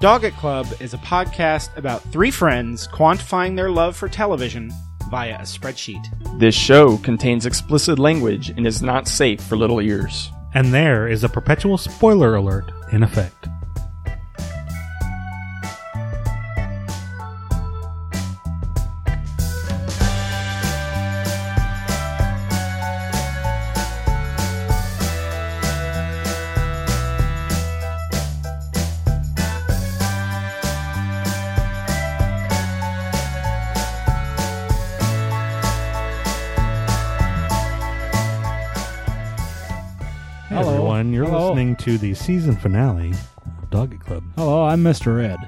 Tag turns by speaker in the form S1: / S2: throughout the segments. S1: Doggett Club is a podcast about three friends quantifying their love for television via a spreadsheet.
S2: This show contains explicit language and is not safe for little ears.
S3: And there is a perpetual spoiler alert in effect. Hey
S4: Hello.
S3: everyone, you're
S4: Hello.
S3: listening to the season finale of Doggett Club.
S4: Hello, I'm Mr. Ed.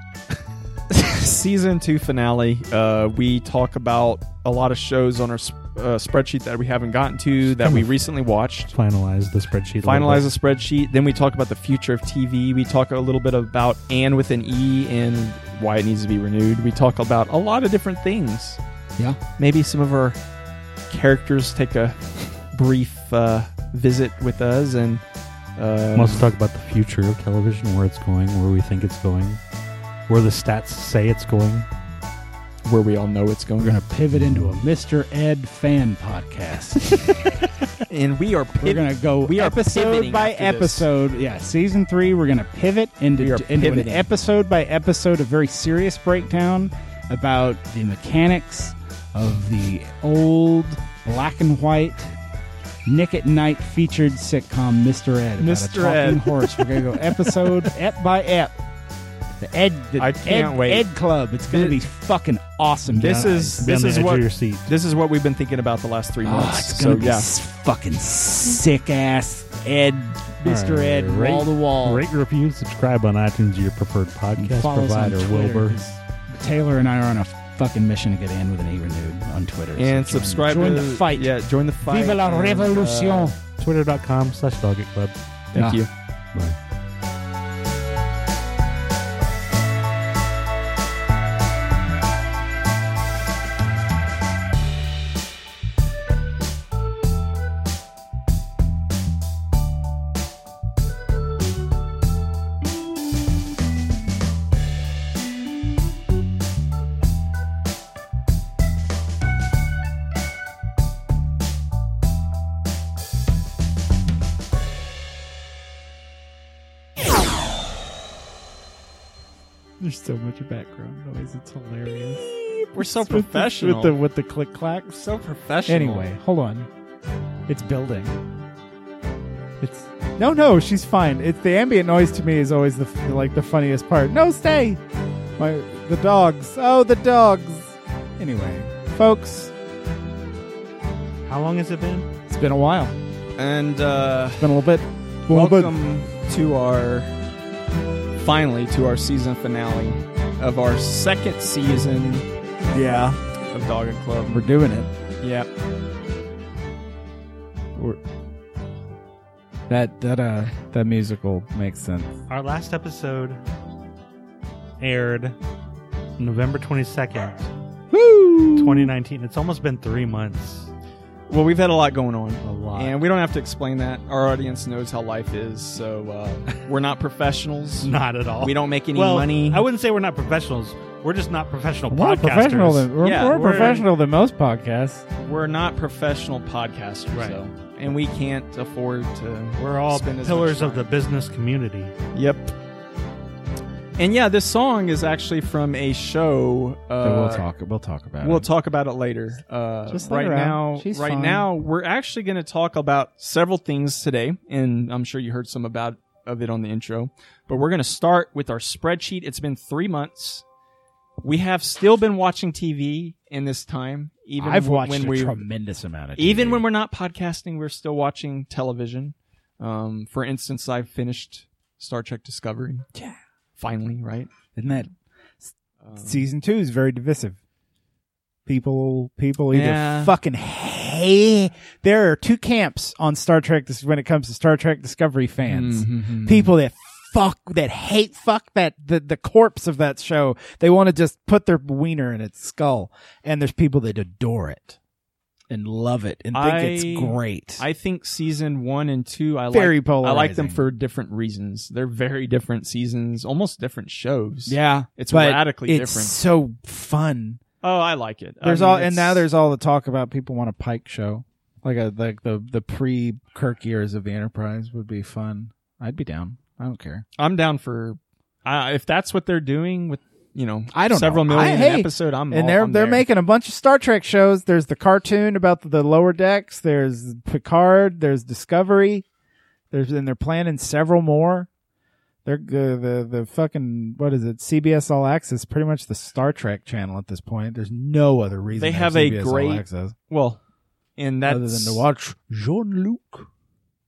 S2: Season two finale. Uh, we talk about a lot of shows on our s- uh, spreadsheet that we haven't gotten to that we recently watched.
S3: Finalize the spreadsheet. a little
S2: Finalize
S3: bit.
S2: the spreadsheet. Then we talk about the future of TV. We talk a little bit about and with an E and why it needs to be renewed. We talk about a lot of different things.
S4: Yeah.
S2: Maybe some of our characters take a brief uh, visit with us and. Uh,
S3: We'll also talk about the future of television, where it's going, where we think it's going, where the stats say it's going.
S2: where we all know it's going.
S4: We're going to pivot into a Mr. Ed fan podcast.
S2: and we are
S4: we're going to go
S2: We are
S4: episode
S2: pivoting
S4: by
S2: after this.
S4: episode. Yeah, season three, we're going to pivot into,
S2: We are
S4: into an
S2: pivoting.
S4: episode by episode, a very serious breakdown about the mechanics of the old black and white. Nick at Night featured sitcom Mr. Ed. about a
S2: Mr.
S4: talking
S2: Ed.
S4: horse. We're gonna go episode ep by ep. The Ed, the
S2: I can't
S4: Ed,
S2: wait.
S4: Ed Club. It's gonna be fucking awesome.
S2: This
S4: guys.
S2: is
S3: Be
S2: this
S3: on the
S2: is
S3: edge
S2: what
S3: of your seat.
S2: this is what we've been thinking about the last three months.
S4: Oh, it's gonna
S2: so
S4: be
S2: yeah,
S4: s- fucking sick ass Ed, Mr.
S3: All right,
S4: Ed,
S3: rate-
S4: wall to wall.
S3: Rate, review, subscribe on iTunes, your preferred podcast
S4: Follow us on
S3: provider,
S4: Twitter,
S3: Wilbur.
S4: 'cause Taylor and I are on a fucking mission to get in with an E renewed on Twitter. so join-
S2: and subscribe.
S4: Join
S2: to,
S4: the fight.
S2: Yeah, join the fight.
S4: Vive la
S2: and, uh,
S4: revolution. Ah.
S3: Twitter.com slash Doggett Club.
S4: Yeah.
S2: thank you.
S3: Bye.
S5: There's so much background noise. It's hilarious.
S2: We're so
S5: With the-
S2: professional.
S5: With the with the click clacks.
S2: so professional.
S5: Anyway, hold on. It's building. It's no, no. She's fine. It's the ambient noise to me is always the f- like the funniest part. No, stay. My the dogs. Oh, the dogs. Anyway, folks,
S3: How long has it been?
S5: it's been a while.
S2: and uh,
S5: It's been a little bit. Well, but-
S2: welcome to our finally to our season finale of our second season
S5: Yeah,
S2: of Dog and Club.
S5: we're doing it.
S2: yeah,
S5: That that uh that musical makes sense.
S3: Our last episode aired November 22nd,
S5: Woo!
S3: 2019. It's almost been three months.
S2: well, we've had a lot going on.
S3: A lot.
S2: And we don't have to explain that. Our audience knows how life is, so uh, we're not professionals.
S3: Not at all.
S2: We don't make any
S3: well,
S2: money.
S3: I wouldn't say we're not professionals. We're just not professional
S5: We're more
S3: podcasters.
S5: professional than we're
S2: Yeah,
S5: more
S2: we're- Uh,
S5: professional than most podcasts.
S2: we're not professional podcasters,
S3: Right.
S2: though, and we can't afford to.
S3: We're all
S2: Spend as
S3: pillars
S2: much
S3: of the
S2: time.
S3: business community.
S2: Yep. And yeah, this song is actually from a show. Uh,
S4: But we'll talk. We'll talk about
S2: We'll
S4: it.
S2: talk about it later. Uh,
S5: Just let
S2: right
S5: her out.
S2: now,
S5: She's
S2: right
S5: fine.
S2: now, we're actually going to talk about several things today, and I'm sure you heard some about of it on the intro. But we're going to start with our spreadsheet. It's been three months. We have still been watching TV in this time, even
S4: I've
S2: w-
S4: watched
S2: when
S4: a
S2: we
S4: tremendous amount of.
S2: even
S4: TV.
S2: when we're not podcasting, we're still watching television. Um, for instance, I finished Star Trek Discovery. Yeah, finally, right?
S4: isn't that
S2: Um,
S5: season two is very divisive. People, people either
S2: Yeah.
S5: fucking hate. There are two camps on Star Trek. This when it comes to Star Trek Discovery
S1: Mm-hmm,
S5: fans.
S2: mhm.
S5: People that fuck that hate fuck that the the corpse of that show. They want to just put their wiener in its skull. And there's people that adore it.
S4: and love it and think it's
S2: I-
S4: great.
S2: I think season one and two, I
S4: Very
S2: like, I like them
S4: polarizing.
S2: for different reasons. They're very different seasons, almost different shows.
S4: yeah,
S2: it's
S4: but
S2: radically
S4: it's
S2: different.
S4: so fun.
S2: Oh, I like it. I
S1: There's
S2: mean,
S1: all, and
S2: it's-
S1: now there's all the talk about people want a Pike show, like a like the the pre Kirk years of the Enterprise would be fun. I'd be down. I don't care.
S2: I'm down for uh, if that's what they're doing with you know
S1: I don't
S2: several
S1: know.
S2: million
S1: I-
S2: an
S1: hey,
S2: episode. I'm all-
S1: and they're
S2: I'm
S1: they're
S2: there.
S1: making a bunch of Star Trek shows. There's the cartoon about the, the lower decks. There's Picard. There's Discovery. There's and they're planning several more. They're the the, the fucking what is it? CBS All Access, pretty much the Star Trek channel at this point. There's no other reason
S2: They
S1: to
S2: have a
S1: CBS
S2: great-
S1: All Access
S2: well, and that's
S1: other than to watch Jean Luc.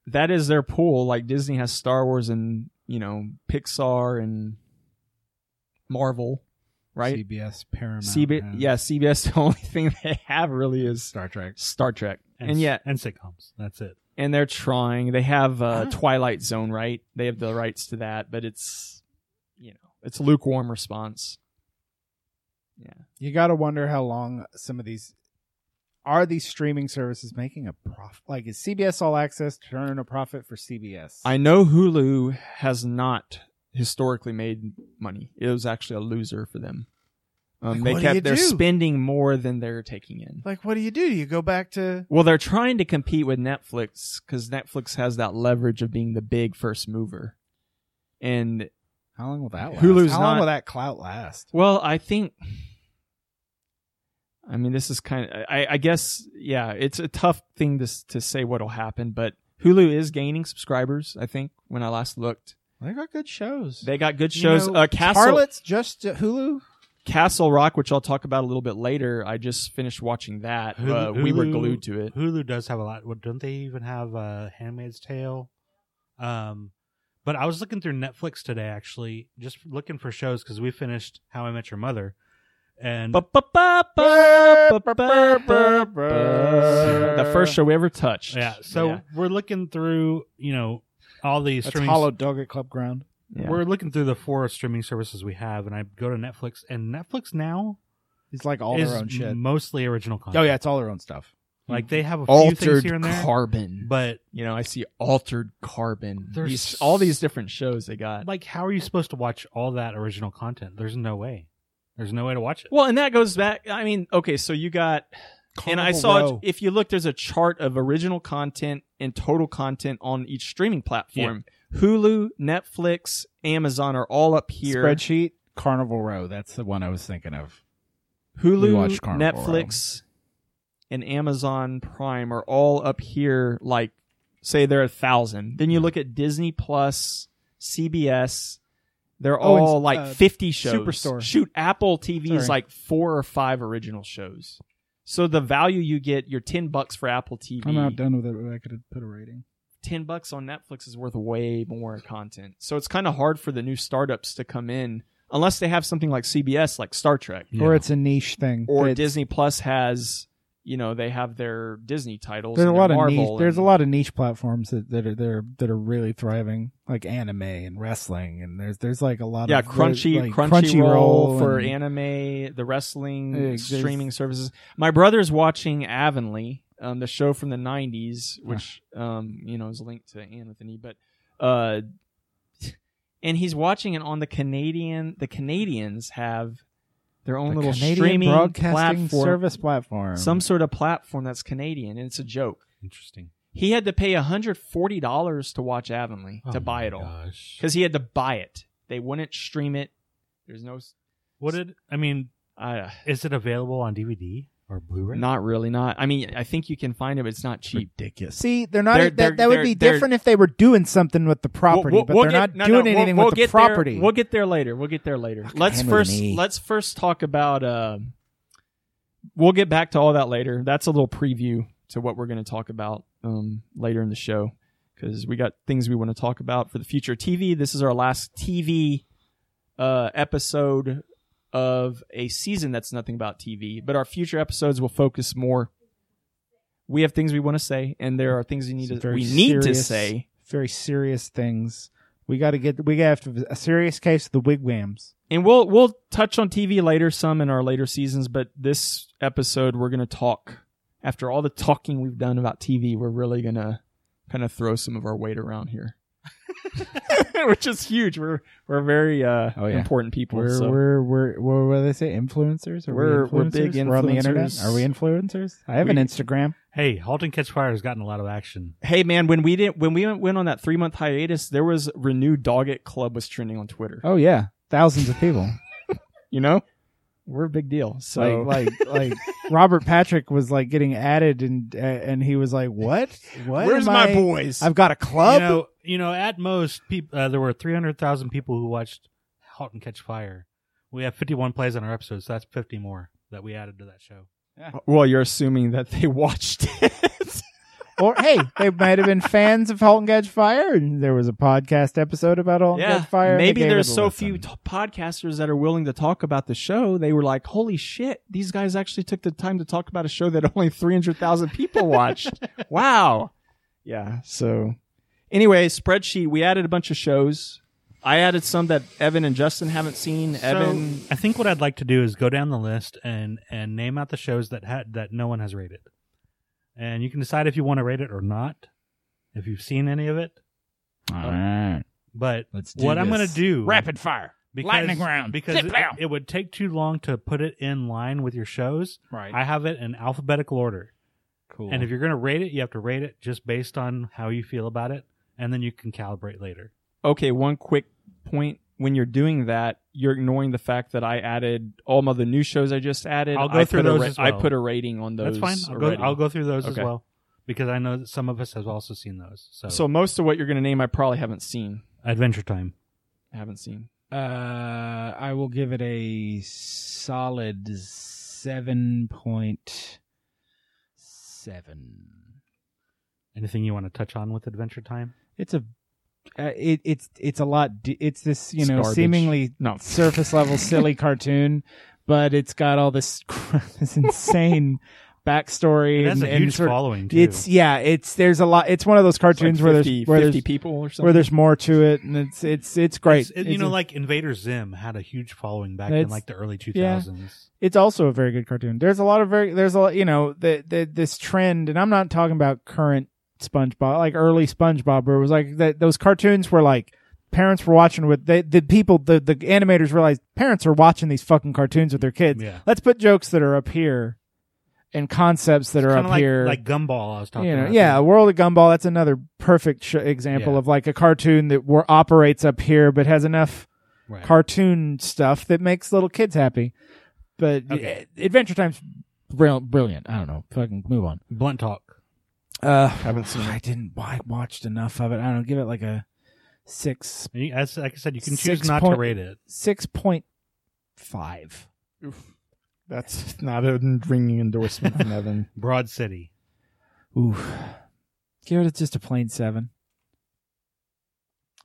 S2: that is their pool. Like Disney has Star Wars and you know Pixar and Marvel, right?
S1: CBS Paramount.
S2: CB-
S1: and
S2: yeah, CBS. The only thing they have really is
S1: Star Trek.
S2: Star Trek, and yet
S3: and sitcoms. That's it.
S2: and they're trying. They have uh,
S1: Ah.
S2: Twilight Zone, right? They have the rights to that, but it's you know it's a lukewarm response.
S1: You got to wonder how long some of these are these streaming services making a profit? Like is CBS All Access turning a profit for CBS?
S2: I know Hulu has not historically made money. It was actually a loser for them. Um,
S1: Like,
S2: they
S1: what do you
S2: kept they're
S1: do?
S2: spending more than they're taking in.
S1: like what do you do? Do you go back to
S2: Well, they're trying to compete with Netflix because Netflix has that leverage of being the big first mover. And
S1: how long will that last?
S2: Hulu's
S1: how long
S2: not-
S1: will that clout last?
S2: well, I think, I mean, this is kind of, I, I guess, yeah, it's a tough thing to s- to say what'll happen, but Hulu is gaining subscribers. I think when I last looked,
S1: They got good shows.
S2: they got good
S1: You
S2: shows.
S1: know,
S2: uh, Castle.
S1: Harlots just uh, Hulu.
S2: Castle Rock, which I'll talk about a little bit later. I just finished watching that. Uh, we were glued to it.
S3: Hulu does have a lot. What don't they even have uh, Handmaid's Tale? Um, but I was looking through Netflix today, actually, just looking for shows because we finished How I Met Your Mother, and
S2: The first show we ever touched.
S3: yeah, so
S2: yeah.
S3: we're looking through, you know, all these
S1: That's
S3: streaming.
S1: Hollow Dog at Club Ground.
S2: Yeah.
S3: We're looking through the four streaming services we have, and I go to Netflix, and Netflix now
S1: It's like all
S3: is
S1: their own shit.
S3: mostly original content.
S1: Oh yeah, it's all their own stuff.
S3: like they have a few things
S2: altered
S3: here and there,
S2: carbon.
S3: but
S2: you know, I see altered carbon.
S3: There's-
S2: These, all these different shows they got.
S3: like how are you supposed to watch all that original content there's no way there's no way to watch it
S2: well, and that goes back. I mean, okay, so you got and I
S1: Carnival
S2: saw
S1: Row.
S2: if you look, there's a chart of original content and total content on each streaming platform. Hulu, Netflix, Amazon are all up here.
S1: Spreadsheet Carnival Row. That's the one I was thinking of. We
S2: Hulu,
S1: watched Carnival
S2: Netflix, and Amazon Prime are all up here. Like, say they're a thousand. Then you look at Disney Plus, CBS. They're
S1: Oh, and,
S2: all like
S1: uh,
S2: fifty shows.
S1: Superstore.
S2: Shoot, Apple TV's
S1: Sorry.
S2: like four or five original shows. So the value you get, your ten bucks for Apple TV,
S1: I'm not done with it, but I could put a rating.
S2: ten bucks on Netflix is worth way more content. So it's kind of hard for the new startups to come in unless they have something like CBS, like Star Trek
S1: Or it's a niche thing.
S2: or
S1: It's-
S2: Disney Plus has, you know, they have their Disney titles.
S1: There's a
S2: and their
S1: lot of
S2: Marvel
S1: niche. There's a
S2: and-
S1: lot of niche platforms that, that are that are that are really thriving, like anime and wrestling, and there's there's like a lot
S2: Yeah,
S1: of
S2: Crunchy,
S1: like
S2: Crunchyroll
S1: Crunchyroll
S2: for
S1: and-
S2: anime, the wrestling
S1: Yeah, there's-
S2: streaming services. My brother's watching Avonlea, um, the show from the '90s, which um, you know is linked to Anthony, but uh, and he's watching it on the Canadian. The Canadians have their own
S1: the
S2: little
S1: Canadian
S2: streaming
S1: broadcasting
S2: platform,
S1: service platform.
S2: some sort of platform that's Canadian, and it's a joke.
S3: interesting
S2: He had to pay $140 to watch Avonlea to
S3: Oh
S2: buy
S3: my
S2: it all
S3: gosh.
S2: because he had to buy it. They wouldn't stream it. There's no, s-
S3: what did i mean
S2: I-
S3: is it available on dvd or blu-ray
S2: not really, not. I mean, I think you can find it, but it's not cheap.
S1: ridiculous. See, they're not.
S2: They're-
S1: that
S2: they're-
S1: that would
S2: they're-
S1: be
S2: they're-
S1: different if they were doing something with the property,
S2: We'll-
S1: but
S2: we'll
S1: they're
S2: get-
S1: not
S2: no, no,
S1: doing
S2: we'll-
S1: anything
S2: we'll
S1: with the
S2: get there-
S1: property.
S2: we'll get there later. We'll get there later. let's
S1: hammer
S2: first
S1: me.
S2: let's first talk about. Uh, we'll get back to all that later. That's a little preview to what we're going to talk about um, later in the show because we got things we want to talk about for the future of TV. This is our last TV uh, episode of a season that's nothing about TV, but our future episodes will focus more. We have things we want to say, and there are things we need
S1: Some
S2: to
S1: very
S2: we need to
S1: serious-
S2: say.
S1: very serious things. We got to get. We got to have a serious case of the wigwams.
S2: and we'll we'll touch on TV later, some in our later seasons, but this episode we're going to talk after all the talking we've done about TV, we're really gonna kind of throw some of our weight around here, which is huge. We're we're very uh,
S4: Oh, yeah.
S2: important people.
S1: We're,
S2: so-
S1: we're, we're, what were they say? Influencers? Are
S2: We're-
S1: we
S2: we're big
S1: We're on the internet.
S2: influencers.
S1: Are we influencers? I have
S2: We-
S1: an Instagram.
S3: Hey, Halt and Catch Fire has gotten a lot of action.
S2: hey man, when we didn't when we went on that three month hiatus, there was renewed Dog It Club was trending on Twitter.
S1: Oh, yeah. Thousands of people.
S2: You know, we're a big deal. So
S1: Like, like, like Robert Patrick was like getting added and, uh, and he was like, what? What?
S2: where's
S1: am
S2: my
S1: I-
S2: boys?
S1: I've got a
S3: You
S1: club.
S3: know, you know, at most, peop- uh, there were 300,000 people who watched Halt and Catch Fire. We have 51 plays on our episode, so that's 50 more that we added to that show.
S2: well, you're assuming that they watched it.
S1: or hey, they might have been fans of Halt and Catch Fire, and there was a podcast episode about Halt and Catch Fire. and they
S2: Maybe
S1: gave
S2: there's
S1: it a
S2: so
S1: listen.
S2: few t- podcasters that are willing to talk about the show. They were like, "Holy shit, these guys actually took the time to talk about a show that only 300,000 people watched." wow. Yeah, so anyway, spreadsheet, we added a bunch of shows. I added some that Evan and Justin haven't seen. Evan,
S3: I think what I'd like to do is go down the list and and name out the shows that had that no one has rated, and you can decide if you want to rate it or not, if you've seen any of it.
S4: All right.
S3: But
S4: Let's do
S3: what I'm going
S4: this.
S3: to do
S4: Rapid fire.
S3: because,
S4: lightning round.
S3: because
S4: Zip,
S3: it,
S4: pow.
S3: it would take too long to put it in line with your shows.
S4: Right.
S3: I have it in alphabetical order,
S4: cool.
S3: and if you're going to rate it, you have to rate it just based on how you feel about it, and then you can calibrate later.
S2: okay, one quick point when you're doing that, you're ignoring the fact that I added all my the new shows I just added.
S3: I'll go
S2: I
S3: through
S2: put a
S3: those
S2: ra-
S3: as
S2: I
S3: well.
S2: put a rating on those.
S3: That's fine. I'll go,
S2: already.
S3: I'll go through those
S2: Okay.
S3: as well because I know that some of us have also seen those. So,
S2: So most of what you're going to name, I probably haven't seen.
S3: Adventure Time.
S2: haven't seen.
S4: Uh, I will give it a solid seven point seven.
S3: Anything you want to touch on with Adventure Time?
S1: It's a, uh, it, it's it's a lot. d it's this you
S2: It's
S1: know
S2: garbage.
S1: seemingly
S2: No.
S1: surface level silly cartoon, but it's got all this cr- this insane backstory.
S3: That's
S1: and,
S3: a
S1: and
S3: huge
S1: sort of-
S3: following. Too.
S1: It's yeah. It's there's a lot. It's one of those cartoons where there's where there's
S2: people or something.
S1: where there's more to it, and it's it's it's great.
S3: It's- it- you
S1: It's a-
S3: know, like Invader Zim had a huge following back in
S1: It's-
S3: like the early 2000s.
S1: it's also a very good cartoon. There's a lot of very there's a lot you know the, the this trend, and I'm not talking about current SpongeBob, like early SpongeBob, where it was like that those cartoons were like parents were watching with they, the people the the animators realized parents are watching these fucking cartoons with their kids.
S3: Yeah.
S1: Let's put jokes that are up here and concepts that are
S3: Kind
S1: up
S3: of like,
S1: here.
S3: like Gumball, I was talking
S1: you know,
S3: about.
S1: yeah, World of Gumball. That's another perfect sh- example
S3: Yeah.
S1: of like a cartoon that wor- operates up here, but has enough
S3: Right.
S1: cartoon stuff that makes little kids happy. But
S3: Okay.
S1: uh, Adventure Time's
S4: Brill- brilliant. I don't know. Fucking move on.
S3: Blunt Talk.
S1: uh
S2: Haven't seen
S1: I didn't I watched enough of it. I don't know, give it like a six
S3: And you- As, like I said, you can
S1: Six
S3: choose not
S1: point-
S3: to rate it.
S1: six point five.
S2: That's not a ringing endorsement from Evan.
S3: Broad City.
S1: Ooh. Give it just a plain seven.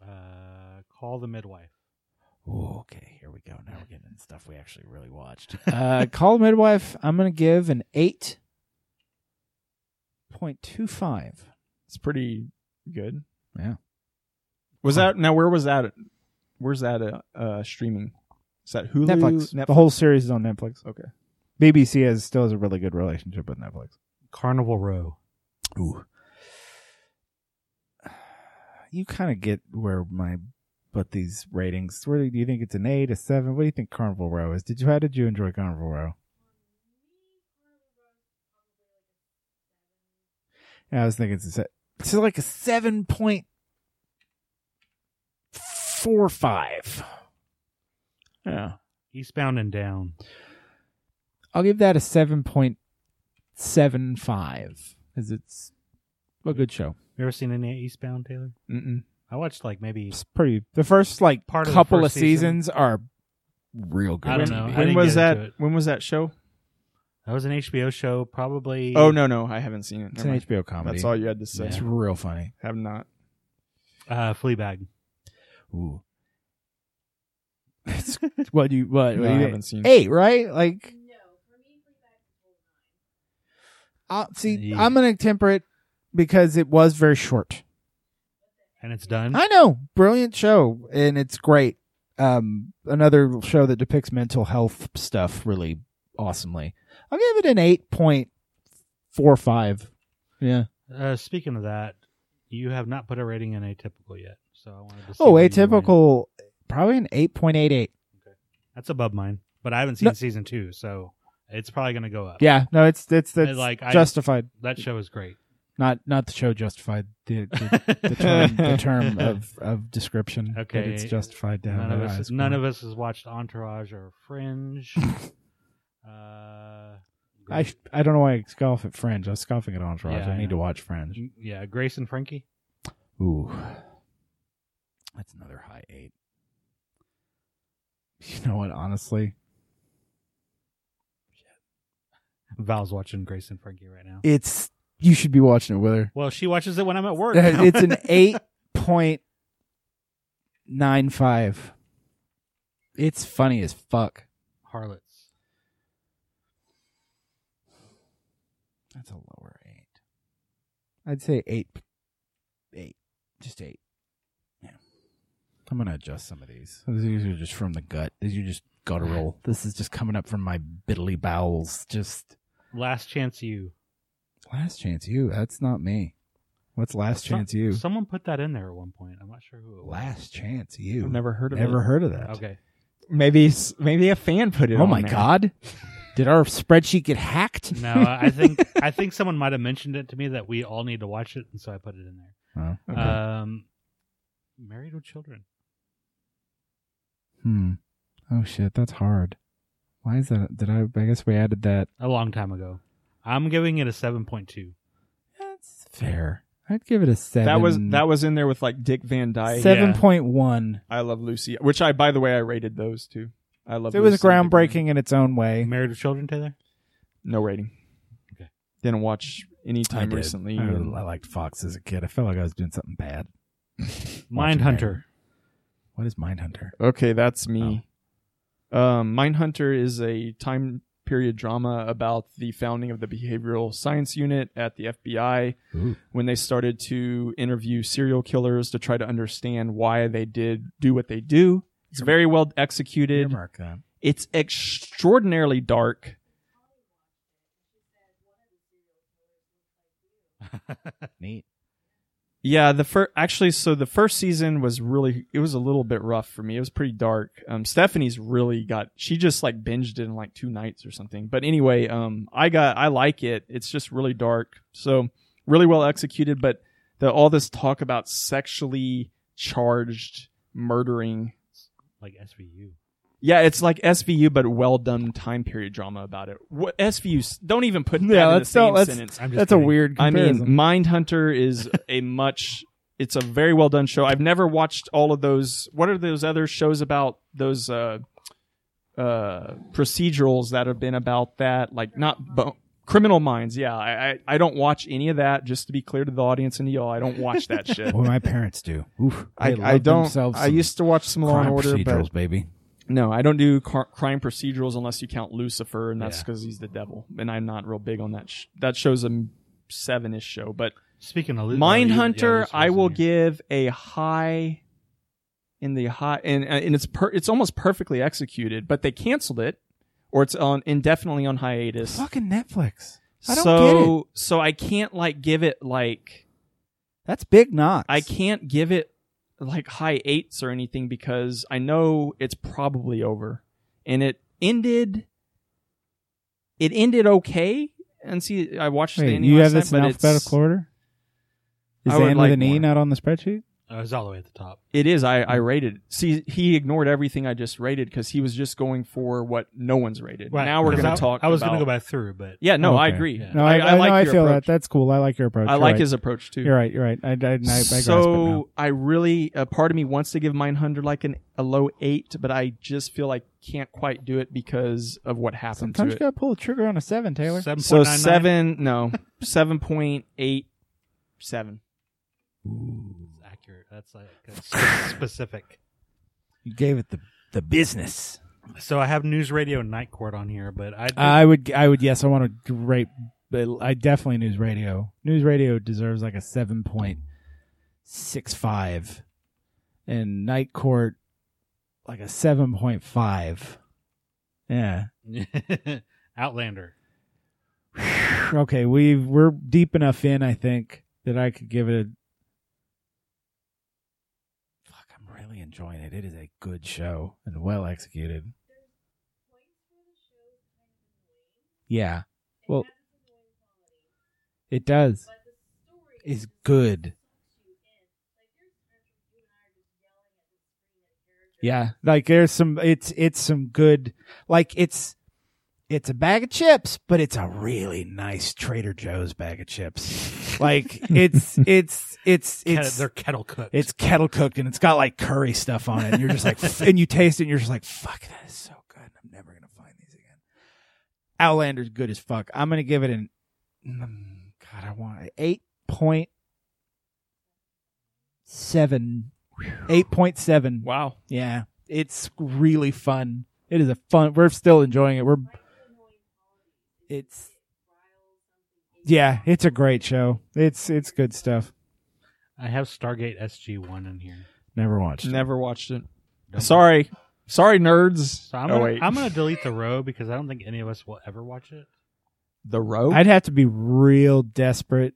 S3: Uh, call the Midwife.
S4: Ooh, okay, here we go. Now we're getting into stuff we actually really watched.
S1: Uh Call Midwife, I'm gonna give an eight point two five.
S2: It's pretty good.
S4: Yeah.
S2: Was that now? Where was that? Where's that uh, uh, streaming? Is that Hulu?
S1: Netflix.
S2: Netflix?
S1: The whole series is on Netflix.
S2: Okay.
S1: BBC has still has a really good relationship with Netflix.
S3: Carnival Row.
S4: Ooh,
S1: You kind of get where my but these ratings. Where do you think it's an eight, a seven? What do you think Carnival Row is? Did you how did you enjoy Carnival Row? Yeah, I was thinking it's a se- it's like a seven point four five.
S2: yeah.
S3: Eastbound and Down.
S1: I'll give that a seven point seven five because it's a good show.
S3: You ever seen any Eastbound, Taylor?
S2: Mm-mm.
S3: I watched like maybe.
S1: It's pretty. The first like
S3: Part of the
S1: couple
S3: first
S1: of
S3: season.
S1: seasons are
S4: real good.
S3: I don't
S4: TV.
S3: know. I
S2: When
S3: didn't
S2: was
S3: get
S2: that?
S3: into it.
S2: When was that show?
S3: That was an HBO show, probably.
S2: Oh no, no, I haven't seen it.
S1: it's
S2: Never
S1: an
S2: mind.
S1: HBO comedy.
S2: That's all you had to say.
S4: It's real funny.
S2: Have not.
S3: Uh, Fleabag.
S4: Ooh,
S1: What do you what? what
S2: No,
S1: do
S2: I
S1: you think?
S2: haven't seen.
S1: eight, right? Like, uh, see,
S3: Yeah.
S1: I'm gonna temper it because it was very short.
S3: And it's done.
S1: I know, brilliant show, and it's great. Um, another show that depicts mental health stuff really awesomely. I'll give it an eight point four or five.
S4: Yeah.
S3: Uh, speaking of that, you have not put a rating in Atypical yet, so I wanted to. See
S1: Oh,
S3: where you went.
S1: atypical, probably an eight point eight eight.
S3: That's above mine, but I haven't seen
S1: No.
S3: season two, so it's probably going to go up.
S1: Yeah, no, it's it's it's
S3: like, I-
S1: justified.
S3: that show is great.
S1: Not not the show justified. The, the, the term, the term of, of description. that
S3: Okay.
S1: it's justified to have
S3: none
S1: that
S3: of
S1: high
S3: us,
S1: score.
S3: none of us has watched Entourage or Fringe. uh,
S1: I sh- I don't know why I scoff at Fringe. I was scoffing at Entourage.
S3: Yeah,
S1: I
S3: I
S1: need to
S3: know.
S1: watch Fringe.
S3: yeah, Grace and Frankie.
S1: Ooh, that's another high eight. You know what? Honestly,
S3: Val's watching Grace and Frankie right now.
S1: it's you should be watching it with her.
S3: Well, she watches it when I'm at work. now.
S1: it's an eight point nine five. It's funny as fuck.
S3: Harlots.
S1: That's a lower eight. I'd say eight, eight, just eight. Yeah, I'm gonna adjust some of these. These are just from the gut. These are just guttural. This is just coming up from my biddly bowels. Just
S3: Last Chance You.
S1: last chance, you. That's not me. What's last
S3: Some-
S1: chance, you?
S3: Someone put that in there at one point. I'm not sure who it was.
S1: Last chance, you.
S2: I've never heard of
S1: Never
S2: it.
S1: heard of that.
S3: Okay.
S2: Maybe s- maybe a fan put it.
S1: Oh
S2: on
S1: my
S2: there.
S1: god! Did our spreadsheet get hacked?
S3: No, I think I think someone might have mentioned it to me that we all need to watch it, and so I put it in there.
S1: Oh, okay.
S3: Um, Married with Children.
S1: hmm. Oh shit, that's hard. Why is that? Did I? I guess we added that.
S3: A long time ago. I'm giving it a seven point two.
S1: That's fair. I'd give it a seven.
S2: That was that uh, was in there with like Dick Van Dyke.
S1: seven point one.
S2: I love Lucy, which I by the way I rated those two. I love.
S1: It was
S2: Lucy and Dick Van-
S1: groundbreaking in its own way.
S3: Married with Children, Taylor.
S2: No rating.
S3: Okay.
S2: Didn't watch any time recently.
S1: I, I liked Fox as a kid. I felt like I was doing something bad. Watching
S3: Mindhunter.
S1: Married- What is Mindhunter?
S2: Okay, that's me.
S1: Oh.
S2: Um, Mindhunter is a time period drama about the founding of the behavioral science unit at the FBI
S1: Ooh.
S2: when they started to interview serial killers to try to understand why they did do what they do. It's very well executed.
S1: Earmark that.
S2: It's extraordinarily dark.
S1: Neat.
S2: Yeah, the first actually, so the first season was really it was a little bit rough for me. It was pretty dark. Um, Stephanie's really got she just like binged it in like two nights or something. But anyway, um, I got I like it. It's just really dark, so really well executed. But the all this talk about sexually charged murdering,
S3: Like SVU.
S2: yeah, it's like SVU but well done time period drama about it. What SVU? 's- Don't even put that
S1: Yeah,
S2: in
S1: let's
S2: the same
S1: don't- let's-
S2: sentence.
S3: I'm just
S1: That's a
S3: kidding.
S1: weird.
S2: I mean,
S1: Comparison.
S2: Mindhunter is a much. It's a very well done show. I've never watched all of those. What are those other shows about those uh, uh, procedurals that have been about that? Like not bo- Criminal Minds. Yeah, I, I I don't watch any of that. Just to be clear to the audience and to y'all, I don't watch that shit.
S1: Well, my parents do. Oof.
S2: I,
S1: They
S2: I
S1: love
S2: don't.
S1: themselves
S2: I
S1: some
S2: used to watch some Law and
S1: crime
S2: Order,
S1: procedurals,
S2: but
S1: baby.
S2: no, I don't do car- crime procedurals unless you count Lucifer, and that's
S3: Yeah.
S2: because he's the devil. And I'm not real big on that. Sh- that show's a seven ish show, but
S3: Speaking of Lu-
S2: Mindhunter,
S3: yeah,
S2: Hunter,
S3: Lucifer's
S2: I
S3: in
S2: will
S3: here.
S2: give a high in the high and uh, and it's per, it's almost perfectly executed, but they canceled it or it's on indefinitely on hiatus.
S1: Fucking Netflix. I don't
S2: so so I can't like give it like
S1: That's big knocks.
S2: I can't give it like high eights or anything because I know it's probably over. And it ended it ended okay. And see, I watched the
S1: Wait,
S2: ending
S1: you have
S2: last night,
S1: this in
S2: but
S1: alphabetical
S2: it's,
S1: order? Is
S2: I
S1: the
S2: would
S1: end
S2: like
S1: with an E
S2: more.
S1: not on the spreadsheet?
S3: Oh, it was all the way at the top.
S2: It is. I,
S3: Mm.
S2: I rated. it. See, he ignored everything I just rated because he was just going for what no one's rated. Now we're
S3: 'Cause
S2: going
S3: I-
S2: to talk.
S3: I was
S2: going
S3: gonna
S2: to
S3: go back through, but
S2: Yeah, no, I
S1: Okay.
S2: agree.
S3: Yeah.
S1: No, I, I,
S2: like
S1: know, I
S2: your
S1: feel
S2: approach.
S1: that. That's cool. I like your approach.
S2: I
S1: You're
S2: like
S1: right.
S2: his approach too.
S1: You're right. You're right. I, I, I, I, I grasp it now.
S2: so I really, a part of me wants to give Mindhunter like an, a low eight, but I just feel like can't quite do it because of what happened
S1: Sometimes you
S2: to it.
S1: gotta pull the trigger on a seven, Taylor.
S3: seven point
S2: So
S3: nine nine.
S2: seven, no, seven point eight seven.
S3: accurate. That's like that's specific.
S1: You gave it the the business.
S3: So I have News Radio and Night Court on here, but I
S1: I would. I would. Yes, I want to great. But I definitely news radio. News radio deserves like a seven point six five, and night court like a seven point five. Yeah.
S3: Outlander.
S1: okay, we we're deep enough in, I think, that I could give it a.
S4: Fuck, I'm really enjoying it. It is a good show and well executed. Yeah. Well,
S1: It does.
S4: is good. Yeah.
S1: Like there's some. It's it's some good.
S4: Like it's it's a bag of chips, but it's a really nice Trader Joe's bag of chips. like it's it's it's
S3: Kettle-
S4: it's
S3: they're kettle cooked.
S4: it's kettle cooked and it's got like curry stuff on it. And you're just like, and you taste it and you're just like, fuck, that is so good. I'm never going to find these again. Outlander's good as fuck. I'm going to give it an, mm, God, I want it.
S1: 8.7. 8.7.
S2: Wow.
S1: Yeah. It's really fun. It is a fun. We're still enjoying it. We're. It's. Yeah, it's a great show. It's it's good stuff.
S3: I have Stargate SG One in here.
S4: Never watched. it.
S2: Never watched it. Sorry. Sorry, nerds.
S3: So I'm
S2: oh,
S3: gonna,
S2: wait.
S3: I'm gonna delete the row because I don't think any of us will ever watch it.
S2: the row. I,
S1: I'd have to be real desperate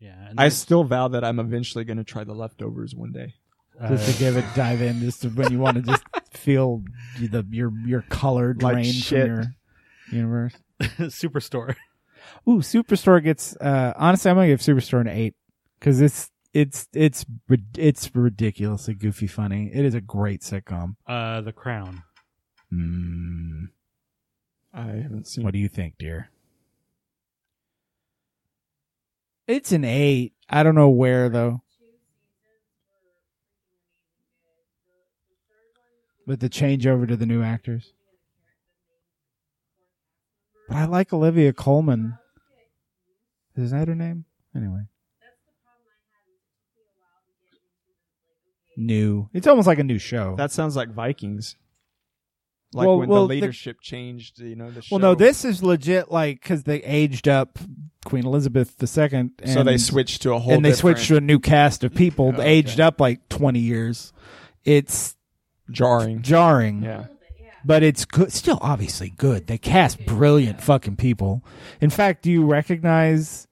S3: Yeah, and there's,
S2: still vow that I'm eventually going to try the leftovers one day.
S3: uh,
S1: just to give it dive in just to, when you want to just feel the your your color
S2: Like
S1: drained
S2: shit.
S1: from your universe.
S3: Superstore.
S1: Ooh, Superstore gets. Uh, honestly, I'm gonna give Superstore an eight because it's it's it's rid- it's ridiculously goofy funny. It is a great sitcom.
S3: Uh, the Crown.
S1: Hmm.
S4: Mm,
S2: I haven't seen.
S4: what do you think, dear?
S1: It's an eight. I don't know where though. With the changeover to the new actors. But I like Olivia Coleman. Is that her name? Anyway. New. It's almost like a new show.
S2: That sounds like Vikings. Like
S1: Well-
S2: when
S1: well,
S2: the
S1: the-
S2: leadership changed, you know. The
S1: well, no,
S2: show.
S1: this is legit like because they aged up Queen Elizabeth II. And,
S2: So they switched to a whole.
S1: and they switched to
S2: different
S1: a new cast of people
S2: Okay.
S1: aged up like 20 years it's
S2: jarring.
S1: jarring
S2: Yeah.
S1: but it's good still
S4: Obviously good. They
S1: cast brilliant fucking people in fact do you recognize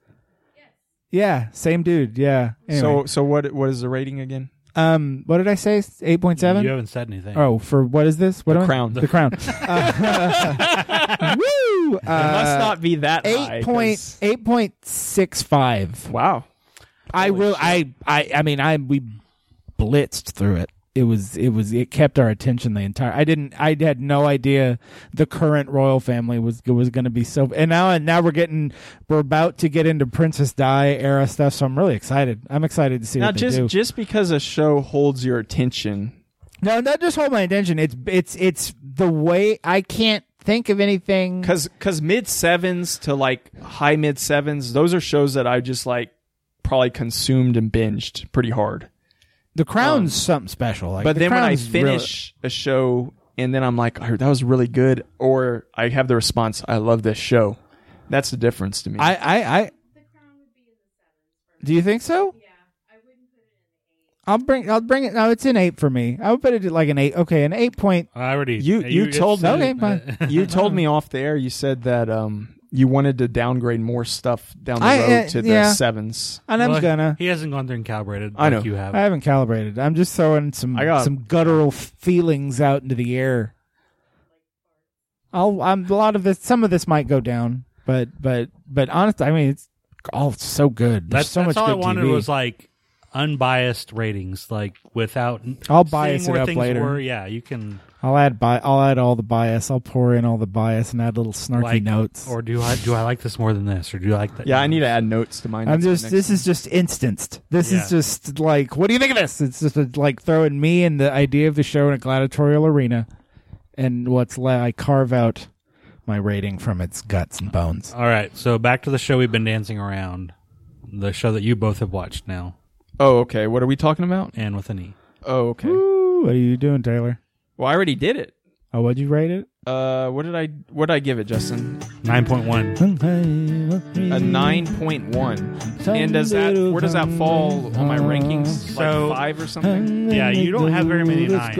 S1: yeah same dude yeah anyway,
S2: So so what what is the rating again?
S1: so um what did i say 8.7
S3: You haven't said anything.
S1: oh for what is this what am I-
S2: Crown.
S1: the crown Uh, woo
S2: it must
S1: uh,
S2: not be that high,
S1: Eight
S2: 'cause-
S1: point eight point six five.
S2: Wow.
S1: I will. I. I. I mean, I. We blitzed through it. It was. It was. It kept our attention the entire. I didn't. I had no idea the current royal family was was going to be so. And now and now we're getting. We're about to get into Princess Di era stuff. So I'm really excited. I'm excited to see
S2: Now
S1: what
S2: just
S1: they do.
S2: just because a show holds your attention,
S1: no, not just hold my attention. It's. It's. It's the way I can't think of anything.
S2: because because mid sevens to like high mid sevens, those are shows that I just like probably consumed and binged pretty hard.
S1: The Crown's
S4: something special. Like,
S2: Um, but
S1: the
S2: then when I
S1: Crown's really-
S2: finish a show and then I'm like, oh, that was really good, or I have the response, I love this show. That's the difference to me.
S1: I, I, I. Do you think so? Yeah, I wouldn't put it in eight. I'll bring, I'll bring it. No, it's an eight for me. I would put it at like an eight. Okay, an eight point.
S3: I already. uh,
S2: You- you
S3: it's-
S2: told me.
S1: Okay, fine.
S2: you told me off the air. You said that um, you wanted to downgrade more stuff down the
S1: I,
S2: road
S1: uh,
S2: to the
S1: yeah.
S2: sevens.
S1: And
S3: Well,
S1: I'm gonna.
S3: He hasn't gone through and calibrated.
S2: I know.
S3: Like you have.
S1: I haven't calibrated. I'm just throwing some
S2: I got-
S1: some guttural feelings out into the air. I'll. I'm a lot of this. Some of this might go down, but but but honestly, I mean, it's all so good. There's
S3: that's
S1: so
S3: that's
S1: much
S3: all I
S1: good
S3: wanted
S1: TV.
S3: was like unbiased ratings, like without.
S1: I'll bias
S3: seeing
S1: it
S3: where
S1: up
S3: things
S1: later.
S3: Were. Yeah, you can.
S1: I'll add bi- I'll add all the bias. I'll pour in all the bias and add little snarky
S3: Like,
S1: notes.
S3: Or do I do I like this more than this, or do I like that?
S2: Yeah, I need to add notes to mine.
S1: I'm
S2: That's my
S1: just.
S2: next-
S1: This is just instanced. This
S3: Yeah.
S1: is just like, what do you think of this? It's just uh, like throwing me and the idea of the show in a gladiatorial arena, and what's left, I carve out my rating from its guts and bones.
S3: All right, so back to the show we've been dancing around, the show that you both have watched now,
S2: Oh, okay. What are we talking about?
S3: and with an E.
S2: Oh, okay.
S1: Ooh, what are you doing, Taylor?
S2: Well, I already did it.
S1: Oh, what'd you rate it?
S2: Uh, what did I what did I give it, Justin?
S3: Nine point one.
S2: A nine point one. And does that where does that fall on my rankings? Like
S3: So-
S2: five or something?
S3: Yeah, you don't have very many nines.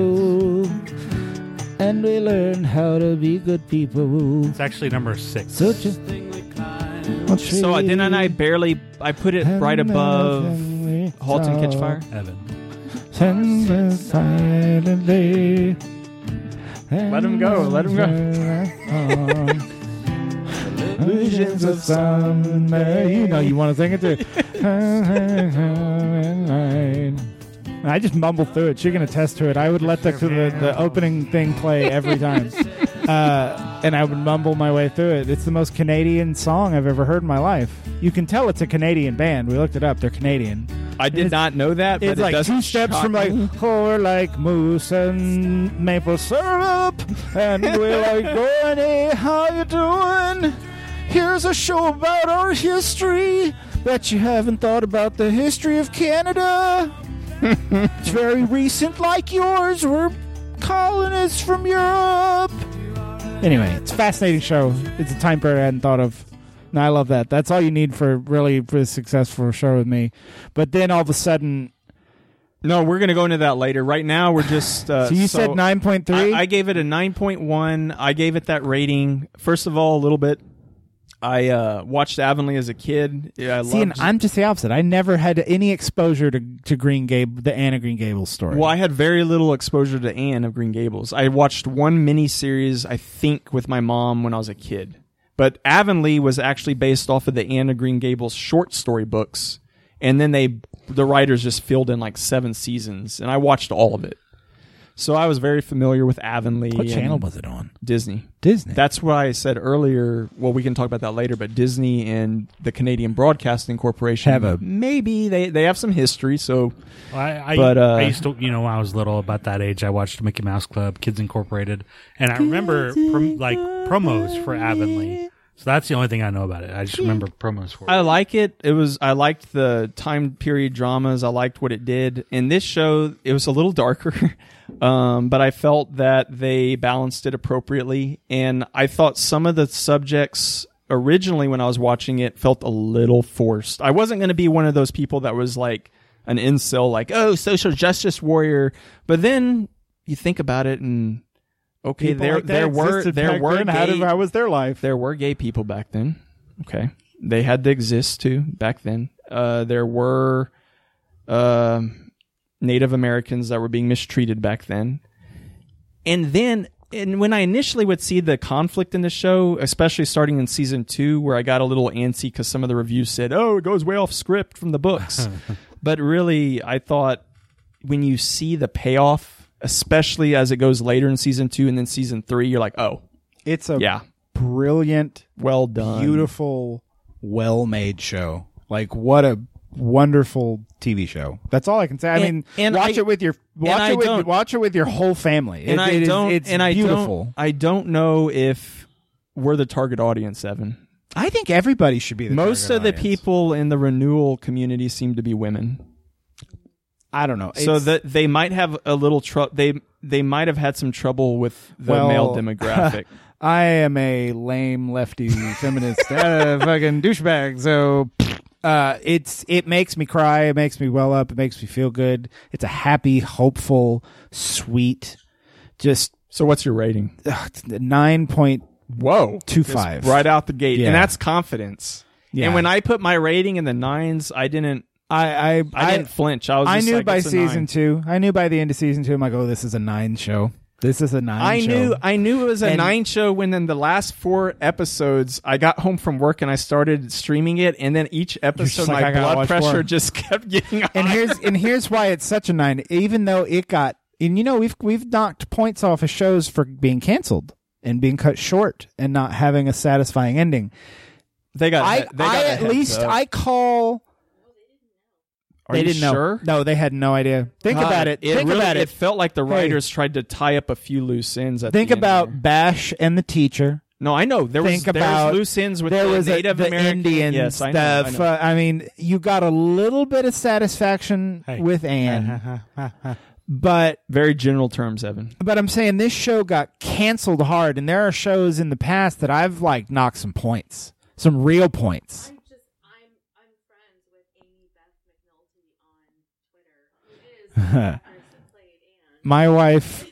S1: And we learn how to be good people.
S3: It's actually number six.
S1: Such a
S6: thing we climb
S2: So uh, then I barely I put it right above Halt and Catch Fire.
S3: Evan.
S1: Let
S4: him go, let him
S1: go. Visions of summer. You know you want to sing it too. I just mumble through it. She can attest to it. I would let the the, the opening thing play every time, uh, and I would mumble my way through it. It's the most Canadian song I've ever heard in my life. You can tell it's a Canadian band. We looked it up. They're Canadian.
S2: I did
S1: It's-
S2: not know that, but
S1: It's
S2: it
S1: like
S2: doesn't
S1: two steps
S2: shock
S1: from like
S2: me.
S1: oh, like moose and maple syrup, and we're like, Granny, how you doing? Here's a show about our history. Bet you haven't thought about the history of Canada. it's very recent, like yours. We're colonists from Europe. Anyway, it's a fascinating show. It's a time period I hadn't thought of. And I love that. That's all you need for really for a successful show with me. But then all of a sudden,
S2: No, we're gonna go into that later. Right now, we're just. Uh,
S1: so you said nine point three.
S2: I, I gave it a 9.1. I gave it that rating. First of all, a little bit. I uh, watched Avonlea as a kid. Yeah, I
S1: See, and
S2: loved-
S1: I'm just the opposite. I never had any exposure to, to Green Gable, the Anna Green Gables story.
S2: well, I had very little exposure to Anne of Green Gables. I watched one mini series, I think, with my mom when I was a kid. But Avonlea was actually based off of the Anne of Green Gables short story books, and then they the writers just filled in like seven seasons, and I watched all of it. So I was very familiar with Avonlea.
S4: What
S2: and
S4: channel was it on?
S2: Disney.
S4: Disney.
S2: That's what I said earlier. Well, we can talk about that later, but Disney and the Canadian Broadcasting Corporation
S4: Have a-
S2: maybe they, they have some history, so
S3: Well, I, I,
S2: But, uh,
S3: I used to, you know, when I was little, about that age, I watched Mickey Mouse Club, Kids Incorporated, and I remember prom- like promos for Avonlea. So that's the only thing I know about it. I just remember promos for it.
S2: I like it. It was I liked the time period dramas. I liked what it did. In this show, it was a little darker, um, but I felt that they balanced it appropriately. And I thought some of the subjects originally when I was watching it felt a little forced. I wasn't going to be one of those people that was like an incel, like oh social justice warrior. But then you think about it, and okay, there there were there were
S1: how, did,
S2: gay-
S1: how was their life?
S2: there were gay people back then. Okay. They had to exist too back then. Uh, there were um Native Americans that were being mistreated back then. And then and when I initially would see the conflict in the show, especially starting in season two, where I got a little antsy because some of the reviews said, oh, it goes way off script from the books. but really, I thought when you see the payoff, especially as it goes later in season two and then season three, you're like, oh,
S1: It's a
S2: yeah,
S1: brilliant,
S2: well done.
S1: beautiful.
S4: well-made show. Like what a
S1: Wonderful.
S4: TV show.
S1: That's all I can say. I
S2: And-
S1: mean,
S2: and
S1: watch
S2: I-
S1: it with your
S2: and I
S1: watch it with
S2: don't-
S1: watch it with your whole family. It-
S2: and I
S1: it is-
S2: don't
S1: it's
S2: and I
S1: beautiful.
S2: don't I don't know if we're the target audience, Evan.
S4: I think everybody should be the
S2: Most of
S4: target
S2: the
S4: audience.
S2: people in the renewal community seem to be women,
S4: I don't know.
S2: so
S4: It's-
S2: that they might have a little trouble. They they might have had some trouble with the
S1: Well,
S2: male demographic.
S1: I am a lame lefty feminist, uh, fucking douchebag. So uh, it's it makes me cry. It makes me well up. It makes me feel good. It's a happy, hopeful, sweet, just uh,
S2: so what's your rating?
S1: nine point
S2: Whoa,
S1: two five.
S2: right out the gate,
S1: Yeah.
S2: and that's confidence.
S1: Yeah.
S2: And when I put my rating in the nines, I didn't
S1: I I
S2: I,
S1: I,
S2: didn't flinch. I was
S1: I
S2: just
S1: knew
S2: like,
S1: by
S2: it's a
S1: season
S2: nine.
S1: two. I knew by the end of season two. I'm like, oh, this is a nine show. This is a nine.
S2: I
S1: show.
S2: knew I knew it was a
S1: And-
S2: nine show when in the last four episodes I got home from work and I started streaming it and then each episode
S1: like,
S2: my
S1: "I gotta
S2: blood
S1: watch more."
S2: pressure just kept getting higher.
S1: and here's and here's why it's such a nine. Even though it got and you know we've we've knocked points off of shows for being canceled and being cut short and not having a satisfying ending.
S2: they got
S1: I
S2: they got
S1: I
S2: a
S1: at
S2: heads
S1: least
S2: up.
S1: I call.
S2: Are
S1: they
S2: you
S1: didn't know.
S2: sure?
S1: No, they had no idea. Think
S2: God,
S1: about it. Think
S2: really-
S1: about it.
S2: It felt like the writers tried to tie up a few loose ends. At
S1: Think
S2: the end
S1: about
S2: there.
S1: Bash and the teacher.
S2: no, I know there was
S1: think
S2: there was
S1: about-
S2: loose ends with
S1: there
S2: the
S1: was a-
S2: Native
S1: the
S2: American
S1: Indian
S2: yes, I know, I
S1: stuff.
S2: know.
S1: Uh, I mean, you got a little bit of satisfaction
S3: Hey.
S1: with Anne, but
S2: Very general terms, Evan.
S1: but I'm saying this show got canceled hard, and there are shows in the past that I've like knocked some points, some real points.
S6: I'm just I'm I'm friends with Amy Beth McNulty on Twitter, who is the actress that played Anne.
S1: My wife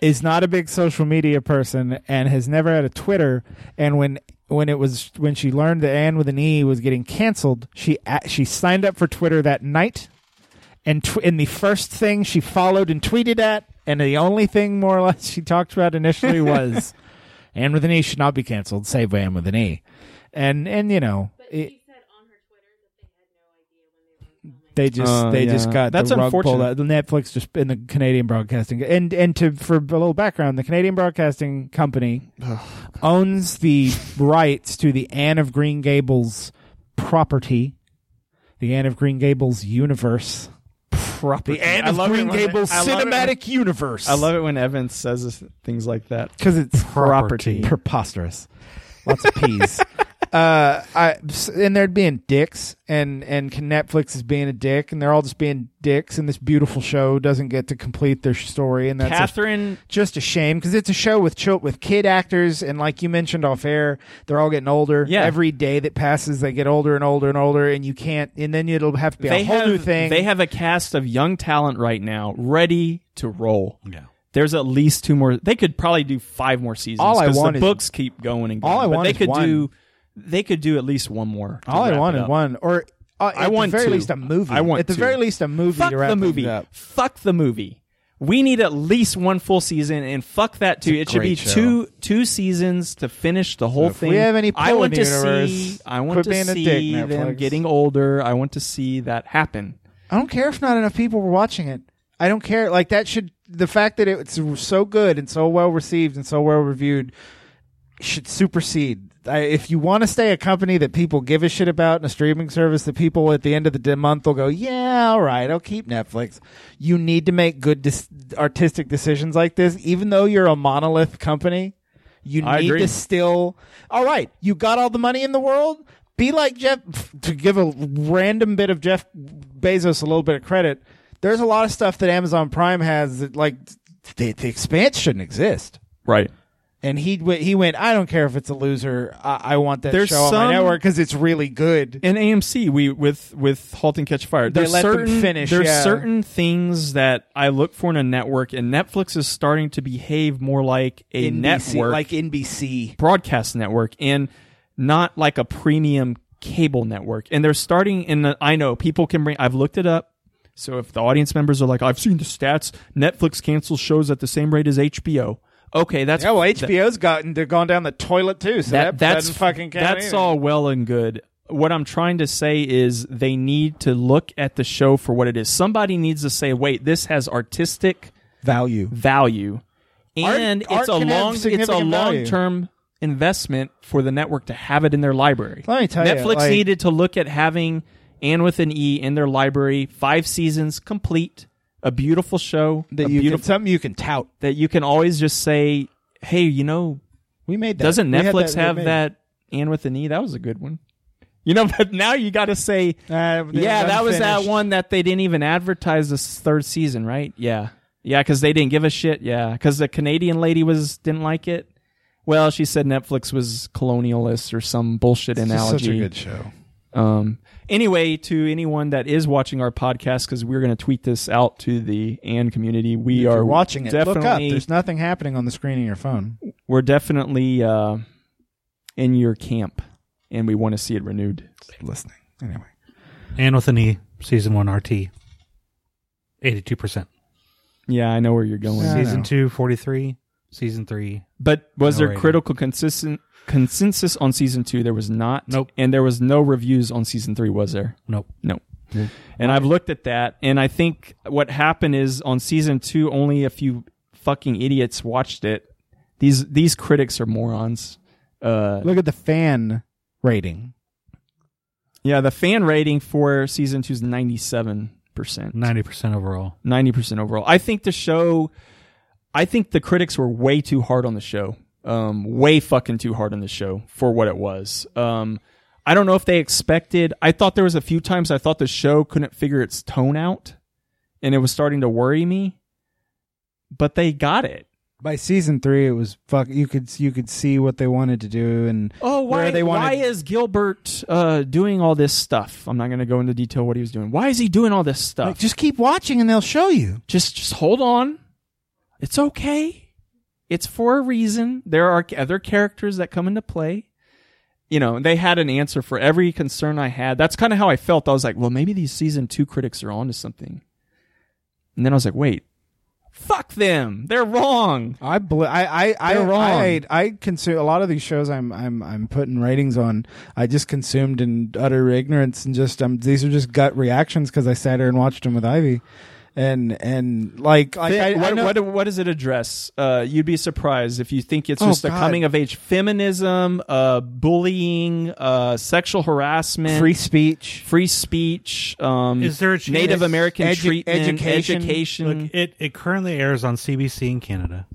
S1: is not a big social media person and has never had a Twitter. And when when it was when she learned that Anne with an E was getting canceled, she a- she signed up for Twitter that night, and tw- and the first thing she followed and tweeted at, and the only thing more or less she talked about initially was Anne with an E should not be canceled. Save Anne with an E, and and you know.
S6: But
S1: It,
S6: she said on her Twitter that they had no idea when they were filming.
S1: they just
S2: Oh,
S1: they
S2: yeah.
S1: just got
S2: That's
S1: the rug pulled
S2: unfortunate.
S1: out. The Netflix just in the Canadian broadcasting and and to for a little background, the Canadian broadcasting company owns the rights to the Anne of Green Gables property, the Anne of Green Gables universe,
S2: property.
S1: the Anne of Green Gables cinematic universe.
S2: I love it when Evans says things like that.
S1: because it's
S2: Property.
S1: preposterous. Lots of peas. uh, I s- and they're being dicks, and and Netflix is being a dick, and they're all just being dicks, and this beautiful show doesn't get to complete their story, and that's a-
S2: Catherine,
S1: just a shame because it's a show with chil- with kid actors, and like you mentioned off air, they're all getting older.
S2: Yeah.
S1: every day that passes, they get older and older and older, and you can't, and then it'll have to be
S2: they
S1: a whole
S2: have
S1: new thing.
S2: they have a cast of young talent right now ready to roll.
S7: Yeah.
S2: There's at least two more. They could probably do five more seasons.
S1: All I
S2: 'cause
S1: want
S2: the
S1: is-
S2: books keep going and going.
S1: all I
S2: but
S1: want
S2: they
S1: is
S2: could
S1: one.
S2: do. They could do at least one more. to
S1: all I
S2: wrap
S1: want
S2: it
S1: is
S2: up.
S1: one or. Uh,
S2: I
S1: at
S2: want
S1: the very
S2: two.
S1: least a movie.
S2: I want
S1: at the
S2: two.
S1: very least a movie.
S2: Fuck
S1: to wrap
S2: the movie.
S1: things up.
S2: Fuck the movie. We need at least one full season, and fuck that too. It should be
S1: great show.
S2: two two seasons to finish the whole
S1: if we
S2: thing.
S1: have any
S2: I
S1: pull
S2: want
S1: in
S2: to
S1: the universe,
S2: see. I want
S1: quit
S2: to
S1: being a
S2: see
S1: dick,
S2: them
S1: Netflix.
S2: getting older. I want to see that happen.
S1: I don't care if not enough people were watching it. I don't care. Like that should the fact that it's so good and so well received and so well reviewed should supersede. I, if you want to stay a company that people give a shit about and a streaming service that people at the end of the d- month will go, yeah, all right, I'll keep Netflix. You need to make good dis- artistic decisions like this, even though you're a monolith company. You
S2: I
S1: need
S2: agree.
S1: to still. All right, you got all the money in the world. Be like Jeff. To give a random bit of Jeff Bezos a little bit of credit, there's a lot of stuff that Amazon Prime has that like the, the expanse shouldn't exist.
S2: Right.
S1: And he w- he went. I don't care if it's a loser. I, I want that
S2: There's
S1: show on my
S2: some-
S1: network because it's really good.
S2: in AMC we with with Halt and Catch Fire.
S1: They
S2: There's
S1: let them
S2: certain
S1: finish,
S2: there's
S1: yeah.
S2: certain things that I look for in a network, and Netflix is starting to behave more like a
S1: NBC,
S2: network,
S1: like NBC.
S2: broadcast network, and not like a premium cable network. And they're starting in. The, I know people can bring. I've looked it up. So if the audience members are like, I've seen the stats, Netflix cancels shows at the same rate as HBO. Okay, that's
S1: Yeah, well, HBO's gotten they're gone down the toilet too. So that, doesn't fucking count
S2: that's
S1: either.
S2: all well and good. What I'm trying to say is they need to look at the show for what it is. Somebody needs to say, "Wait, this has artistic
S1: value.
S2: value,
S1: Art-
S2: and
S1: art
S2: it's a
S1: can have
S2: long, it's a
S1: significant value."
S2: long term investment for the network to have it in their library."
S1: Let me tell you,
S2: Netflix
S1: like-
S2: needed to look at having Anne with an E in their library, five seasons complete, a beautiful show,
S1: That
S2: a
S1: you can,
S2: beautiful
S1: something you can tout.
S2: that you can always just say, "Hey, you know,
S1: We made that.
S2: doesn't
S1: We had
S2: Netflix
S1: that
S2: have
S1: remade.
S2: that and with an E? That was a good one. You know, but now you got to say,
S1: Uh, they
S2: yeah,
S1: were
S2: that was that
S1: unfinished.
S2: one that they didn't even advertise this third season, right? Yeah, yeah, because they didn't give a shit. Yeah, because the Canadian lady was didn't like it. Well, she said Netflix was colonialist or some bullshit analogy.
S1: show.
S2: Um, anyway, to anyone that is watching our podcast, because we're going to tweet this out to the and community, we
S1: If
S2: are
S1: you're watching it,
S2: Definitely
S1: look up. There's nothing happening on the screen in your phone.
S2: we're definitely uh, in your camp, and we want to see it renewed.
S1: listening. Anyway.
S3: And with an E, season one RT, eighty-two percent.
S2: Yeah, I know where you're going.
S1: Yeah. I
S3: Season
S1: know.
S3: two, 43. Season three,
S2: But was
S3: No
S2: there
S3: rating.
S2: critical consistent consensus on season two? There was not.
S3: Nope.
S2: And there was no reviews on season three, was there?
S3: nope.
S2: No. And I've looked at that, and I think what happened is on season two, only a few fucking idiots watched it. These these critics are morons. Uh,
S1: Look at the fan rating.
S2: yeah, the fan rating for season two is ninety seven percent.
S3: Ninety percent overall.
S2: ninety percent overall. I think the show, I think the critics were way too hard on the show, um, way fucking too hard on the show for what it was. Um, I don't know if they expected. I thought there was a few times I thought the show couldn't figure its tone out, and it was starting to worry me. But they got it.
S1: By season three, it was fuck. You could you could see what they wanted to do, and
S2: Oh,
S1: Where
S2: why?
S1: they wanted-
S2: why is Gilbert uh, doing all this stuff? I'm not going to go into detail what he was doing. Why is he doing all this stuff?
S1: like, just keep watching, and they'll show you.
S2: just just hold on. It's okay. It's for a reason. There are other characters that come into play. You know, they had an answer for every concern I had. That's kind of how I felt. I was like, well, maybe these season two critics are onto something. And then I was like, wait, fuck them. They're wrong.
S1: I bl- I I I,
S2: They're wrong.
S1: I I consume a lot of these shows. I'm I'm I'm putting ratings on. I just consumed in utter ignorance and just um these are just gut reactions because I sat here and watched them with Ivy, and and like like I,
S2: Thi-
S1: I
S2: what,
S1: know-
S2: what, what does it address? Uh, you'd be surprised if you think it's
S1: Oh,
S2: just a
S1: God.
S2: coming of age feminism, uh, bullying, uh, sexual harassment,
S1: free speech.
S2: free speech, um,
S3: Is there a chance-
S2: Native American
S1: Edu-
S2: treatment,
S1: education. Mm-hmm.
S2: education.
S3: Look, it, it currently airs on CBC in Canada.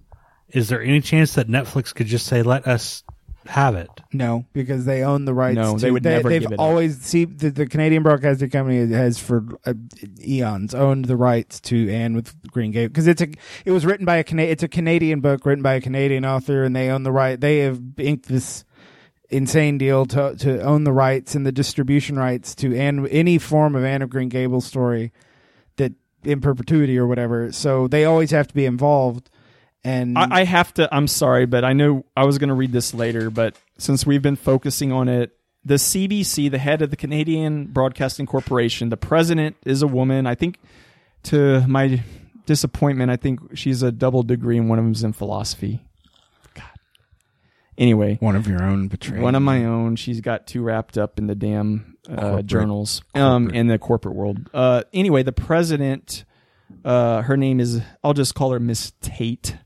S3: Is there any chance that Netflix could just say, let us have it?
S1: No, because they own the rights.
S2: No,
S1: to,
S2: they would never
S1: They've
S2: give it up.
S1: always see the, the Canadian Broadcasting Company has for uh, eons owned the rights to Anne with Green Gable because it's a it was written by a Cana- it's a Canadian book written by a Canadian author and they own the right. They have inked this insane deal to to own the rights and the distribution rights to Anne any form of Anne of Green Gable story that in perpetuity or whatever. So they always have to be involved. And
S2: I, I have to. I'm sorry, but I know I was going to read this later, but since we've been focusing on it, the CBC, the head of the Canadian Broadcasting Corporation, the president is a woman. I think, to my disappointment, I think she's a double degree, and one of them's in philosophy. God. Anyway,
S1: one of your own betrayal.
S2: one of my own. She's got too wrapped up in the damn uh, journals um, in the corporate world. Uh, anyway, the president, uh, her name is, I'll just call her Miss Tate.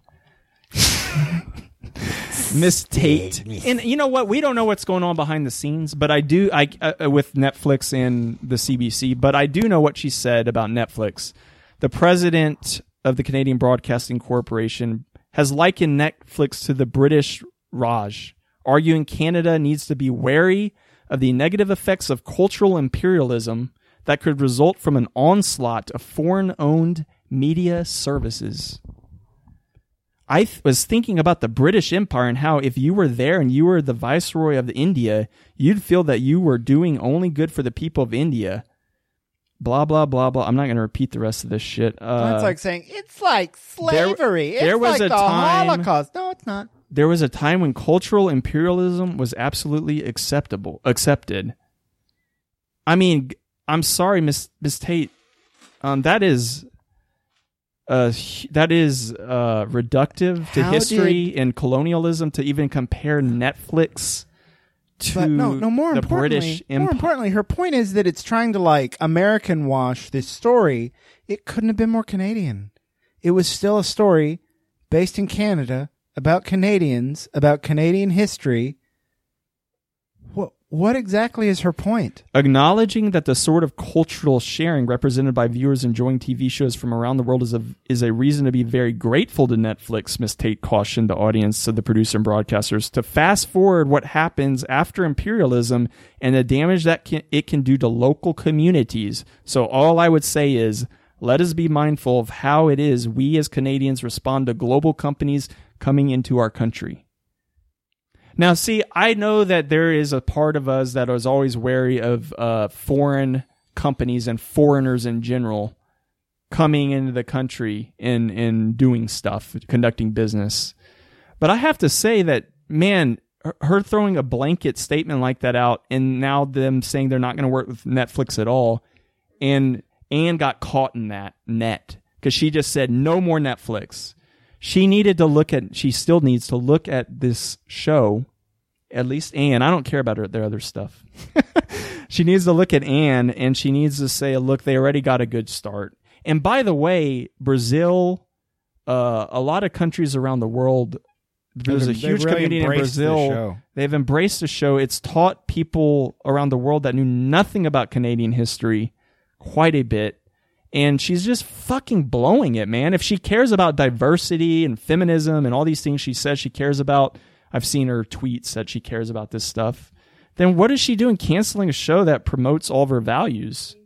S2: Miss Tate, and you know what? We don't know what's going on behind the scenes, but I do. I uh, with Netflix and the CBC, but I do know what she said about Netflix. The president of the Canadian Broadcasting Corporation has likened Netflix to the British Raj, arguing Canada needs to be wary of the negative effects of cultural imperialism that could result from an onslaught of foreign owned media services. I th- was thinking about the British Empire and how if you were there and you were the viceroy of the India, you'd feel that you were doing only good for the people of India. Blah blah blah blah. I'm not going to repeat the rest of this shit. Uh,
S1: That's like saying it's like
S2: there-
S1: slavery. it's
S2: there
S1: like
S2: was a
S1: the
S2: time-
S1: Holocaust. No, it's not.
S2: there was a time when cultural imperialism was absolutely acceptable accepted. I mean, g- I'm sorry, Miss Miss Tate. Um, that is, uh, hu- that is uh, reductive to
S1: How
S2: history and colonialism to even compare Netflix to
S1: But no, no. More
S2: the
S1: importantly,
S2: British
S1: more
S2: Empire.
S1: importantly, her point is that it's trying to like American wash this story. It couldn't have been more Canadian. It was still a story based in Canada about Canadians, about Canadian history. What what exactly is her point?
S2: Acknowledging that the sort of cultural sharing represented by viewers enjoying TV shows from around the world is a is a reason to be very grateful to Netflix, Miss Tate cautioned the audience of the producer and broadcasters to fast forward what happens after imperialism and the damage that can, it can do to local communities. So all I would say is let us be mindful of how it is we as Canadians respond to global companies coming into our country. Now, see, I know that there is a part of us that is always wary of uh, foreign companies and foreigners in general coming into the country and and doing stuff, conducting business. But I have to say that man, her- her throwing a blanket statement like that out, and now them saying they're not going to work with Netflix at all, and Anne got caught in that net because she just said no more Netflix she needed to look at she still needs to look at this show at least anne i don't care about her, their other stuff she needs to look at anne and she needs to say look they already got a good start and by the way brazil uh, a lot of countries around the world there's
S1: They
S2: a huge
S1: really
S2: community in
S1: embraced this
S2: brazil
S1: show.
S2: They've embraced the show. It's taught people around the world that knew nothing about Canadian history quite a bit. And she's just fucking blowing it, man. If she cares about diversity and feminism and all these things she says she cares about, I've seen her tweets that she cares about this stuff. Then what is she doing canceling a show that promotes all of her values?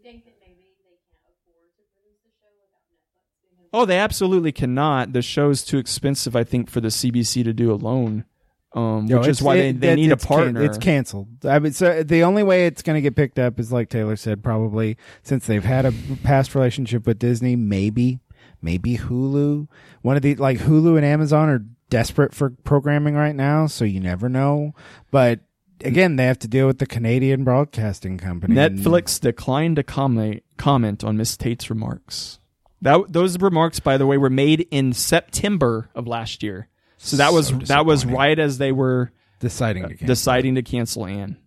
S2: Oh, they absolutely cannot. The show's too expensive, I think, for the CBC to do alone. Um,
S1: No,
S2: which is
S1: it's-
S2: why
S1: it-
S2: they, they
S1: that-
S2: need a
S1: it's can-
S2: partner.
S1: it's canceled. I mean, so the only way it's going to get picked up is like Taylor said, probably since they've had a past relationship with Disney. Maybe, maybe Hulu. One of the like Hulu and Amazon are desperate for programming right now, so you never know. But again, they have to deal with the Canadian Broadcasting Company. and-
S2: Netflix declined to comment comment on Miss Tate's remarks. That those remarks, by the way, were made in September of last year. So that was
S1: So
S2: that was
S1: disappointing.
S2: right as they were
S1: deciding to cancel.
S2: deciding to cancel Anne.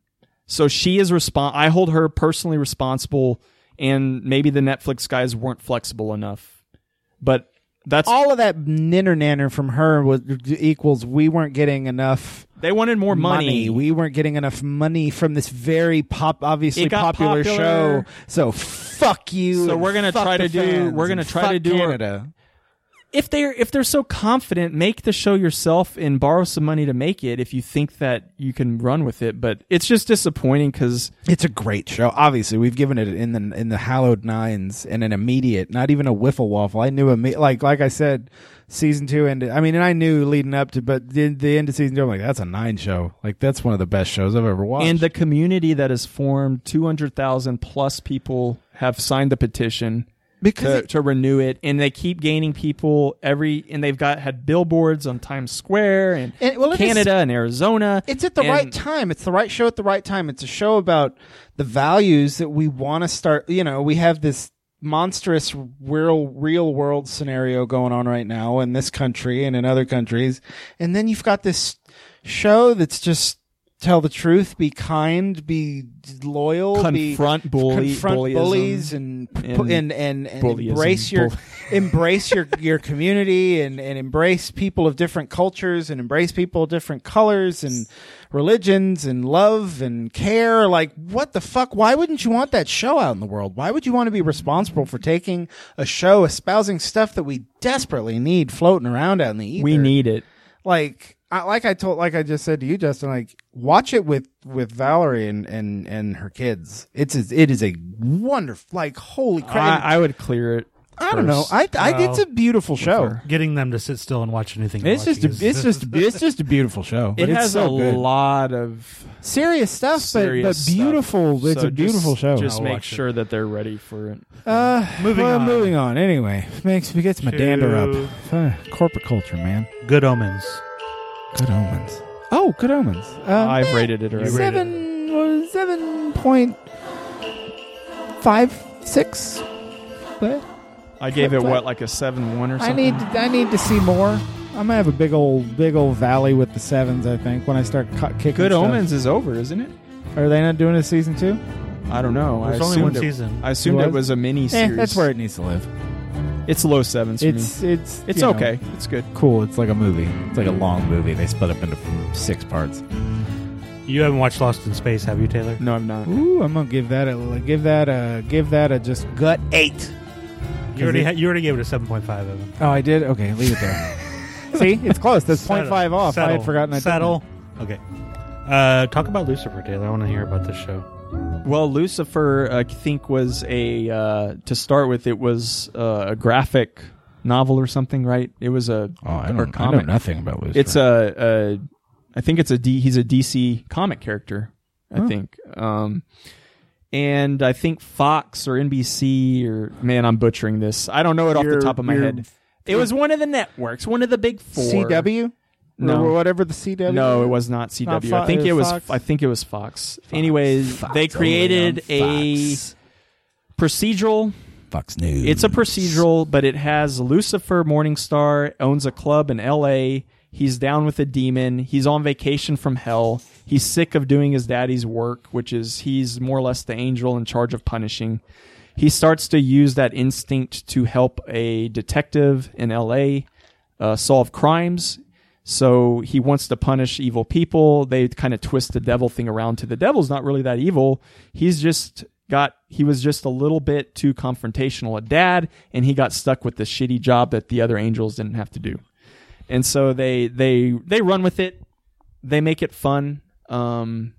S2: So she is respon. I hold her personally responsible, and maybe the Netflix guys weren't flexible enough. But that's
S1: all of that ninner nanner from her was equals we weren't getting enough
S2: they wanted more money.
S1: We weren't getting enough money from this very pop, obviously
S2: It got
S1: popular,
S2: popular.
S1: show. So fuck you.
S2: So
S1: and
S2: we're gonna
S1: fuck
S2: try
S1: the
S2: to do-
S1: fans
S2: we're gonna
S1: and
S2: try to
S1: fuck
S2: do our-
S1: Canada.
S2: if they're if they're so confident, make the show yourself and borrow some money to make it. If you think that you can run with it, but it's just disappointing because
S1: It's a great show. Obviously, we've given it in the in the hallowed nines and an immediate, not even a wiffle waffle. I knew imme- like like I said, season two ended. I mean, and I knew leading up to, but the, the end of season two, I'm like, that's a nine show. Like that's one of the best shows I've ever watched.
S2: and the community that is formed, two hundred thousand plus people have signed the petition
S1: because
S2: to, to renew it, and they keep gaining people every, and they've got had billboards on Times Square and,
S1: And- well, it is-
S2: Canada and Arizona.
S1: It's at the
S2: And-
S1: right time. It's the right show at the right time. It's a show about the values that we want to start. You know, we have this monstrous real real world scenario going on right now in this country and in other countries, and then you've got this show that's just tell the truth, be kind, be loyal, be
S2: Confront bully,
S1: confront
S2: bullyism.
S1: bullies and
S2: and
S1: and and, and,
S2: bullyism.
S1: embrace your
S2: Bull-
S1: embrace your your community and and embrace people of different cultures and embrace people of different colors and religions and love and care like what the fuck why wouldn't you want that show out in the world why would you want to be responsible for taking a show espousing stuff that we desperately need floating around out in the ether
S2: We need it.
S1: like I, like I told like I just said to you Justin like watch it with with Valerie and and and her kids it's a- it is a wonderful like holy crap
S2: I, I would clear it.
S1: I, don't know
S2: first.
S1: I I
S3: Well,
S1: it's a beautiful show
S3: Getting them to sit still and watch anything. they're
S1: it's just
S3: watching
S1: a,
S3: is-
S1: it's just it's just a beautiful show
S2: It
S1: But it's
S2: has
S1: so
S2: a
S1: good.
S2: lot of
S1: serious stuff
S2: serious
S1: but, but
S2: stuff.
S1: beautiful
S2: So
S1: it's a
S2: just-
S1: beautiful show
S2: Just
S3: I'll
S2: make
S3: watch it.
S2: sure that they're ready for it.
S1: uh
S3: Moving
S1: well,
S3: on.
S1: moving on anyway makes me gets my dander
S3: To-
S1: up Uh, corporate culture man
S3: good omens.
S1: good omens oh good omens um,
S2: I've rated it already.
S3: You rated
S1: seven uh, seven point five six. But
S2: I gave it what like a seven one or
S1: I
S2: something.
S1: need I need to see more.
S4: I'm gonna have a big old, big old valley with the sevens. I think when I start cu- kicking.
S2: Good
S4: stuff.
S2: Omens is over, isn't it?
S4: Are they not doing a season two?
S2: I don't know.
S3: There's
S2: I
S3: only one
S2: assumed it-
S3: season.
S2: I assumed
S4: It
S2: it was a mini
S4: Eh,
S2: series.
S4: that's where it needs to live.
S2: It's low sevens for me.
S4: It's it's
S2: It's
S4: you know,
S2: okay. It's good.
S1: Cool. It's like a movie. It's like a long movie. They split up into six parts.
S3: You haven't watched Lost in Space, have you, Taylor?
S2: No, I'm not.
S4: Ooh, I'm gonna give that a give that a give that a just gut eight.
S3: You already ha- you already gave it a seven point five. Evan.
S4: Oh, I did. Okay, leave it there. See, it's close. That's
S3: Settle.
S4: 0.5 off. I
S3: Settle.
S4: had forgotten. I did that.
S3: Settle. Okay. Uh, talk about Lucifer, Taylor. I want to hear about this show.
S2: Well, Lucifer, I think was a uh, to start with. It was uh, a graphic novel or something, right? It was a
S1: Oh, I
S2: or
S1: don't I know
S2: comic.
S1: nothing about Lucifer.
S2: it's a, a I think it's a D he's a DC comic character, I think. Um and I think Fox or NBC or man, I'm butchering this. I don't know it off the
S1: Your-
S2: top of my
S1: your-
S2: head. It was one of the networks, one of the big four.
S1: CW or
S2: No,
S1: whatever the CW.
S2: no, it was not CW.
S4: Fo-
S2: I think
S4: it
S2: it was.
S4: was Fox?
S2: I think it was Fox. Anyways, they created a procedural
S1: Fox News.
S2: it's a procedural, but it has Lucifer Morningstar owns a club in L.A. He's down with a demon. He's on vacation from hell. He's sick of doing his daddy's work, which is he's more or less the angel in charge of punishing. He starts to use that instinct to help a detective in L.A. Uh, solve crimes. So he wants to punish evil people. They kind of twist the devil thing around to the devil's not really that evil. He's just got, he was just a little bit too confrontational a dad, and he got stuck with the shitty job that the other angels didn't have to do. And so they, they, they run with it. They make it fun. Um,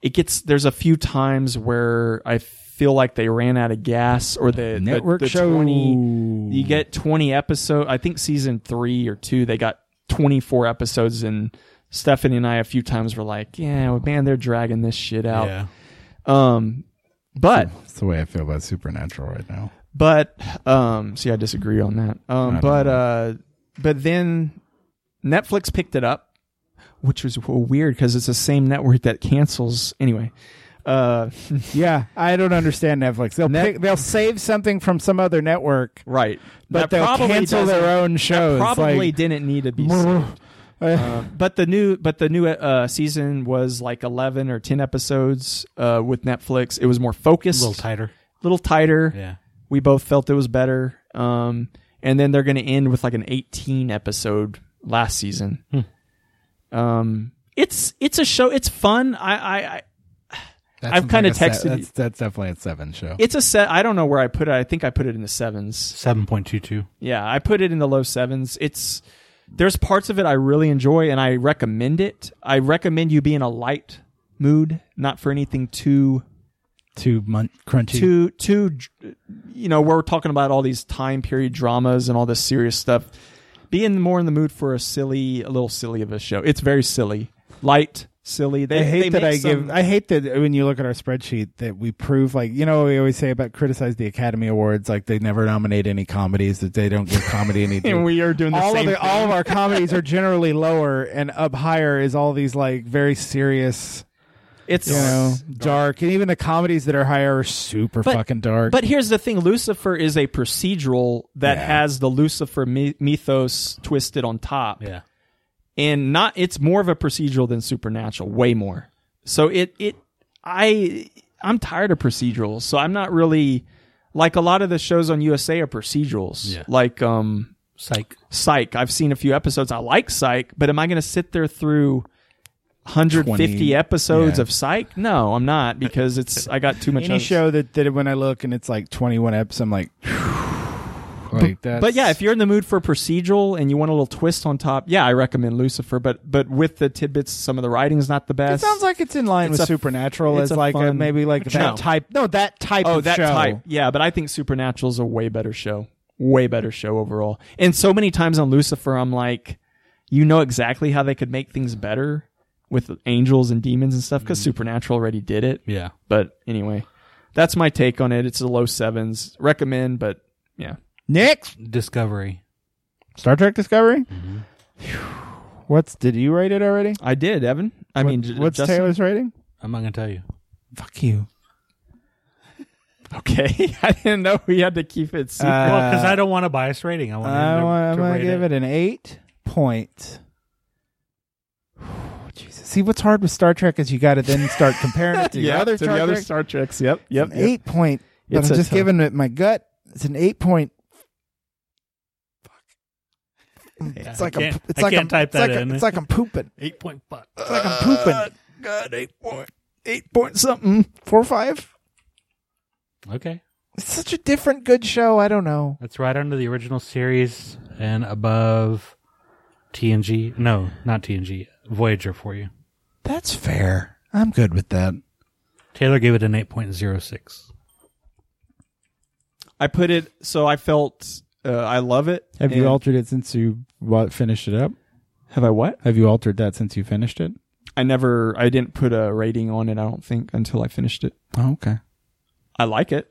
S2: it gets, there's a few times where I feel like they ran out of gas or the the-
S4: Network
S2: the
S4: show.
S2: 20 you get 20 episode i think season three or two they got 24 episodes and stephanie and i a few times were like yeah well, man they're dragging this shit out
S3: Yeah.
S2: um but
S1: That's the way I feel about Supernatural right now.
S2: but um see i disagree on that um but uh but then Netflix picked it up, which was weird because it's the same network that cancels anyway. Uh,
S5: Yeah, I don't understand Netflix. They'll
S2: Net-
S5: pick, they'll save something from some other network,
S2: right,
S5: but
S2: That
S5: they'll
S2: probably
S5: cancel
S2: doesn't-
S5: their own shows.
S2: That probably
S5: like,
S2: didn't need to be. saved. Uh, but the new but the new uh, season was like 11 or 10 episodes uh, with Netflix. It was more
S3: a
S2: focused,
S3: little tighter.
S2: little tighter.
S3: Yeah.
S2: We both felt it was better. Um, and then they're going to end with like an 18 episode last season.
S1: Hmm.
S2: Um, it's it's a show. It's fun. I I, I
S1: That
S2: I've
S1: sounds
S2: kinda
S1: like a se-
S2: texted you.
S1: that's, that's definitely a seven show.
S2: it's a set. I don't know where I put it. I think I put it in the sevens.
S3: Seven point two two.
S2: Yeah, I put it in the low sevens. It's there's parts of it I really enjoy and I recommend it. I recommend you be in a light mood, not for anything too
S1: Two month crunchy.
S2: too too. You know, we're talking about all these time period dramas and all this serious stuff. Be in more in the mood for a silly, a little silly of a show. It's very silly, light, silly. They
S5: I
S2: they
S5: hate that
S2: make
S5: I
S2: some-
S5: give. I hate that when you look at our spreadsheet that we prove like you know what we always say about criticize the Academy Awards like they never nominate any comedies that they don't give comedy any. due.
S2: and we are doing the
S5: all
S2: same.
S5: of the,
S2: thing.
S5: all of our comedies are generally lower, and up higher is all these like very serious,
S2: it's
S5: you know, dark, and even the comedies that are higher are super
S2: But-
S5: fucking dark.
S2: But here's the thing: Lucifer is a procedural that has the Lucifer my- mythos twisted on top,
S3: Yeah.
S2: and not. It's more of a procedural than supernatural, way more. So it it I I'm tired of procedurals, so I'm not really like a lot of the shows on USA are procedurals,
S3: Yeah.
S2: like um
S3: Psych.
S2: Psych. I've seen a few episodes. I like Psych, but am I going to sit there through 150
S5: 20,
S2: episodes
S5: yeah.
S2: of Psych? No, I'm not because it's I got too much.
S5: any
S2: other-
S5: show that, that when I look and it's like 21 eps, I'm like,
S1: Like, that's,
S2: But yeah, if you're in the mood for procedural and you want a little twist on top, yeah, I recommend Lucifer. But but with the tidbits, some of the writing's not the
S5: it
S2: best.
S5: sounds like it's in line
S2: It's
S5: with
S2: a-
S5: Supernatural
S2: it's
S5: as
S2: a
S5: like a,
S2: fun-
S5: maybe like that
S2: show?
S5: type. No, that type.
S2: oh
S5: of
S2: that
S5: show.
S2: type, yeah. But I think Supernatural's a way better show, way better show overall. And so many times on Lucifer, I'm like, you know exactly how they could make things better with angels and demons and stuff because
S5: Mm-hmm.
S2: Supernatural already did it.
S3: Yeah.
S2: But anyway, that's my take on it. It's the low sevens. Recommend, but yeah.
S5: Next,
S3: Discovery.
S5: Star Trek Discovery. Phew. What's did you rate it already?
S2: I did, Evan. I mean, J-
S5: what's
S2: Justin?
S5: Taylor's rating?
S3: I'm not gonna tell you.
S5: Fuck you.
S2: Okay, I didn't know we had to keep it secret.
S5: Uh,
S3: well, because I don't want a bias rating. I want. him
S5: I
S3: to,
S5: want, I'm
S3: to
S5: gonna
S3: rate
S5: give it. an eight point. Jesus. See what's hard with Star Trek is you got to then start comparing it to your other
S2: to
S5: Star
S2: the other
S5: Trek.
S2: Star Treks. Yep,
S5: It's
S2: yep.
S5: an eight point. But
S2: It's
S5: I'm
S2: a
S5: just
S2: tough-
S5: giving it my gut. It's an eight point. Fuck.
S3: Yeah,
S5: It's
S3: I
S5: like I'm.
S3: can't-
S5: It's
S3: I
S5: like
S3: can't
S5: I'm,
S3: type
S5: it's like
S3: that
S5: I'm-
S3: in.
S5: It's like I'm pooping.
S3: eight point five.
S5: It's like I'm pooping.
S2: God, eight point, eight point something.
S5: Four or five.
S3: Okay,
S5: It's such a different good show. I don't know.
S3: that's right under the original series and above TNG. No, not TNG. Voyager for you.
S5: That's fair. I'm good with that.
S3: Taylor gave it an eight point zero six.
S2: I put it so I felt uh, I love it.
S1: have you
S2: And-
S1: altered it since you what, finished it up?
S2: Have I what?
S1: Have you altered that since you finished it?
S2: I never. I didn't put a rating on it. I don't think until I finished it.
S1: Oh, okay.
S2: I like it.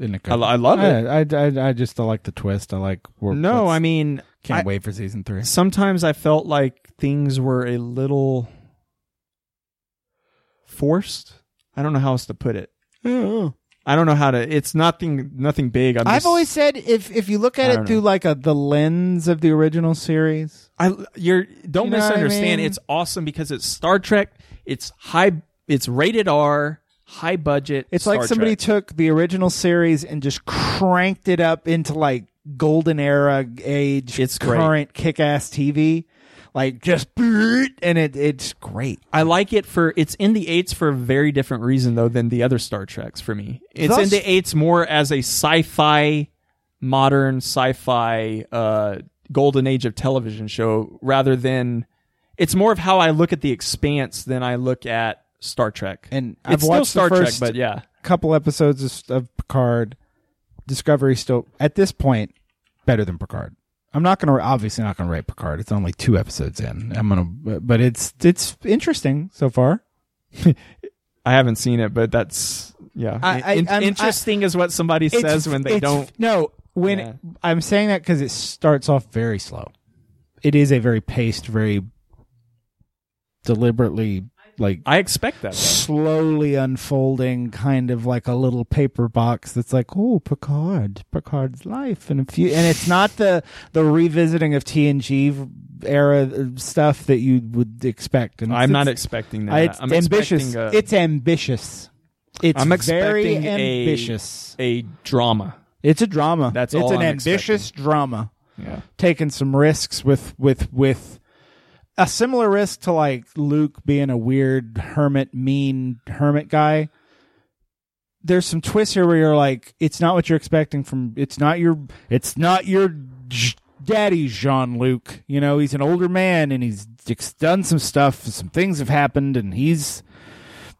S1: Isn't it good?
S2: I, li- I love it.
S1: I, I, I, I just I like the twist. I like. We're,
S2: No,
S1: let's-
S2: I mean,
S1: can't
S2: I-
S1: wait for season three.
S2: sometimes I felt like things were a little forced. I don't know how else to put it. I don't know how to. It's nothing. Nothing big. I'm
S5: I've
S2: just-
S5: always said if if you look
S2: I
S5: at
S2: don't
S5: it through
S2: know.
S5: like a the lens of the original series,
S2: I you're don't
S5: You know what I
S2: misunderstand.
S5: mean?
S2: It's awesome because it's Star Trek. It's high. It's rated R, high budget.
S5: it's
S2: Star
S5: like somebody
S2: Trek.
S5: took the original series and just cranked it up into like golden era age.
S2: It's great.
S5: current kick ass TV, like just and it it's great.
S2: I like it for it's in the eights for a very different reason though than the other Star Treks for me. It's
S5: Thus-
S2: in the eights more as a sci-fi, modern sci-fi, uh, golden age of television show rather than. It's more of how I look at the Expanse than I look at Star Trek.
S5: And
S2: it's
S5: I've
S2: still
S5: watched
S2: Star
S5: the first
S2: Trek, but yeah,
S5: couple episodes of, of Picard. Discovery still at this point better than Picard. I'm not gonna obviously not gonna rate Picard. It's only two episodes in. I'm gonna, but it's it's interesting so far.
S2: I haven't seen it, but that's yeah.
S5: I- I-
S2: In-
S5: I'm-
S2: interesting is what somebody
S5: It's-
S2: says when they
S5: it's-
S2: don't.
S5: No, when
S2: Yeah.
S5: I'm saying that because it starts off very slow. it is a very paced, very deliberately like
S2: I expect that. though.
S5: slowly unfolding, kind of like a little paper box that's like, oh, Picard, Picard's life, and a few, and it's not the the revisiting of TNG era uh, stuff that you would expect. And
S2: I'm
S5: it's-
S2: not expecting that.
S5: I- it's
S2: I'm
S5: ambitious.
S2: expecting a,
S5: it's ambitious. It's
S2: I'm
S5: very
S2: expecting a-
S5: ambitious.
S2: a drama.
S5: it's a drama.
S2: That's
S5: it's
S2: all
S5: an
S2: I'm
S5: ambitious drama
S2: Yeah.
S5: taking some risks with with with a similar risk to like Luke being a weird hermit, mean hermit guy. There's some twists here where you're like, it's not what you're expecting from. It's not your. It's not your j- daddy, Jean Luc. You know, he's an older man and he's ex- done some stuff. Some things have happened, and he's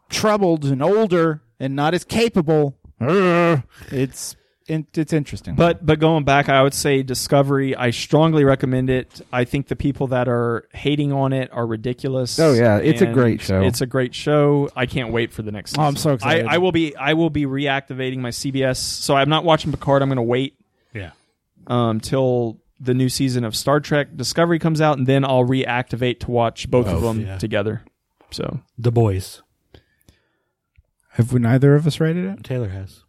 S5: troubled and older and not as capable.
S2: Uh.
S5: Urgh. It's it, it's interesting.
S2: But but going back, I would say Discovery. I strongly recommend it. I think the people that are hating on it are ridiculous.
S5: Oh, yeah. It's a
S2: and
S5: great show.
S2: It's a great show. I can't wait for the next.
S5: Oh, I'm
S2: season.
S5: so excited.
S2: I, I will be I will be reactivating my CBS. So I'm not watching Picard. I'm going to wait
S3: Yeah.
S2: um, till the new season of Star Trek Discovery comes out, and then I'll reactivate to watch both of them
S3: yeah.
S2: together. So
S3: The Boys.
S5: have we neither of us rated it?
S3: Taylor has.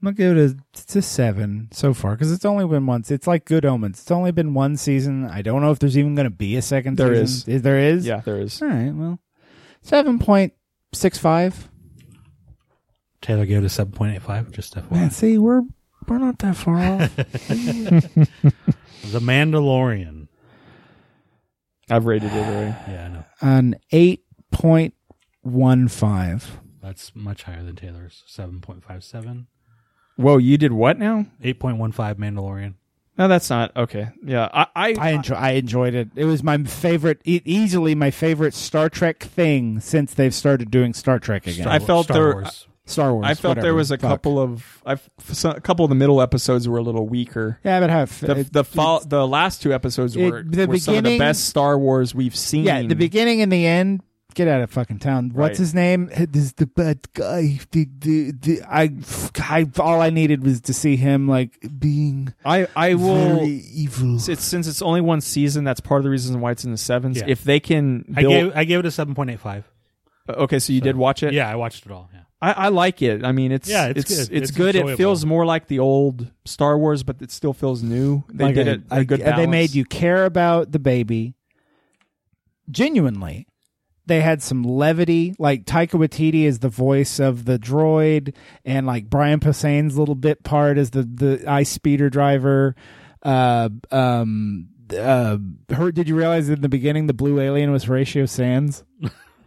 S5: I'm gonna give it a, it's a seven so far because it's only been once. It's like Good Omens. It's only been one season. I don't know if there's even gonna be a second.
S2: There
S5: season. There is.
S2: yeah, there is.
S5: All right. Well, seven point six five.
S3: Taylor gave it a seven point eight five. Just FYI.
S5: Man, see, we're we're not that far off.
S3: the Mandalorian.
S2: I've rated it already.
S3: Yeah, I know.
S5: An eight point one five.
S3: That's much higher than Taylor's. Seven point five seven.
S2: Whoa, you did what now?
S3: Eight point one five Mandalorian.
S2: No, that's not okay. Yeah, I I,
S5: I enjoy. I enjoyed it. It was my favorite, e- easily my favorite Star Trek thing since they've started doing Star Trek again.
S2: I felt
S3: Star
S2: there-
S3: Wars.
S5: Star Wars.
S2: I felt
S5: whatever.
S2: there was a
S5: Fuck.
S2: couple of I a couple of the middle episodes were a little weaker.
S5: Yeah, but have
S2: The the fol- the last two episodes
S5: it-
S2: were,
S5: the
S2: were some of the
S5: beginning-
S2: best Star Wars we've seen.
S5: Yeah, the beginning and the end. Get out of fucking town.
S2: Right.
S5: What's his name? This is the bad guy. The, the, the, I, I, all I needed was to see him like being
S2: I I
S5: very
S2: will.
S5: evil.
S2: It's, since it's only one season, that's part of the reason why it's in the sevens.
S3: Yeah.
S2: If they can
S3: I
S2: build,
S3: gave I gave it a seven point eight five.
S2: okay, so you did watch it.
S3: Yeah, I watched it all. Yeah.
S2: I, I like it. I mean, it's
S3: Yeah, it's
S2: it's
S3: good. It's
S2: good. It
S3: enjoyable.
S2: feels more like the old Star Wars, but it still feels new. They
S5: Like,
S2: did
S5: I-
S2: it.
S5: I-
S2: a good.
S5: They made
S2: balance.
S5: you care about the baby. Genuinely, they had some levity. Like Taika Waititi is the voice of the droid, and like Brian Posehn's little bit part is the the ice speeder driver. Uh, um, uh, her, did you realize in the beginning the blue alien was Horatio Sands?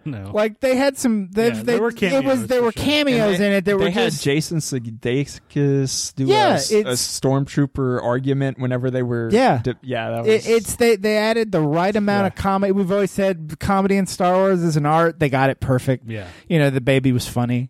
S3: No.
S5: Like they had some. They,
S3: Yeah,
S5: they,
S3: there were
S5: It was
S3: cameos
S5: there
S3: for
S5: were
S3: sure.
S5: cameos in it. There
S2: they
S5: were
S2: had
S5: just
S2: Jason Sudeikis do
S5: Yeah,
S2: a s- a,
S5: it's-
S2: stormtrooper argument whenever they were.
S5: Yeah.
S2: di- yeah, that was.
S5: It, it's they they added the right amount of comedy. We've always said comedy in Star Wars is an art. They got it perfect.
S3: Yeah.
S5: You know, the baby was funny.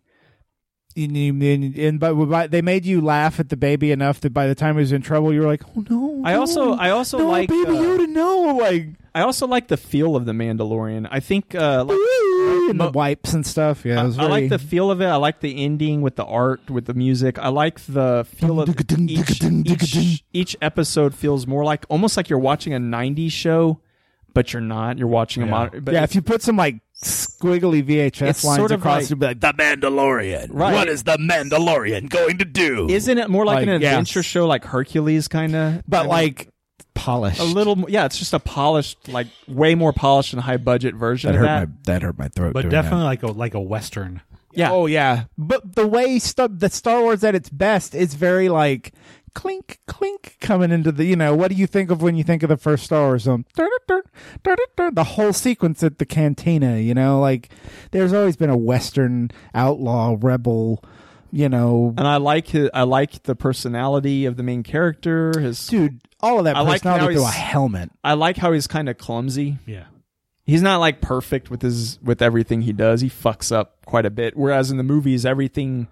S5: You knew- And, and- but but they made you laugh at the baby enough that by the time he was in trouble, you were like, oh no.
S2: I also,
S5: no,
S2: I also
S5: no,
S2: like,
S5: baby
S2: uh,
S5: Yoda, no, like,
S2: I also like the feel of the Mandalorian. I think, uh, like,
S5: and the
S2: mo-
S5: wipes and stuff. Yeah, it
S2: I,
S5: was
S2: I
S5: very-
S2: like the feel of it. I like the ending with the art, with the music. I like the feel of each, each, each episode feels more like almost like you're watching a '90s show, but you're not. You're watching a modern. But
S5: yeah. If you put some like squiggly VHS
S2: It's
S5: lines
S2: sort of
S5: across,
S2: like-
S5: you'd be like, the Mandalorian.
S2: Right.
S5: What is the Mandalorian going to do?
S2: isn't it more like,
S5: Like,
S2: an
S5: yeah.
S2: adventure show, like Hercules, kind of?
S5: but like polished.
S2: a little mo- yeah it's just a polished like way more polished and high budget version
S5: that
S2: of
S5: hurt
S2: that
S5: my that hurt my throat.
S3: But
S5: doing that.
S3: definitely like a like a western.
S2: yeah
S5: Oh yeah, but the way stu- the Star Wars at its best is very like clink clink coming into the you know what do you think of when you think of the first Star Wars um dur- dur- dur- dur- dur- the whole sequence at the cantina you know like there's always been a Western outlaw rebel you know
S2: and i like his, i like the personality of the main character his
S5: dude all of that
S2: I like
S5: personality
S2: how
S5: through a
S2: he's-
S5: helmet
S2: i like how he's kind of clumsy
S3: Yeah.
S2: he's not like perfect with his with everything he does he fucks up quite a bit whereas in the movies everything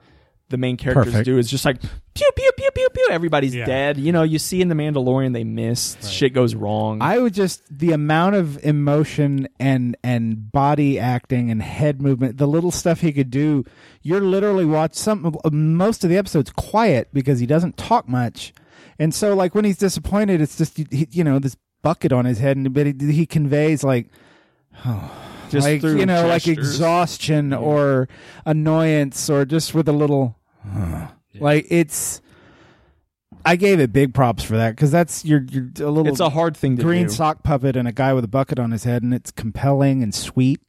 S2: the main characters
S5: Perfect.
S2: do is just like pew pew pew pew pew everybody's
S3: Yeah.
S2: dead you know you see in the mandalorian they miss shit goes wrong
S5: I would just the amount of emotion and and body acting and head movement, the little stuff he could do. You're literally watch some most of the episodes quiet because he doesn't talk much, and so like when he's disappointed, it's just you, he- you know this bucket on his head, and but he, he conveys like,
S2: Just
S5: like
S2: through
S5: you know, like
S2: gestures.
S5: exhaustion or annoyance, or just with a little, like it's. I gave it big props for that because that's your your a little
S2: It's a hard thing to
S5: green
S2: do.
S5: sock puppet and a guy with a bucket on his head, and it's compelling and sweet,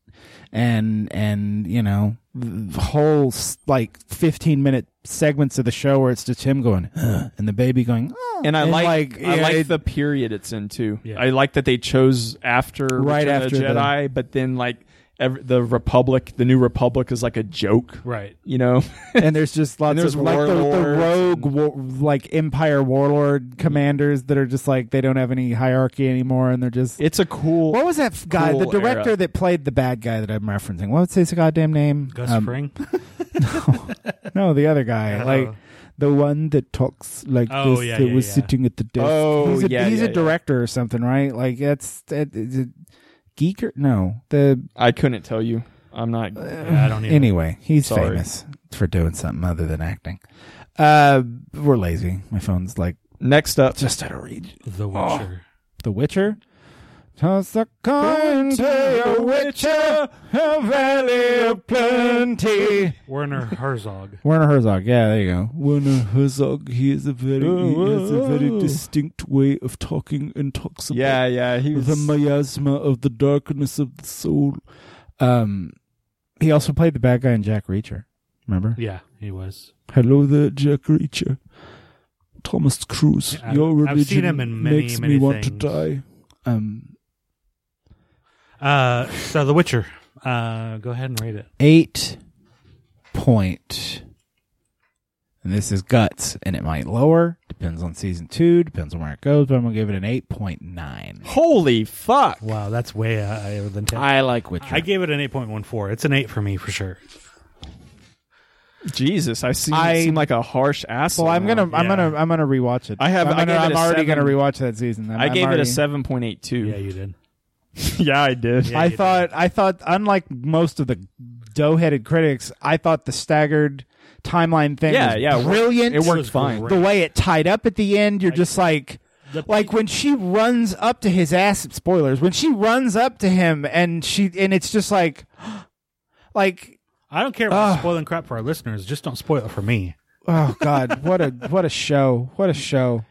S5: and and you know the whole s- like fifteen minute segments of the show where it's just him going "Ugh," and the baby going "Oh,"
S2: and I like, I
S5: yeah,
S2: like
S5: it-
S2: the period it's in too.
S3: Yeah.
S2: I like that they chose after Return of
S5: Right
S2: the
S5: after the-
S2: Jedi, but then like every, the Republic, the new Republic is like a joke,
S3: Right.
S2: you know.
S5: and there's just lots
S2: there's
S5: of like the, the
S2: warlords
S5: rogue
S2: and- Mm-hmm.
S5: war, like empire warlord commanders that are just like they don't have any hierarchy anymore and they're just
S2: it's a cool.
S5: what was that f- guy the
S2: cool
S5: director
S2: era.
S5: that played the bad guy that i'm referencing what was his goddamn name
S3: Gus
S5: Um,
S3: Fring.
S5: no the other guy
S3: Oh.
S5: like the one that talks like
S3: Oh,
S5: this
S3: yeah,
S5: that
S3: yeah,
S5: was
S3: yeah.
S5: sitting at the desk
S2: Oh,
S5: he's a,
S2: yeah,
S5: he's
S2: yeah,
S5: a
S2: yeah.
S5: director or something right like that's that is it geeker no the
S2: I couldn't tell you. I'm not.
S3: Yeah, I don't even.
S5: Anyway, he's
S2: Sorry.
S5: famous for doing something other than acting. Uh, we're lazy. My phone's like
S2: Next up,
S5: just out of reach.
S3: The Witcher.
S5: The Witcher. Toss a coin to a witcher, a valley of plenty.
S3: Werner Herzog.
S5: Werner Herzog. Yeah, there you go. Werner Herzog. He has a very, he has a very distinct way of talking and talks about
S2: yeah, yeah, he was
S5: the miasma of the darkness of the soul. Um, he also played the bad guy in Jack Reacher. Remember?
S3: Yeah, he was.
S5: Hello there, Jack Reacher. Thomas Cruise,
S3: Yeah, I've-
S5: your religion
S3: I've seen him in many,
S5: makes
S3: many
S5: me want to
S3: things.
S5: die. Um,
S3: Uh, so The Witcher. Uh, go ahead and read it.
S5: eight point. And this is guts, and it might lower. Depends on season two. Depends on where it goes. But I'm gonna give it an eight point nine.
S2: holy fuck.
S3: Wow, that's way uh, higher than ten. I,
S5: I like Witcher.
S3: gave it an eight point one four. It's an eight for me for sure.
S2: Jesus, I seem,
S5: I-
S2: seem like a harsh asshole.
S5: well, I'm
S2: now.
S5: gonna, I'm
S3: yeah.
S5: gonna, I'm gonna rewatch it.
S2: I have-
S5: I'm,
S2: I
S5: gonna,
S2: gave it
S5: I'm
S2: a
S5: already
S2: seven.
S5: gonna rewatch that season. I'm,
S2: I gave it a
S5: I'm already-
S2: seven point eight two.
S3: Yeah, you did.
S2: yeah, I did.
S3: Yeah,
S5: I
S3: you did.
S5: thought I thought unlike most of the dough-headed critics, I thought the staggered timeline thing
S2: Yeah,
S5: was
S2: yeah, it worked-
S5: brilliant.
S2: it worked
S3: was
S2: fine.
S3: great.
S5: The way it tied up at the end, you're just like
S3: The-
S5: like when she runs up to his ass spoilers, when she runs up to him and she and it's just like like
S3: I don't care about
S5: Ugh.
S3: spoiling crap for our listeners. Just don't spoil it for me.
S5: oh god, what a what a show. What a show.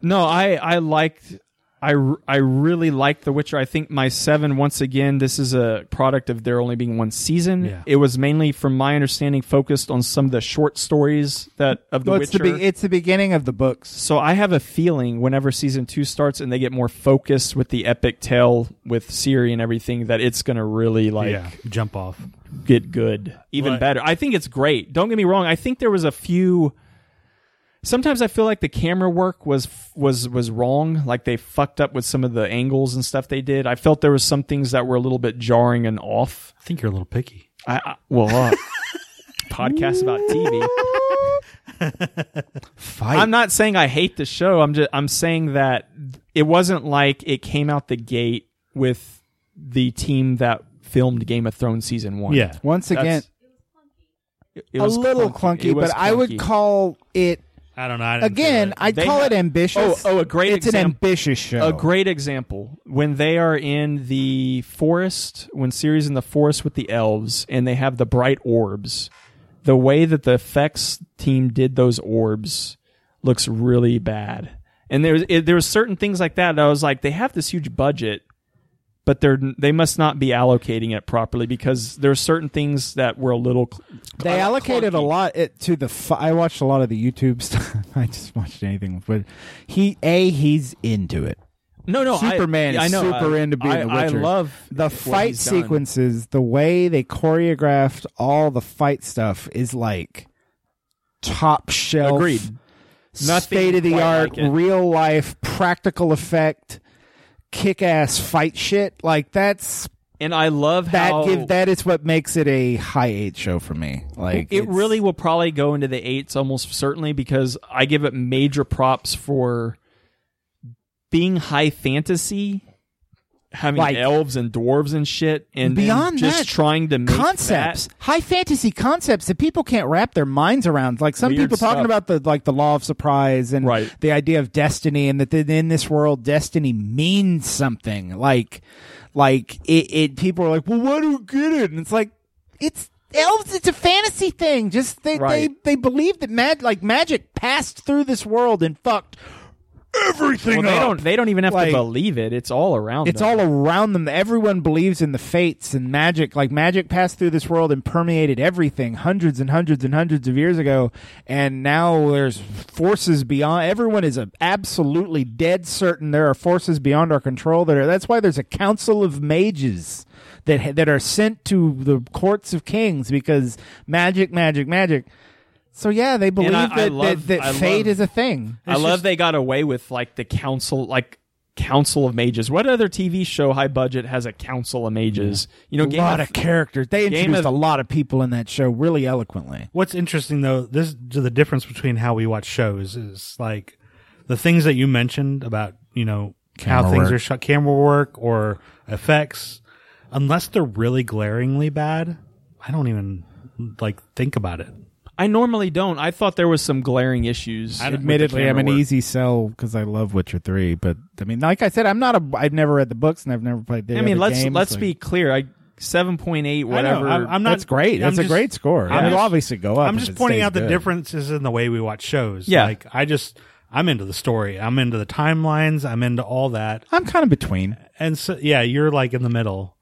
S2: No, I I liked I r- I really liked The Witcher. I think my 7 once again this is a product of there only being one season.
S3: Yeah.
S2: It was mainly from my understanding focused on some of the short stories that of The
S5: Well, it's
S2: Witcher.
S5: the be- it's the beginning of the books.
S2: so I have a feeling whenever season 2 starts and they get more focused with the epic tale with Siri and everything that it's going to really like
S3: yeah, jump off.
S2: get good, even
S3: Right.
S2: better. I think it's great. Don't get me wrong. I think there was a few. Sometimes I feel like the camera work was was was wrong. Like they fucked up with some of the angles and stuff they did. I felt there was some things that were a little bit jarring and off.
S3: I think you're a little picky.
S2: I, I well, uh, podcast about TV.
S5: Fight.
S2: I'm not saying I hate the show. I'm just I'm saying that it wasn't like it came out the gate with the team that filmed Game of Thrones season one.
S3: Yeah.
S5: Once again,
S2: That's- It- it
S5: a
S2: was
S5: little clunky,
S2: It was
S5: but I would
S2: clunky.
S5: call it
S3: I don't know. I didn't feel
S5: again.
S3: it.
S5: I'd
S2: They
S5: call
S2: had-
S5: it ambitious.
S2: Oh, oh, a great
S5: It's an
S2: example.
S5: ambitious show.
S2: A great example when they are in the forest, when Ciri's in the forest with the elves, and they have the bright orbs. The way that the effects team did those orbs looks really bad. And there's it, there was certain things like that. that I was like, they have this huge budget, but they're they must not be allocating it properly because there are certain things that were a little. cl-
S5: They
S2: uh,
S5: allocated a
S2: clunky.
S5: lot it, to the. Fu- I watched a lot of the YouTube stuff. I just watched anything, but he a he's into it.
S2: No, no, I-
S5: Superman
S2: I,
S5: is
S2: know,
S5: super
S2: I-
S5: into being
S2: I,
S5: the
S2: I
S5: Witcher.
S2: love
S5: The
S2: what
S5: fight
S2: he's done.
S5: sequences, the way they choreographed all the fight stuff is like top shelf.
S2: Agreed. Nothing
S5: state of the
S2: quite
S5: art,
S2: like it.
S5: real life, practical effect, kick ass fight shit. Like that's
S2: and I love
S5: that
S2: how
S5: give that is what makes it a high eight show for me. Like
S2: it
S5: it's-
S2: really will probably go into the eights almost certainly because I give it major props for being high fantasy having
S5: Like-
S2: elves and dwarves and shit, and and
S5: Beyond
S2: just
S5: that,
S2: trying to make that-
S5: concepts, high fantasy concepts that people can't wrap their minds around. Like some
S2: Weird
S5: people
S2: stuff.
S5: talking about the like the law of surprise and
S2: Right.
S5: the idea of destiny, and that then in this world, destiny means something. Like, like it, it. People are like, "Well, why do you get it?" And it's like, it's elves. It's a fantasy thing. Just they
S2: Right.
S5: they, they believe that mag like magic passed through this world and fucked everything
S2: Well, they
S5: up.
S2: don't. They don't even have
S5: Like-
S2: to believe it. It's all around.
S5: It's
S2: them.
S5: all around them. Everyone believes in the fates and magic. Like magic passed through this world and permeated everything hundreds and hundreds and hundreds of years ago. And now there's forces beyond. Everyone is uh, absolutely dead certain there are forces beyond our control that are. That's why there's a council of mages that ha- that are sent to the courts of kings because magic, magic, magic. So yeah, they believe
S2: I- I
S5: that,
S2: love-
S5: that,
S2: I
S5: that fate
S2: love-
S5: is a thing.
S2: I love they got away with like the council, like council of mages. What other TV show high budget has a council of mages? You know,
S5: A
S2: Game
S5: lot
S2: of,
S5: of characters. They
S2: Game
S5: introduced
S2: of-
S5: a lot of people in that show really eloquently.
S3: What's interesting though, this the difference between how we watch shows is like the things that you mentioned about you know how
S5: Camera
S3: things
S5: work.
S3: are shot, camera work or effects. Unless they're really glaringly bad, I don't even like think about it.
S2: I normally don't. I thought there was some glaring issues. with the
S5: admittedly i'm
S2: camera
S5: an
S2: work.
S5: easy sell because i love witcher 3 but i mean like i said i'm not a i've never read the books and i've never played the
S2: I mean,
S5: other
S2: let's
S5: games,
S2: let's
S5: like-
S2: be clear. I seven point eight, whatever.
S3: I'm- I'm not-
S5: that's great
S3: I'm
S5: that's a
S3: just-
S5: great score
S3: I'm
S5: it'll
S3: just-
S5: obviously go up
S3: I'm
S5: if
S3: just
S5: it
S3: pointing
S5: stays
S3: out the
S5: good.
S3: differences in the way we watch shows.
S2: Yeah.
S3: Like I just I'm into the story. I'm into the timelines. I'm into all that.
S5: i'm kind of between
S3: And so yeah, you're like in the middle.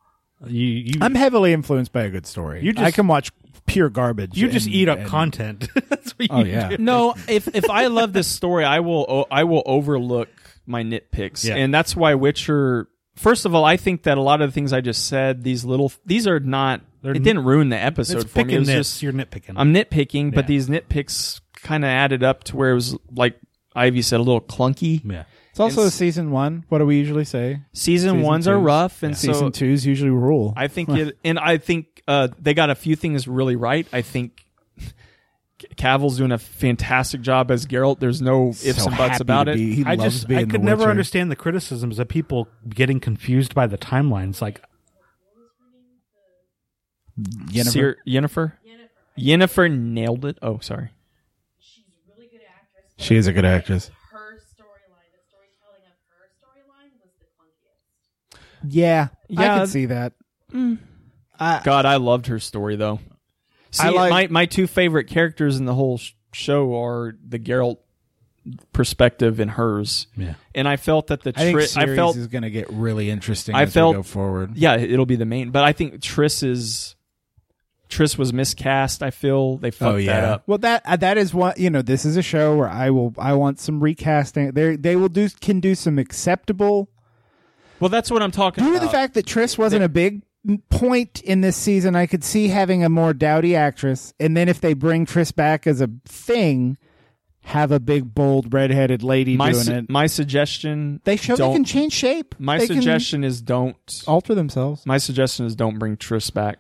S3: You you
S5: i'm heavily influenced by a good story
S3: You
S5: i
S3: just-
S5: can watch pure garbage
S3: you just
S5: and-
S3: eat up
S5: and-
S3: content. That's what you
S5: oh yeah
S2: no, if if I love this story, I will o- I will overlook my nitpicks,
S3: Yeah.
S2: and that's why Witcher. First of all, I think that a lot of the things I just said, these little, these are not. it didn't ruin the episode
S3: It's
S2: for me. It
S3: picking
S2: was
S3: this.
S2: just
S3: you're nitpicking.
S2: I'm nitpicking, but
S3: Yeah.
S2: these nitpicks kind of added up to where it was like Ivy said, a little clunky.
S3: yeah.
S1: It's also
S2: It's-
S1: season one. What do we usually say?
S2: Season,
S1: Season
S2: ones are
S1: twos.
S2: rough, and so
S5: season twos usually rule
S2: I think it, and I think uh, they got a few things really right. I think Cavill's doing a fantastic job as Geralt. There's no ifs
S5: So
S2: and buts
S5: happy
S2: about
S5: to
S2: it.
S5: be- he
S3: I
S5: loves
S3: just
S5: being
S3: I
S5: the
S3: could never
S5: Witcher.
S3: understand the criticisms of people getting confused by the timelines. Like
S5: Yennefer.
S2: Sir- Yennefer? Yennefer nailed it. Oh, sorry.
S6: She's a really good actress. but
S5: she is a good actress
S6: Her storyline, the storytelling of her storyline was the clunkiest.
S5: yeah, i
S2: Yeah.
S5: can see that
S2: God, I loved her story though. See,
S5: Uh, I like-
S2: my my two favorite characters in the whole sh- show are the Geralt perspective and hers.
S3: Yeah.
S2: And I felt that the
S5: i think
S2: Tri-
S5: series
S2: I felt
S5: is going to get really interesting
S2: I
S5: as we
S2: felt-
S5: go forward
S2: yeah, it'll be the main, but I think Triss's Triss was miscast. I feel they
S5: Oh,
S2: fucked that up.
S5: Well, that uh, that is what you know. This is a show where I will I want some recasting. They they will do can do some acceptable
S2: Well, that's what I'm talking
S5: due to
S2: about.
S5: the fact that Triss wasn't a big m- point in this season. I could see having a more dowdy actress, and then if they bring Triss back as a thing, have a big bold redheaded lady
S2: my
S5: doing
S2: su-
S5: it.
S2: my suggestion
S5: They show
S2: don't,
S5: they can change shape.
S2: My
S5: They can Oh.
S2: suggestion is don't
S5: alter themselves.
S2: My suggestion is don't bring Triss back.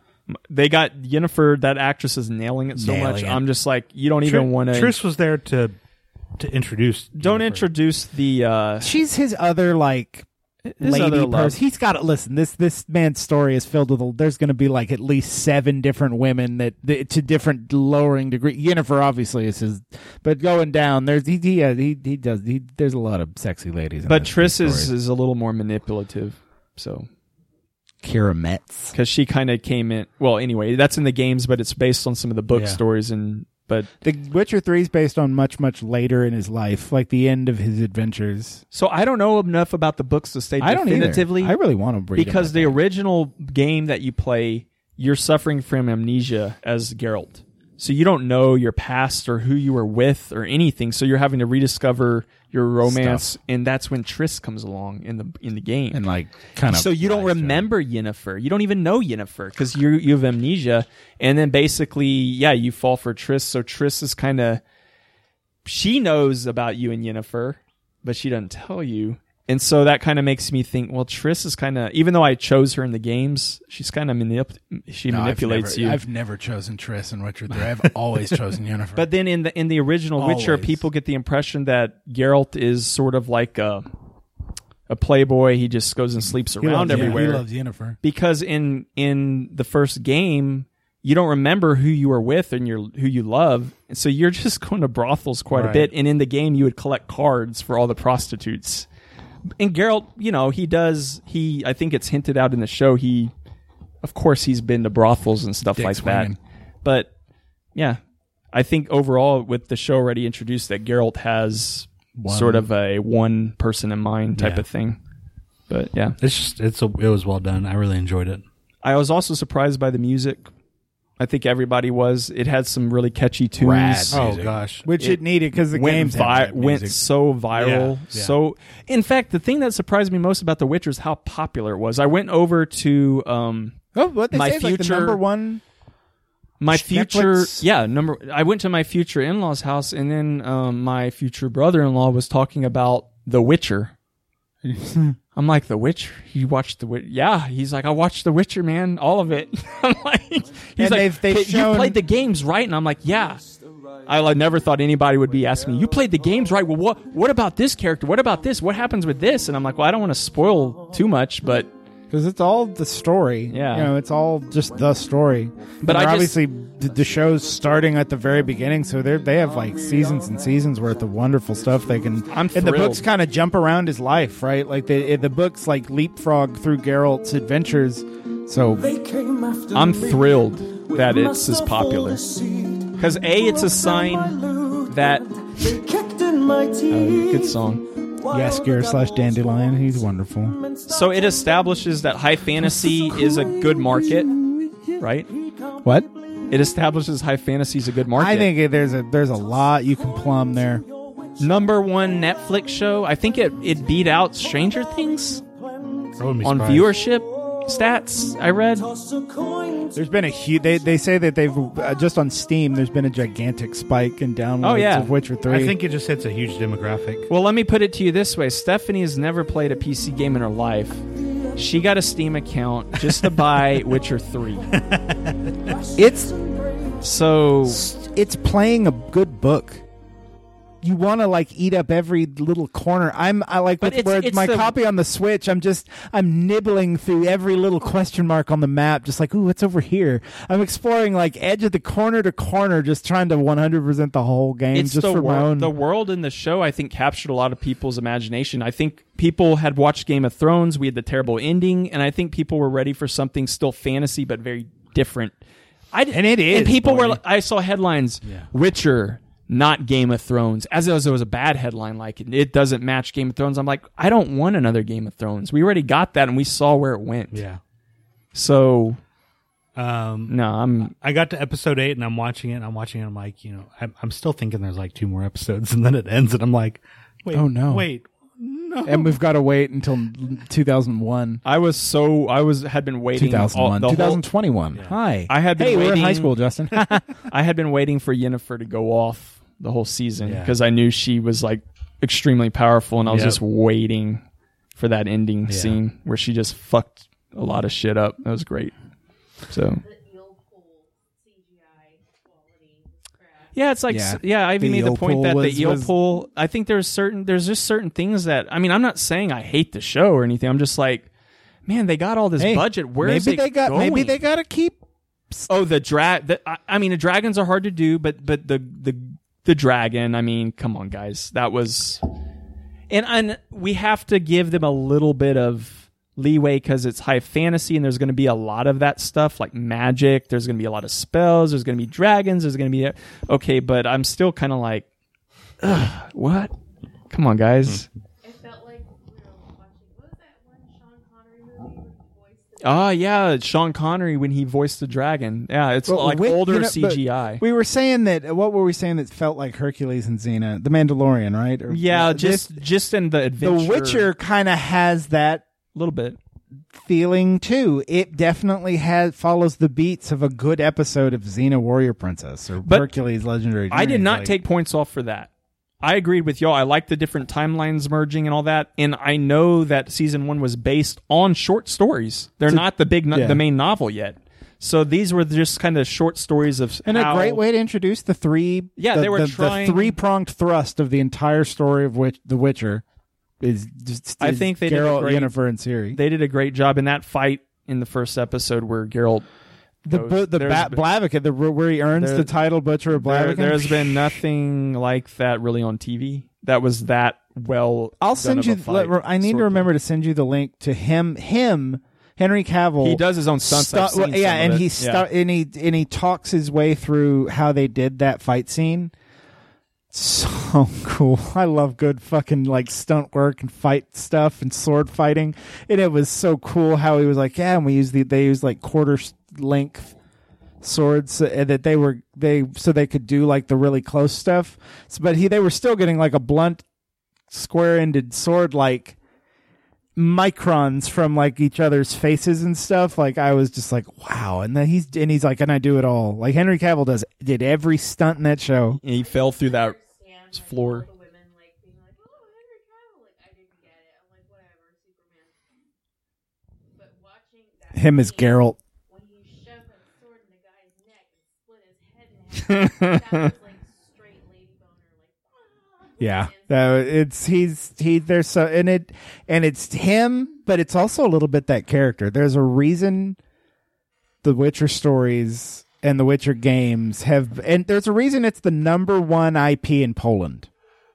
S2: They got Yennefer. That actress is nailing it so
S5: Nailing
S2: much.
S5: it.
S2: I'm just like, you don't even
S3: Tr-
S2: want to.
S3: Triss was there to to introduce.
S2: don't
S3: Jennifer.
S2: introduce the uh,
S5: She's his other like
S2: his other
S5: lady
S2: love.
S5: person. He's got to listen. This this man's story is filled with. a- There's going to be like at least seven different women that, that to different lowering degree. Yennefer obviously is his, but going down there's he he uh, he, he does he, there's a lot of sexy ladies. in
S2: but
S5: this-
S2: Triss
S5: these
S2: is,
S5: stories.
S2: is a little more manipulative. So
S5: Kira Metz.
S2: because she kind of came in. Well, anyway, that's in the games, but it's based on some of the book
S3: Yeah.
S2: stories and. But
S5: The Witcher Three is based on much much later in his life, like the end of his adventures.
S2: so I don't know enough about the books to say
S5: I don't either.
S2: definitively
S5: I really want to read
S2: because
S5: them.
S2: the original game that you play, you're suffering from amnesia as Geralt. So you don't know your past or who you were with or anything. So you're having to rediscover your romance, and that's when Triss comes along in the in the game.
S5: and like kind of
S2: so you don't remember Yennefer. You don't even know Yennefer because you you have amnesia, and then basically, yeah, you fall for Triss. So Triss is kind of she knows about you and Yennefer, but she doesn't tell you, and so that kind of makes me think. Well, Triss is kind of even though I chose her in the games, she's kind of manip- she
S8: No,
S2: manipulates
S8: I've never,
S2: you.
S8: I've never chosen Triss and Witcher 3. I've always chosen Yennefer.
S2: But then in the in the original Witcher,
S8: Always.
S2: people get the impression that Geralt is sort of like a a a playboy. He just goes and sleeps
S9: He
S2: around
S9: loves- yeah,
S2: everywhere
S9: He loves Yennefer.
S2: because in in the first game you don't remember who you were with and your who you love and so you're just going to brothels quite a
S3: Right.
S2: bit and in the game you would collect cards for all the prostitutes and Geralt you know he does he I think it's hinted out in the show he of course he's been to brothels and stuff
S9: Dick
S2: like
S9: swinging.
S2: that but yeah I think overall with the show already introduced that Geralt has
S9: One.
S2: sort of a one person in mind type
S9: Yeah.
S2: of thing but yeah
S3: It's just it's a, it was well done. I really enjoyed it.
S2: I was also surprised by the music. I think everybody was. It had some really catchy tunes.
S9: Oh gosh.
S5: which it, needed because the
S2: Went,
S5: game's
S2: vi-
S9: that
S2: went
S9: music.
S2: so viral.
S3: Yeah, yeah.
S2: So, in fact, the thing that surprised me most about The Witcher is how popular it was. I went over to um,
S5: oh, what they
S2: my
S5: say is like the
S2: future-
S5: number one.
S2: my
S5: Sh-
S2: future
S5: Netflix?
S2: yeah number i went to my future in-laws house and then um, my future brother-in-law was talking about the witcher i'm like the witcher you watched the witcher yeah he's like i watched the witcher man all of it i'm like he's like
S5: And they've- they've
S2: "Hey,
S5: shown-
S2: you played the games right and i'm like yeah I like, never thought anybody would be asking me, "You
S5: uh,
S2: played the games, right? Well, what what about this character? What about this? What happens with this?" And I'm like, "Well, I don't want to spoil too much, but
S5: Because it's all the story.
S2: Yeah.
S5: You know, it's all just the story.
S2: But
S5: And
S2: I
S5: they're
S2: just-
S5: obviously the, the show's starting at the very beginning, so they they have like seasons and seasons worth of wonderful stuff they can.
S2: I'm
S5: and the
S2: thrilled.
S5: books kind of jump around his life, right? Like the the books like leapfrog through Geralt's adventures. So
S2: I'm thrilled that it's as popular. Because A, it's a sign that. Uh, good song.
S5: yes, Garrett slash Dandelion, he's wonderful.
S2: So it establishes that high fantasy is a good market, right?
S5: What?
S2: It establishes high fantasy is a good market.
S5: I think there's a there's a lot you can plumb there.
S2: number one Netflix show. I think it it beat out Stranger Things on viewership stats. I read.
S5: There's been a huge. They, they say that they've uh, just on Steam. There's been a gigantic spike in downloads
S2: Oh, yeah.
S5: of Witcher Three.
S3: I think it just hits a huge demographic.
S2: Well, let me put it to you this way Stephanie has never played a PC game in her life. She got a Steam account just to buy Witcher 3.
S5: it's
S2: So,
S5: it's playing a good book. You want to like eat up every little corner. I'm I like
S2: But
S5: with
S2: it's-
S5: where
S2: it's
S5: my
S2: the-
S5: copy on the Switch. I'm just I'm nibbling through every little question mark on the map, just like ooh, what's over here? I'm exploring like edge of the corner to corner, just trying to 100 percent the whole game,
S2: it's
S5: just
S2: the
S5: for my
S2: world.
S5: own.
S2: The world in the show, I think, captured a lot of people's imagination. I think people had watched Game of Thrones. We had the terrible ending, and I think people were ready for something still fantasy but very different. I d-
S5: And it is,
S2: And people
S5: boy.
S2: were. I saw headlines: Witcher, not Game of Thrones. As it was, it was a bad headline. Like it doesn't match Game of Thrones. I'm like, I don't want another Game of Thrones. We already got that, and we saw where it went.
S3: Yeah.
S2: So
S3: Um,
S2: no, I'm.
S3: I got to episode eight and I'm watching it and I'm watching it. And I'm like, you know, I'm, I'm still thinking there's like two more episodes and then it ends and I'm like, wait,
S5: Oh, no.
S3: wait, no.
S5: and we've got to wait until 2001,
S2: I was so. I was had been waiting. all-
S5: 2001,
S2: the whole-
S5: 2021. Hi,
S2: I had been
S5: hey, we're in high
S2: waiting-
S5: school, Justin.
S2: I had been waiting for Yennefer to go off the whole season
S3: Yeah.
S2: because I knew she was like extremely powerful, and I was
S3: Yep.
S2: just waiting for that ending
S3: Yeah.
S2: scene where she just fucked a lot of shit up. That was great. So
S6: The eel pool CGI quality was crap.
S2: yeah, it's like
S5: Yeah.
S2: yeah, Ivy
S5: The
S2: made the
S5: eel pool
S2: point that
S5: was-
S2: the eel
S5: was-
S2: pool. I think there's certain there's just certain things that I mean I'm not saying I hate the show or anything. I'm just like. Man, they got all this
S5: Hey,
S2: budget. Where
S5: maybe
S2: is it
S5: they got maybe
S2: going?
S5: they got to keep
S2: Oh, the drag. The, I, I mean, the dragons are hard to do, but but the the the dragon. I mean, come on, guys, that was. And and we have to give them a little bit of leeway because it's high fantasy, and there's going to be a lot of that stuff like magic. There's going to be a lot of spells. There's going to be dragons. There's going to be okay, but I'm still kind of like, Ugh, what? Come on, guys.
S6: It felt like we were watching what was that one Sean Connery movie where he voiced the
S2: Ah, yeah, Sean Connery when he voiced the dragon. Yeah, it's
S5: Well,
S2: like
S5: with-
S2: older
S5: you know, but
S2: CGI.
S5: We were saying that. What were we saying that felt like Hercules and Xena, The Mandalorian, right? Or-
S2: yeah,
S5: this-
S2: just just in the adventure.
S5: The Witcher kind of has that
S2: a little bit.
S5: feeling too. It definitely has follows the beats of a good episode of Xena Warrior Princess or
S2: But
S5: Hercules Legendary.
S2: I did
S5: Journey.
S2: not
S5: Like,
S2: take points off for that. I agreed with y'all. I like the different timelines merging and all that, and I know that season one was based on short stories. They're not the big, no-
S5: yeah.
S2: the main novel yet. So these were just kind of short stories of
S5: and
S2: how-
S5: a great way to introduce the three.
S2: Yeah,
S5: the,
S2: they were
S5: the,
S2: trying-
S5: three pronged thrust of the entire story of which The Witcher is just
S2: I
S5: is
S2: think they did a
S5: Geralt,
S2: great-
S5: Yennefer, and Ciri.
S2: They did a great job in that fight in the first episode where Geralt.
S5: the
S2: goes-
S5: bo- the
S2: there's
S5: ba-
S2: been-
S5: Blaviken, the where he earns
S2: There-
S5: the title Butcher of
S2: There,
S5: Blaviken.
S2: there's been nothing like that really on TV. That was that well.
S5: I'll
S2: done
S5: send
S2: of
S5: you.
S2: a
S5: let-
S2: fight.
S5: I
S2: Sword
S5: need to
S2: play.
S5: remember to send you the link to him. Him, Henry Cavill.
S2: He does his own stunts.
S5: stu-
S2: I've seen
S5: well, yeah,
S2: some of
S5: and
S2: it.
S5: he
S2: Yeah.
S5: stu- and he and he talks his way through how they did that fight scene. So cool! I love good fucking like stunt work and fight stuff and sword fighting, and it was so cool how he was like, yeah, and we use the they use like quarter s- length swords uh, that they were they so they could do like the really close stuff, S- but he they were still getting like a blunt, square ended sword like microns from like each other's faces and stuff. Like I was just like, wow. And then he's and he's like, and I do it all. Like Henry Cavill does did every stunt in that show.
S2: And he fell through that.
S6: understand,
S2: It's
S6: like,
S2: floor.
S6: all the women like being like, "Oh, Henry Cavill," like I didn't get it. I'm like, whatever, Superman. But watching that
S5: Him as
S6: scene
S5: Geralt.
S6: when he shoved that sword in the guy's neck and split his head in half, that was like straight lady boner, like. ah.
S5: Yeah.
S6: And
S5: No, it's he's he there's so and it and it's him, but it's also a little bit that character. There's a reason the Witcher stories and the Witcher games have and there's a reason it's the number 1 IP in Poland.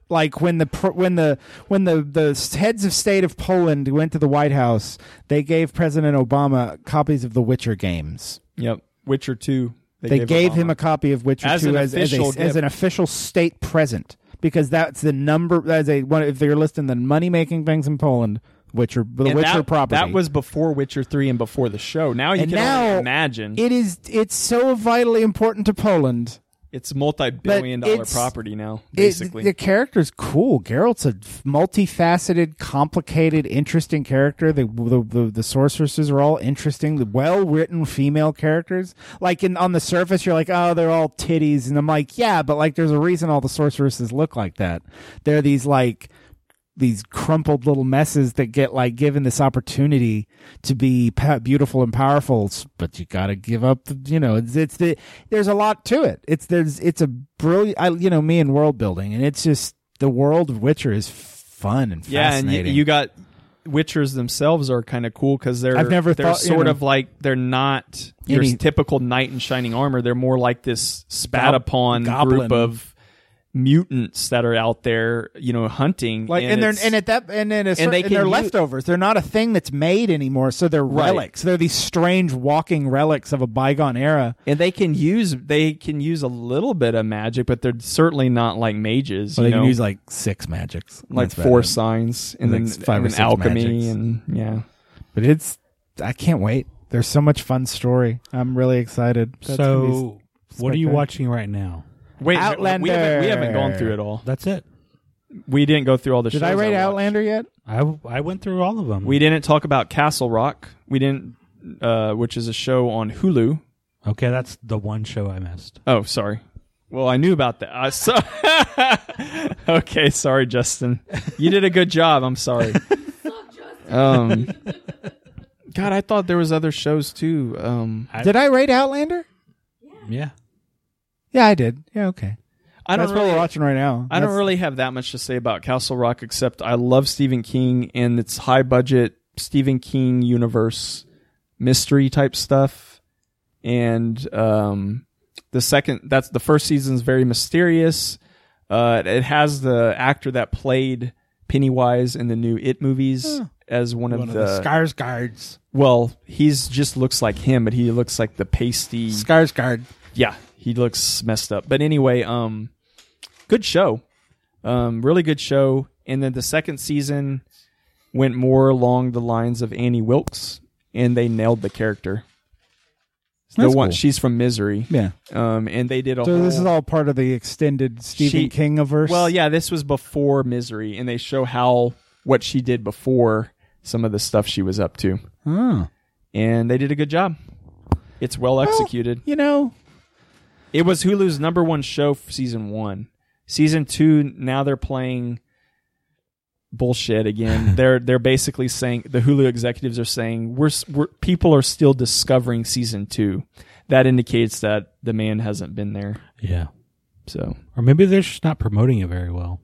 S5: Like when the pr- when the when the the heads of state of Poland went to the White House, they gave President Obama copies of the Witcher games.
S2: Yep. Witcher two.
S5: They, gave, him
S2: Obama.
S5: a copy of Witcher
S2: As
S5: 2
S2: an
S5: as, as, a,
S2: official
S5: as
S2: gift.
S5: an official state present because that's the number as a one if you're listing the money making things in Poland, Witcher the
S2: And
S5: Witcher
S2: that,
S5: property.
S2: That was before Witcher three and before the show. Now you
S5: And
S2: can
S5: now
S2: only imagine
S5: it is it's so vitally important to Poland.
S2: it's multi-billion
S5: but
S2: dollar
S5: it's-
S2: property now.
S5: It-
S2: Basically,
S5: the character's cool. Geralt's a f- multifaceted, complicated, interesting character. The the, the, the sorceresses are all interesting, the well written female characters. Like in on the surface, you're like, oh, they're all titties, and I'm like, yeah, but like, there's a reason all the sorceresses look like that. They're these like these crumpled little messes that get like given this opportunity to be pa- beautiful and powerful s- but you gotta give up the, you know it's, it's the there's a lot to it it's there's it's a brilliant I, you know me and world building and it's just the world of witcher is fun and
S2: yeah, and you,
S5: fascinating
S2: you got Witchers themselves are kind of cool because they're
S5: I've never
S2: they're
S5: thought, you
S2: sort
S5: know-
S2: of like they're not your
S5: Any-
S2: typical knight in shining armor. They're more like this spat
S5: Gob-
S2: upon
S5: goblin.
S2: group of mutants that are out there, you know, hunting.
S5: like and,
S2: it's-
S5: they're and at that and then
S2: and they
S5: they
S2: can
S5: are
S2: u-
S5: leftovers they're not a thing that's made anymore so they're
S2: Right.
S5: relics they're these strange walking relics of a bygone era
S2: and they can use they can use a little bit of magic, but they're certainly not like mages.
S5: so
S2: you
S5: they can
S2: know?
S5: use like six magics
S2: like
S5: That's about
S2: four
S5: it.
S2: signs and then
S5: Like five or
S2: and
S5: six
S2: alchemy
S5: magics.
S2: and yeah.
S5: but it's I can't wait. There's so much fun story. I'm really excited. That's gonna be-
S3: so, what are you
S5: spectacular.
S3: watching right now?
S2: Wait, we haven't- we haven't,
S5: Outlander.
S2: gone through it all.
S3: That's it.
S2: We didn't go through all the.
S5: did
S2: shows
S5: I rate
S2: watched.
S5: Outlander yet?
S3: I I went through all of them.
S2: We didn't talk about Castle Rock. We didn't, uh, which is a show on Hulu.
S3: okay, that's the one show I missed.
S2: Oh, sorry. Well, I knew about that. I so- okay, sorry, Justin. You did a good job. I'm sorry. Um, God, I thought there was other shows too. Um,
S3: I-
S5: Did I rate Outlander?
S3: Yeah,
S5: Yeah, I did. Yeah, okay.
S2: I don't
S5: That's
S2: really
S5: what we're watching right now.
S2: I don't
S5: That's-
S2: really have that much to say about Castle Rock except I love Stephen King and its high budget Stephen King universe mystery type stuff. And um, the second that's the first season's very mysterious. Uh, it has the actor that played Pennywise in the new It movies as one, of, the,
S10: Scars guards.
S2: well, he's just looks like him, but he looks like the pasty
S10: Scars guard.
S2: yeah, he looks messed up. But anyway, um, good show, um, really good show. And then the second season went more along the lines of Annie Wilkes, and they nailed the character. The
S5: That's
S2: one
S5: cool.
S2: she's from Misery,
S5: Yeah.
S2: um, and they did a
S5: So
S2: whole,
S5: this is all part of the extended Stephen
S2: She-
S5: King averse.
S2: well, yeah, this was before Misery, and they show how what she did before some of the stuff she was up to,
S5: Oh.
S2: and they did a good job. It's well executed.
S5: You know,
S2: It was Hulu's number one show for season one. Season two, now they're playing bullshit again. they're they're basically saying the Hulu executives are saying we're, s- we're people are still discovering season two. That indicates that the man hasn't been there.
S3: yeah.
S2: So
S3: Or maybe they're just not promoting it very well.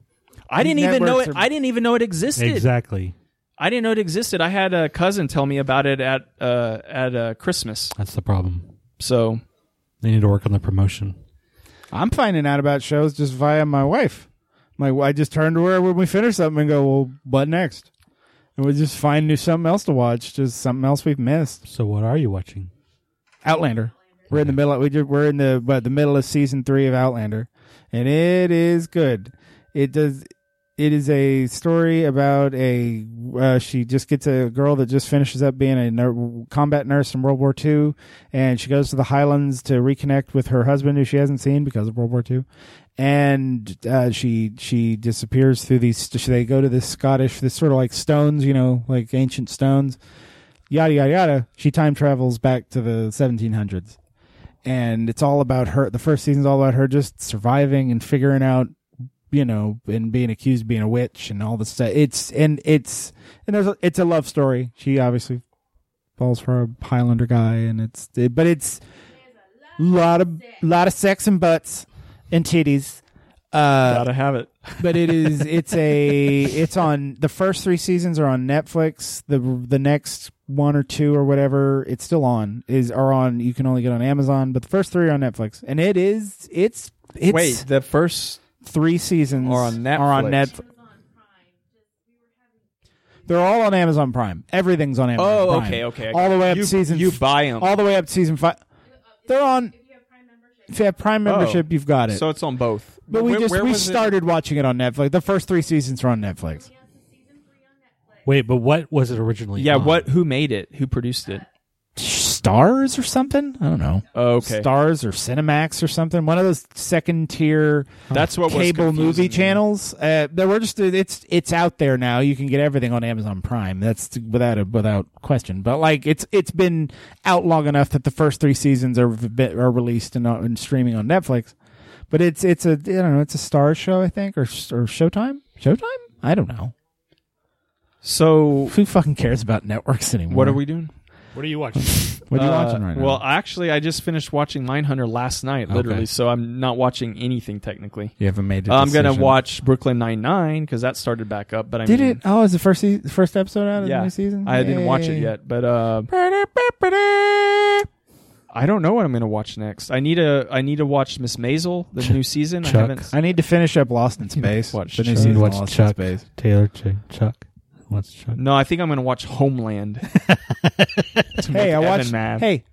S2: I didn't even know it.
S11: networks are-
S2: I didn't even know it existed.
S3: Exactly.
S2: I didn't know it existed. I had a cousin tell me about it at uh, at uh, Christmas.
S12: That's the problem.
S2: So
S12: They need to work on the promotion.
S5: I'm finding out about shows just via my wife. My I just turn to her when we finish something and go, well, what next? And we just find new something else to watch, just something else we've missed.
S12: So what are you watching?
S5: Outlander. We're in the middle. We just, we're in the but the middle of season three of Outlander, and it is good. It does. It is a story about a uh, she just gets a girl that just finishes up being a nur- combat nurse in World War II, and she goes to the Highlands to reconnect with her husband, who she hasn't seen because of World War II. And uh, she she disappears through these. They go to this Scottish, this sort of like stones, you know, like ancient stones. Yada yada yada. She time travels back to the 1700s, and it's all about her. The first season's all about her just surviving and figuring out, you know, and being accused of being a witch and all this stuff. It's and it's and there's a, it's a love story. She obviously falls for a Highlander guy, and it's it, but it's lot of lot of sex and butts and titties. Uh,
S2: gotta have it.
S5: but it is it's a it's on the first three seasons are on Netflix. The the next one or two or whatever it's still on is are on. You can only get on Amazon, but the first three are on Netflix, and it is it's it's
S2: Wait, the first
S5: three seasons
S2: Are on
S5: Are on
S2: Netflix.
S5: Netflix. They're all on Amazon Prime. Everything's on Amazon.
S2: Oh,
S5: Prime.
S2: okay, okay. I
S5: All the way up
S2: you,
S5: to season
S2: You
S5: f-
S2: buy them.
S5: all the way up to season five. They're on.
S13: If you have Prime membership,
S5: If you have Prime membership, you've got it.
S2: Oh. so it's on both.
S5: but we
S2: Where-
S5: just
S2: where
S5: we
S2: was it?
S5: started watching it on Netflix. The first three seasons are on Netflix.
S3: Wait, but what was it originally?
S2: Yeah,
S3: on?
S2: what? Who made it? Who produced it?
S5: Stars or something? I don't know.
S2: Oh, okay,
S5: Stars or Cinemax or something. One of those second tier
S2: that's what was
S5: cable
S2: confusing
S5: movie
S2: me.
S5: channels. Uh, there were just it's it's out there now. You can get everything on Amazon Prime. That's without a, without question. But like it's it's been out long enough that the first three seasons are bit- are released and, uh, and streaming on Netflix. But it's it's a I don't know it's a star show I think or or Showtime Showtime I don't know
S2: So
S5: who fucking cares about networks anymore.
S2: what are we doing?
S3: What are you watching?
S5: What are you
S2: Uh,
S5: watching right now?
S2: Well, actually, I just finished watching Mindhunter last night, literally. So I'm not watching anything technically.
S5: you haven't made.
S2: I'm gonna watch Brooklyn Nine Nine because that started back up. But I
S5: Did
S2: mean,
S5: it? Oh, is the first se- first episode out of
S2: Yeah.
S5: the new season?
S2: I didn't watch it
S5: Yay.
S2: yet, but uh, I don't know what I'm gonna watch next. I need a I need to watch Miss Maisel the new season. I haven't.
S5: I need to finish up Lost in Space.
S2: watch
S5: the new
S2: Chuck.
S5: season of
S12: Watch
S5: Lost
S12: Chuck.
S5: in Space.
S12: Taylor Ch- Chuck. What's Chuck?
S2: No, I think I'm gonna watch Homeland. To make
S5: Hey, I
S2: Evan
S5: watched.
S2: mad.
S5: Hey,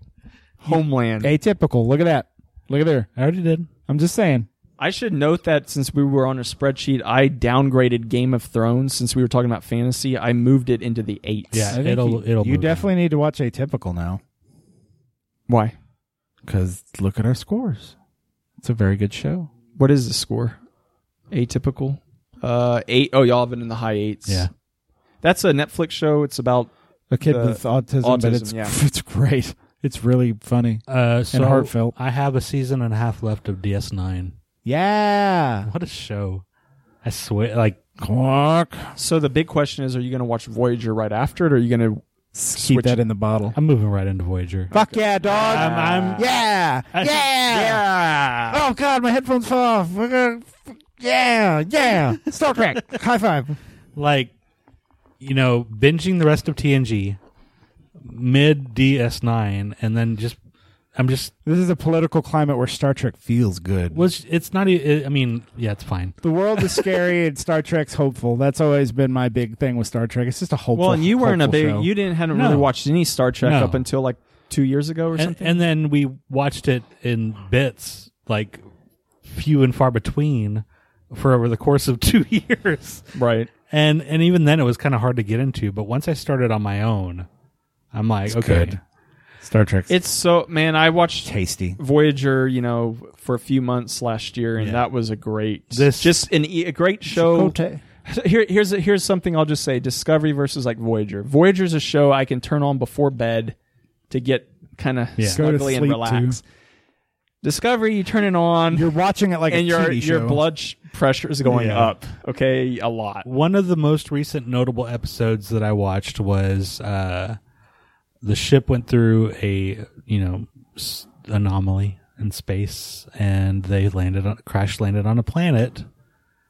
S2: Homeland.
S5: atypical. Look at that. Look at there.
S12: I already did.
S5: I'm just saying.
S2: I should note that since we were on a spreadsheet, I downgraded Game of Thrones since we were talking about fantasy. I moved it into the eights.
S12: Yeah,
S5: think
S12: it'll
S5: you,
S12: it'll.
S5: You
S12: move.
S5: definitely need to watch atypical now
S2: Why?
S5: because look at our scores. It's a very good show.
S2: What is the score? Atypical. Uh, eight. Oh, y'all have been in the high eights.
S12: Yeah.
S2: That's a Netflix show. It's about
S5: A kid
S2: The-
S5: with autism, but
S2: autism,
S5: it's
S2: yeah.
S5: it's great. It's really funny.
S3: Uh, so
S5: heartfelt.
S3: I have a season and a half left of DS9.
S5: Yeah.
S3: What a show! I swear, like
S5: Quark.
S2: So the big question is: Are you going to watch Voyager right after it? Or are you going to?
S5: Keep that in the bottle.
S3: I'm moving right into Voyager.
S5: Fuck yeah, dog.
S3: I'm-
S5: yeah. Yeah.
S2: Ah!
S3: Yeah.
S5: Oh god, my headphones fell off. We're gonna, yeah, yeah. Star Trek. High five.
S3: Like, you know, binging the rest of TNG, mid DS9, and then just I'm just
S5: This is a political climate where Star Trek feels good.
S3: was it's not. e- I mean, yeah, it's fine.
S5: The world is scary and Star Trek's hopeful. That's always been my big thing with Star Trek. It's just a hopeful.
S2: Well, and you weren't a
S5: hopeful
S2: big.
S5: show.
S2: You didn't hadn't
S3: No.
S2: really watched any Star Trek
S3: No.
S2: up until like two years ago or
S3: And,
S2: something.
S3: and then we watched it in bits, like few and far between, for over the course of two years.
S2: right.
S3: and and even then it was kind of hard to get into but once i started on my own i'm like okay
S5: good. Star Trek's
S2: It's so man. I watched
S5: tasty.
S2: Voyager. You know, for a few months last year, and that was a great.
S3: This-
S2: just an e- a great show.
S5: Chicote.
S2: Here, here's here's something I'll just say: Discovery versus like Voyager. Voyager's a show I can turn on before bed to get kind of
S3: Yeah.
S5: Go to
S2: snuggly and
S5: sleep
S2: relax. Discovery, you turn it on.
S5: You're watching it like
S2: and
S5: a
S2: your
S5: TV
S2: your
S5: show.
S2: blood sh- pressure is going
S3: Yeah.
S2: up. Okay, a lot.
S3: one of the most recent notable episodes that i watched was uh the ship went through a you know s- anomaly in space and they landed on crash landed on a planet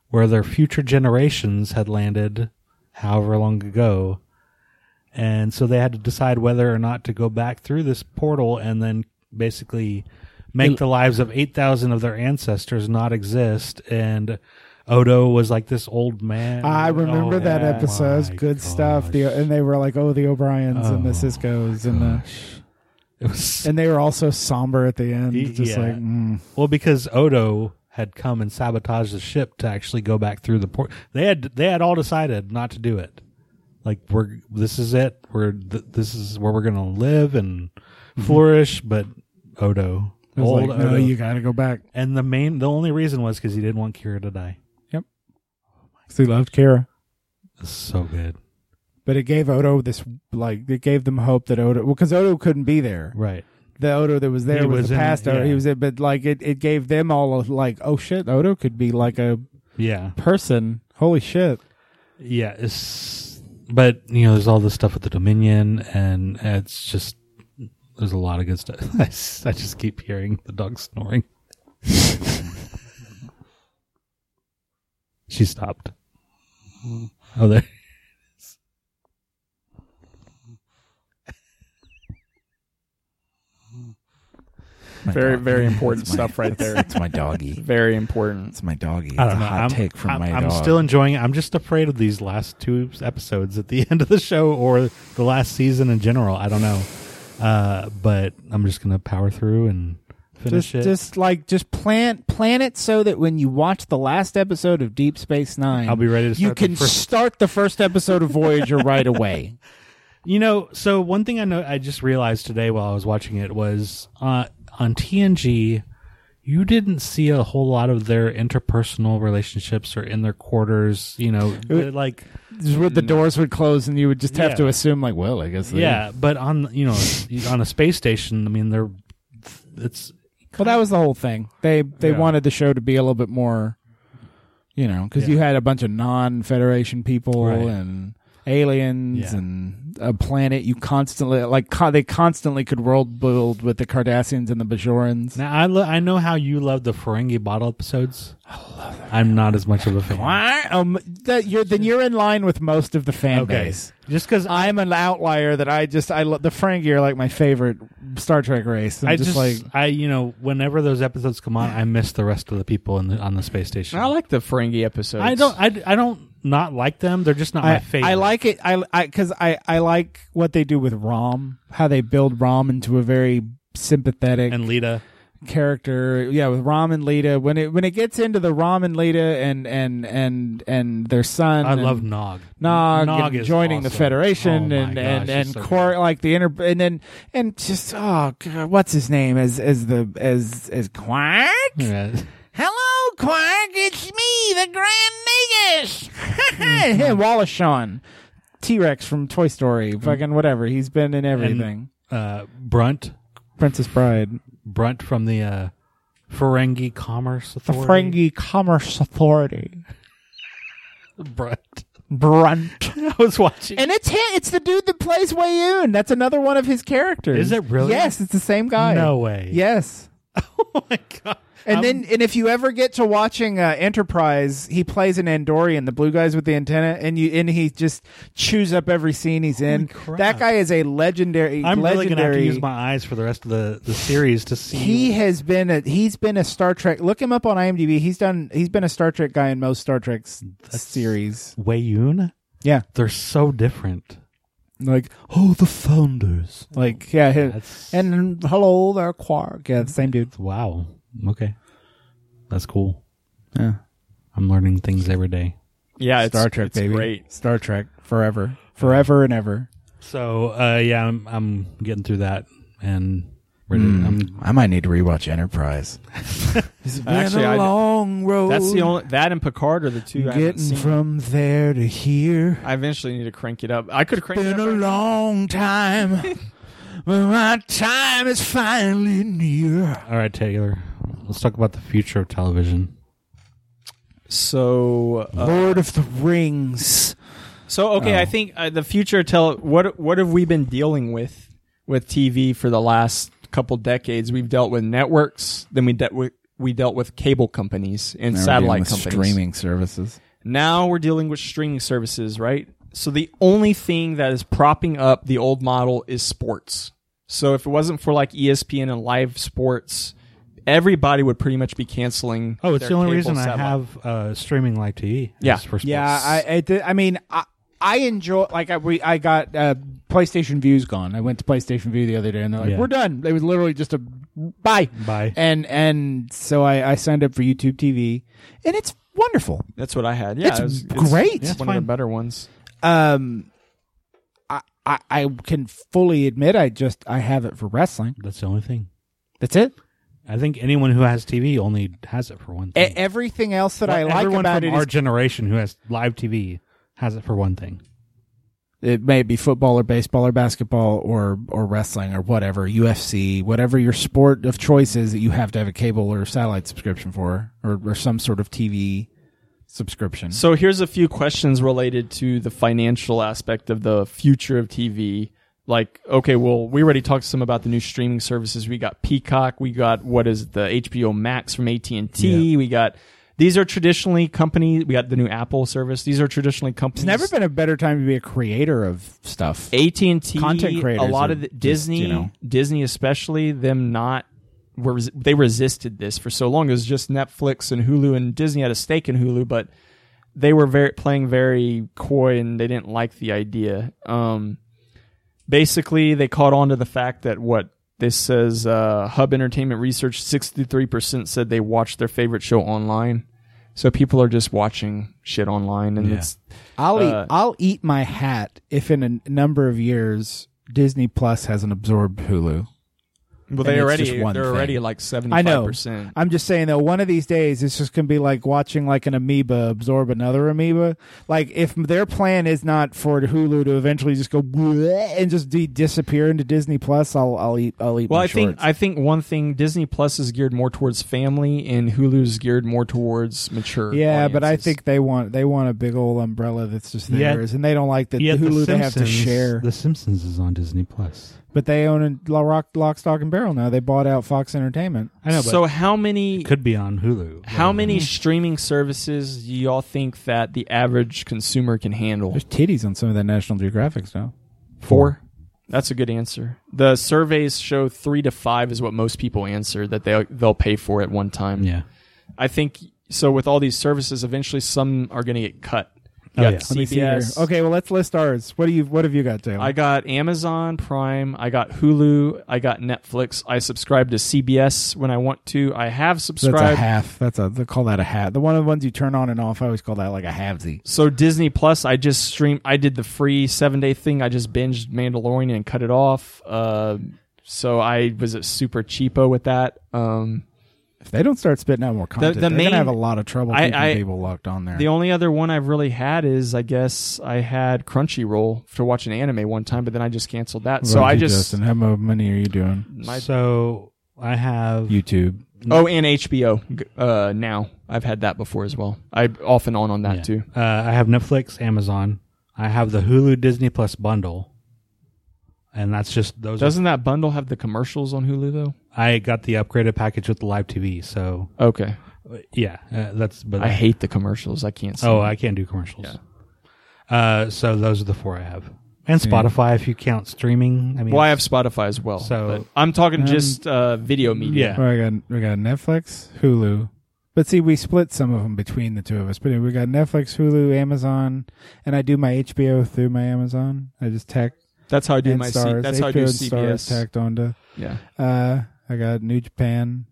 S3: where their future generations had landed however long ago. And so they had to decide whether or not to go back through this portal and then basically make the lives of 8,000 of their ancestors not exist. And Odo was like this old man.
S1: I remember
S3: Oh,
S1: that
S3: my
S1: episode. It's Good stuff. The
S3: gosh.
S1: and they were like, oh, the O'Briens and the
S3: Oh,
S1: Ciscos and the
S3: It was-
S1: and they were all so somber at the end.
S3: Y-
S1: Just
S3: yeah.
S1: like mm.
S3: Well, because Odo had come and sabotaged the ship to actually go back through the port. They had they had all decided not to do it. Like we're this is it. We're th- this is where we're gonna live and flourish. But Odo,
S1: I Mm-hmm. was
S3: old
S1: like,
S3: Odo,
S1: no, you got to go back.
S3: and the main the only reason was because he didn't want Kira to die.
S1: Because he loved Kira.
S3: It's so good,
S1: But it gave Odo this like it gave them hope that Odo well because Odo couldn't be there.
S3: right?
S1: The Odo that was there
S3: He
S1: was,
S3: was
S1: the
S3: in-
S1: past Odo.
S3: yeah.
S1: He was it, but like it, it gave them all a, like oh shit, Odo could be like a
S3: Yeah,
S1: person. Holy shit!
S3: yeah. It's but you know there's all this stuff with the Dominion, and it's just there's a lot of good stuff. I s- I just keep hearing the dog snoring. She stopped. Oh, there.
S2: Very, very important
S8: That's my-
S2: stuff right there.
S8: It's my doggy.
S2: Very important.
S8: It's my doggy.
S3: I don't
S8: It's
S3: know.
S8: A hot
S3: I'm,
S8: take from
S3: I'm,
S8: my
S3: I'm
S8: dog.
S3: still enjoying it. I'm just afraid of these last two episodes at the end of the show or the last season in general. I don't know. Uh, but I'm just gonna power through and finish
S5: Just,
S3: it.
S5: just like just plan plan it so that when you watch the last episode of Deep Space Nine,
S3: I'll be ready to start
S5: you
S3: the
S5: can
S3: first-
S5: start the first episode of Voyager right away.
S3: You know, so one thing I know I just realized today while I was watching it was uh, on TNG, you didn't see a whole lot of their interpersonal relationships or in their quarters. You know, they're like
S5: This is where the doors would close, and you would just have
S3: Yeah.
S5: to assume like, well, I guess they-
S3: yeah, but on you know on a space station, I mean, they're it's
S5: Well, that was the whole thing. They they
S2: Yeah.
S5: wanted the show to be a little bit more, you know, because you
S3: Yeah.
S5: had a bunch of non-Federation people
S3: Right.
S5: and aliens
S3: Yeah.
S5: and a planet. You constantly like co- they constantly could world build with the Cardassians and the Bajorans.
S3: now I lo- I know how you love the Ferengi bottle episodes. I love them. I'm not as much of a fan.
S5: Why? Um, that you're then you're in line with most of the fan
S3: Okay,
S5: base.
S3: just because
S5: I'm an outlier that I just I lo- the Ferengi are like my favorite Star Trek race. I'm
S3: I
S5: just, like
S3: I you know whenever those episodes come on, I miss the rest of the people in the, on the space station.
S2: I like the Ferengi episodes.
S3: I don't. I, I don't not like them. They're just not my
S5: I,
S3: favorite.
S5: I like it. I because I, I like what they do with Rom, how they build Rom into a very sympathetic
S3: and Lita.
S5: character. Yeah, with Rom and Lita. When it when it gets into the Rom and Lita and and and and their son.
S3: I
S5: and
S3: love Nog.
S5: Nog,
S3: Nog
S5: and
S3: is
S5: joining the
S3: awesome.
S5: Federation
S3: Oh my
S5: and
S3: gosh,
S5: and
S3: he's
S5: and
S3: so
S5: Cor-
S3: good.
S5: like the inter and then and just oh God, what's his name as as the as as Quark.
S3: Yeah.
S5: Hello, Quark. It's me, the Grand Negus. Him, Wallace Shawn. T Rex from Toy Story. Fucking whatever. He's been in everything.
S3: Uh, Brunt,
S5: Princess Bride.
S3: Brunt from the uh, Ferengi Commerce
S5: The
S3: Authority.
S5: Ferengi Commerce Authority.
S3: Brunt.
S5: Brunt.
S3: I was watching.
S5: And it's him. It's the dude that plays Wayoon. That's another one of his characters.
S3: Is it really?
S5: Yes, it's the same guy.
S3: No way.
S5: Yes.
S3: oh my god.
S5: And
S3: I'm-
S5: then, and if you ever get to watching uh, Enterprise, he plays an Andorian, the blue guys with the antenna, and you and he just chews up every scene he's in.
S3: crap.
S5: That guy is a legendary.
S3: I'm really gonna have
S5: legendary-
S3: to use my eyes for the rest of the, the series to see.
S5: He has been a he's been a Star Trek. Look him up on IMDb. He's done. He's been a Star Trek guy in most Star Trek series.
S3: Wayoon.
S5: Yeah.
S3: They're so different.
S5: Like
S3: Oh, the founders.
S5: like yeah. he-
S3: That's
S5: and hello there, Quark. Yeah, the same dude.
S3: wow. Okay, that's cool.
S5: Yeah.
S3: I'm learning things every day.
S2: Yeah, it's,
S5: Star Trek,
S2: it's
S5: baby.
S2: great.
S5: Star Trek forever, forever and ever.
S3: So uh, yeah, I'm I'm getting through that and ready.
S5: Hmm.
S3: I'm,
S8: I might need to rewatch Enterprise.
S2: Actually, I-
S5: long road.
S2: that's the only that and Picard are the two I haven't
S5: Getting
S2: seen.
S5: from there to here.
S2: I eventually need to crank it up. I could crank it
S8: Been
S2: up.
S8: a
S2: right-
S8: long time, but my time is finally near.
S3: all right, Taylor. Let's talk about the future of television.
S2: So, uh,
S5: Lord of the Rings.
S2: so okay.
S5: Oh.
S2: I think uh, the future tell what what have we been dealing with with TV for the last couple decades? We've dealt with networks, then we dealt with we dealt with cable companies and satellite companies.
S5: streaming services.
S2: Now we're dealing with streaming services, right? So the only thing that is propping up the old model is sports. So if it wasn't for like E ESPN and live sports, everybody would pretty much be canceling.
S3: Oh, it's
S2: their
S3: the only
S2: cable
S3: reason I
S2: satellite.
S3: have uh, streaming like TV. is
S2: Yeah.
S3: for sports.
S5: Yeah, I I, did- I mean I I enjoy like I we I got uh, PlayStation View's gone. I went to PlayStation View the other day and they're like
S3: Yeah.
S5: we're done. It was literally just a bye
S3: Bye.
S5: and and so I I signed up for YouTube TV and it's wonderful.
S2: That's what I had. Yeah,
S5: It's
S2: it was-
S5: great.
S2: It's,
S5: It's
S2: one of the better ones.
S5: Um, I, I I can fully admit I just I have it for wrestling.
S3: That's the only thing.
S5: That's it.
S3: I think anyone who has TV only has it for one
S5: E-
S3: thing.
S5: everything else that
S3: Well,
S5: I like
S3: everyone
S5: about
S3: from
S5: it
S3: our
S5: is
S3: generation who has live TV has it for one thing.
S5: it may be football or baseball or basketball or or wrestling or whatever UFC whatever your sport of choice is that you have to have a cable or satellite subscription for or, or some sort of TV subscription.
S2: So here's a few questions related to the financial aspect of the future of TV. Like, okay, well, we already talked some about the new streaming services. We got Peacock. We got what is it, the HBO Max from AT and T. We got these are traditionally companies. We got the new Apple service. These are traditionally companies.
S5: it's never been a better time to be a creator of stuff.
S2: AT and T.
S5: Content
S2: A
S5: creators
S2: lot
S5: are
S2: of the,
S5: just,
S2: Disney,
S5: you know.
S2: Disney especially them not. Were, res- they resisted this for so long. It was just Netflix and Hulu, and Disney had a stake in Hulu, but they were very playing very coy and they didn't like the idea. Um, basically, they caught on to the fact that what this says uh, Hub Entertainment Research 63% said they watched their favorite show online. So people are just watching shit online, and it's
S5: I'll
S2: Uh,
S5: eat, I'll eat my hat if in a n- number of years Disney Plus hasn't absorbed Hulu.
S2: well,
S5: And
S2: they
S5: it's
S2: already
S5: just one
S2: they're
S5: thing.
S2: already like
S5: I
S2: seventy five
S5: know.
S2: percent.
S5: I'm just saying though, one of these days it's just gonna be like watching like an amoeba absorb another amoeba. Like if their plan is not for Hulu to eventually just go bleh and just de- disappear into Disney Plus, I'll I'll eat I'll eat.
S2: Well,
S5: my
S2: I think
S5: shorts.
S2: I think one thing Disney Plus is geared more towards family, and Hulu's geared more towards mature.
S5: yeah, but I
S2: audiences.
S5: think they want they want a big old umbrella that's just
S3: Yeah.
S5: theirs, and they don't like that the Hulu they have to share.
S3: The Simpsons is on Disney Plus.
S5: but they own a lock, lock, stock, and barrel now. They bought out Fox Entertainment.
S3: I know, but
S2: so. How many
S3: it could be on Hulu.
S2: how many streaming services do y'all think that the average consumer can handle?
S5: There's titties on some of that National Geographic stuff.
S2: Four. That's a good answer. The surveys show three to five is what most people answer that they they'll pay for at one time.
S3: Yeah.
S2: I think so. With all these services, eventually some are going to get cut. You
S3: Oh,
S2: got
S3: yeah.
S5: Let me see here.
S2: CBS.
S5: Okay, well let's list ours. What do you what have you got, Taylor?
S2: I got Amazon Prime. I got Hulu. I got Netflix. I subscribe to CBS when I want to. I have
S5: That's a
S2: subscribed.
S5: half. That's a they call that a half. The one of the ones you turn on and off. I always call that like a halvesy.
S2: So Disney Plus, I just stream. I did the free seven day thing. I just binged Mandalorian and cut it off. Uh, so I was a super cheapo with that. Um,
S5: If they don't start spitting out more content,
S2: the
S5: they're
S2: main-
S5: gonna have a lot of trouble
S2: I-
S5: keeping
S2: I-
S5: people locked on there.
S2: the only other one I've really had is, I guess, I had Crunchyroll to watch an anime one time, but then I just canceled that. So
S5: What about
S2: I
S5: you,
S2: just
S5: Justin, how mo- many are you doing?
S2: my,
S3: so I have
S5: YouTube.
S2: oh, and HBO g- uh, now. I've had that before as well. I off and on on that
S3: yeah.
S2: too.
S3: Uh, I have Netflix, Amazon. I have the Hulu Disney Plus bundle, and that's just those. are-
S2: Doesn't that bundle have the commercials on Hulu though?
S3: I got the upgraded package with the live TV. So
S2: Okay.
S3: uh, yeah, uh, that's. But
S2: I hate the commercials. I can't see.
S3: Oh, I can't do commercials. Uh, so those are the four I have, and Spotify if you count streaming. I mean,
S2: well, I have Spotify as well.
S3: So-
S2: but I'm talking just uh, video media.
S3: yeah.
S5: Oh, I got we got Netflix, Hulu. But see, we split some of them between the two of us. But we got Netflix, Hulu, Amazon, and I do my HBO through my Amazon. I just tack
S2: That's how I do
S5: and
S2: my. C-
S5: stars.
S2: that's
S5: HBO
S2: how I do
S5: and
S2: CBS.
S5: stars tacked onto.
S2: Yeah.
S5: Uh, I got New Japan.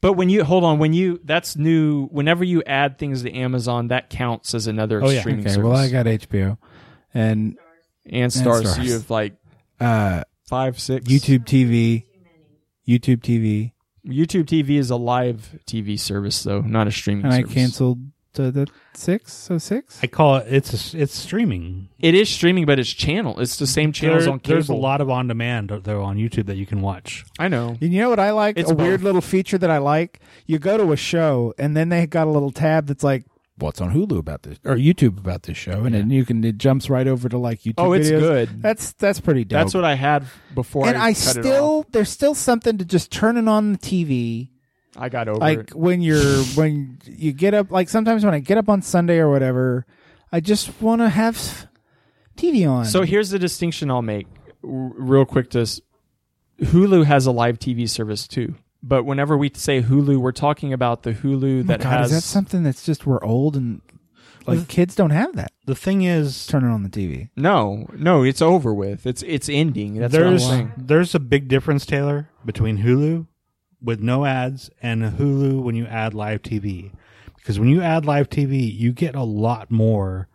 S2: But when you hold on, when you that's new. Whenever you add things to Amazon, that counts as another
S3: Oh, yeah.
S2: streaming
S5: Okay,
S2: service.
S5: well I got HBO, and
S2: and stars. So
S5: Stars.
S2: you have like
S5: uh,
S2: five, six.
S5: YouTube TV, YouTube TV,
S2: YouTube TV is a live TV service though, not a streaming.
S5: and I
S2: service.
S5: canceled the, the six, so six.
S3: I call it. It's a, it's streaming.
S2: It is streaming, but it's channel. It's the same channels
S3: There-
S2: on cable.
S3: There's a lot of on demand though on YouTube that you can watch.
S2: I know.
S5: And you know what I like?
S2: It's
S5: a weird
S2: both.
S5: little feature that I like. You go to a show, and then they got a little tab that's like, "What's on Hulu about this or YouTube about this show?" And then you can it jumps right over to like YouTube.
S2: Oh, it's
S5: videos.
S2: good.
S5: That's that's pretty dope.
S2: That's what I had before.
S5: and I
S2: cut it off.
S5: still there's still something to just turning on the TV
S2: I got over
S5: like
S2: it.
S5: when you're when you get up like sometimes when i get up on sunday or whatever i just want to have s- tv on
S2: So here's the distinction I'll make r- real quick to s- Hulu has a live TV service too. But whenever we say Hulu, we're talking about the Hulu that
S5: Oh god
S2: has
S5: is that something that's just we're old and like kids don't have that
S3: The thing is,
S5: turn it on the tv
S2: No, no, it's over with. It's it's ending. That's what I'm
S3: there's
S2: saying.
S3: there's a big difference, Taylor, between Hulu with no ads and Hulu when you add live TV. Because when you add live TV, you get a lot more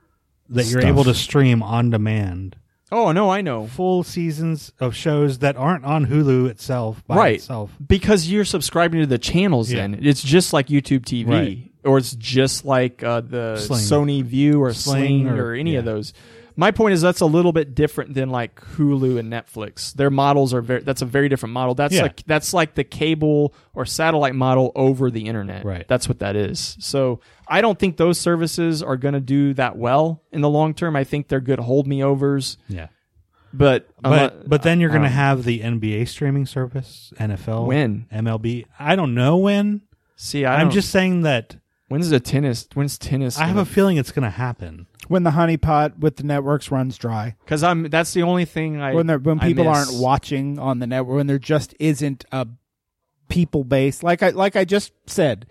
S3: that you're able to stream on demand.
S2: Oh no, I know.
S3: Full seasons of shows that aren't on Hulu itself by
S2: Right.
S3: itself.
S2: Because you're subscribing to the channels
S3: Yeah.
S2: then. It's just like YouTube TV.
S3: Right.
S2: Or it's just like uh, the
S3: Sling.
S2: Sony View or Sling,
S3: Sling
S2: or,
S3: or-
S2: any of
S3: yeah.
S2: those. My point is that's a little bit different than like Hulu and Netflix. Their models are very that's a very different model. That's
S3: Yeah.
S2: like that's like the cable or satellite model over the internet.
S3: Right.
S2: That's what that is. So I don't think those services are gonna do that well in the long term. I think they're good hold me overs.
S3: Yeah.
S2: But
S3: But
S2: unle-
S3: but then you're going to
S2: um,
S3: have the NBA streaming service, NFL,
S2: When?
S3: MLB. I don't know when.
S2: see I
S3: I'm
S2: don't-
S3: just saying that
S2: When's the tennis? When's tennis?
S3: I have a feeling it's going to happen.
S5: when the honeypot with the networks runs dry
S2: because I'm. That's the only thing I
S5: when they're, when
S2: I
S5: people
S2: miss.
S5: aren't watching on the network when there just isn't a people base like i like i just said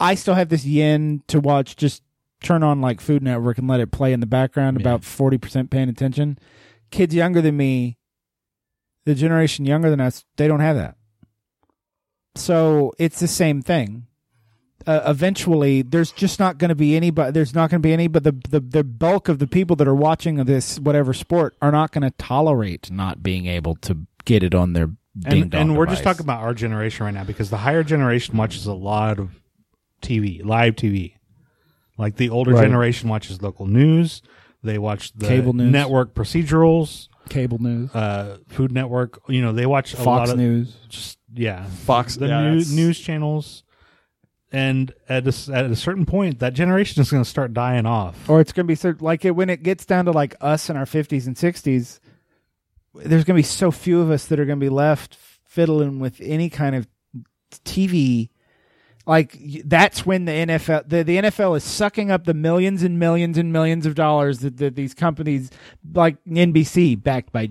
S5: i still have this yin to watch just turn on like food network and let it play in the background about 40% paying attention kids younger than me the generation younger than us they don't have that so it's the same thing uh, eventually there's just not going to be anybody there's not going to be any but the, the the bulk of the people that are watching this whatever sport are not going to tolerate not being able to get it on their ding
S3: And,
S5: dong
S3: and we're just
S5: device.
S3: talking about our generation right now because the higher generation watches a lot of TV, live TV. Like the older generation watches local news. They watch the
S5: Cable news.
S3: network procedurals,
S5: cable news
S3: uh, Food Network. You know, they watch a lot
S5: fox
S3: of
S5: news
S3: just yeah,
S2: Fox
S3: the
S2: yeah,
S3: new-
S2: that's-
S3: news channels. And at a, s- at a certain point, that generation is going to start dying off.
S5: or it's going to be so, like it when it gets down to like us in our 50s and 60s there's going to be so few of us that are going to be left fiddling with any kind of tv like y- that's when the NFL the, the NFL is sucking up the millions and millions and millions of dollars that, that these companies like NBC backed by E,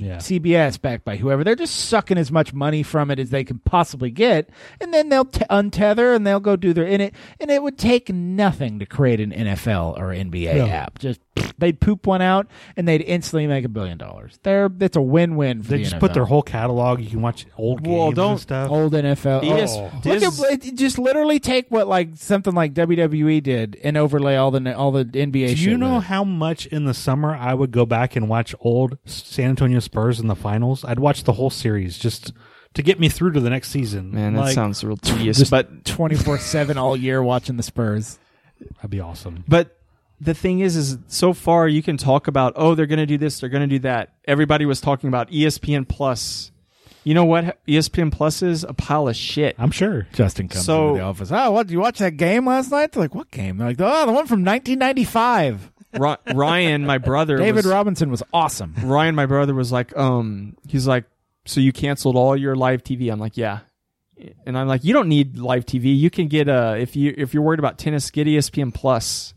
S5: GE, CBS backed by whoever they're just sucking as much money from it as they can possibly get, and then they'll t- untether and they'll go do their in it and it would take nothing to create an NFL or NBA app. Just they'd poop one out and they'd instantly make a billion dollars. They're that's a win win for
S3: They
S5: the
S3: just
S5: NFL.
S3: put their whole catalog. You can watch old games
S2: Well, don't-
S3: and stuff.
S5: old NFL.
S2: ES
S3: Oh.
S5: Look
S2: Diz-
S5: at, it- just literally take what like something like WWE did and overlay all the all the NBA.
S3: Do
S5: shit
S3: you
S5: with
S3: know
S5: it.
S3: how much in the summer I would go back and watch old San Antonio Spurs in the finals? I'd watch the whole series just to get me through to the next season.
S2: man, that
S3: Like,
S2: sounds real tedious.
S5: just
S2: but
S5: twenty four seven all year watching the Spurs?
S3: that'd be awesome.
S2: but the thing is, is so far you can talk about oh they're gonna do this, they're gonna do that. Everybody was talking about E ESPN Plus. You know what E ESPN Plus is? A pile of shit.
S3: I'm sure.
S5: Justin comes
S2: So-
S5: into the office. Oh, what did you watch that game last night? They're like, what game? They're like, oh, the one from nineteen ninety five.
S2: Ri- Ryan, my brother,
S5: David
S2: was,
S5: Robinson was awesome.
S2: Ryan, my brother, was like, um, he's like, so you canceled all your live TV? I'm like, yeah. And I'm like, you don't need live TV. You can get uh if you if you're worried about tennis, get E ESPN Plus.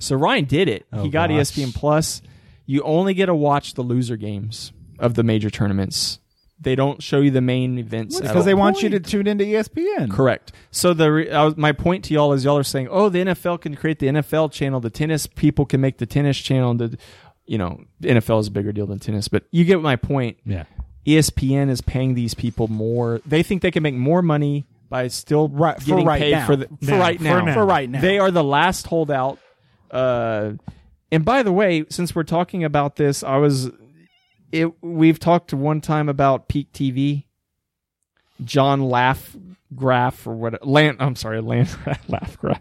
S2: So Ryan did it.
S5: Oh,
S2: he got E
S3: gosh.
S2: ESPN Plus. You only get to watch the loser games of the major tournaments. They don't show you the main events at
S5: Because they
S2: all.
S5: want you to tune into E ESPN.
S2: Correct. So the re- I was, my point to y'all is y'all are saying, oh, the NFL can create the NFL channel, the tennis people can make the tennis channel. The you know the NFL is a bigger deal than tennis, but you get my point.
S3: Yeah.
S2: E ESPN is paying these people more. They think they can make more money by still
S5: Right- for
S2: getting
S5: right
S2: paid
S5: now.
S2: for the, for
S3: Now,
S2: right
S3: for
S2: now.
S3: now.
S5: For right now.
S2: They are the last holdout. Uh, and by the way, since we're talking about this, I was it. We've talked one time about Peak TV. John Laff Graph or what? Land. I'm sorry, Land Laff Graph.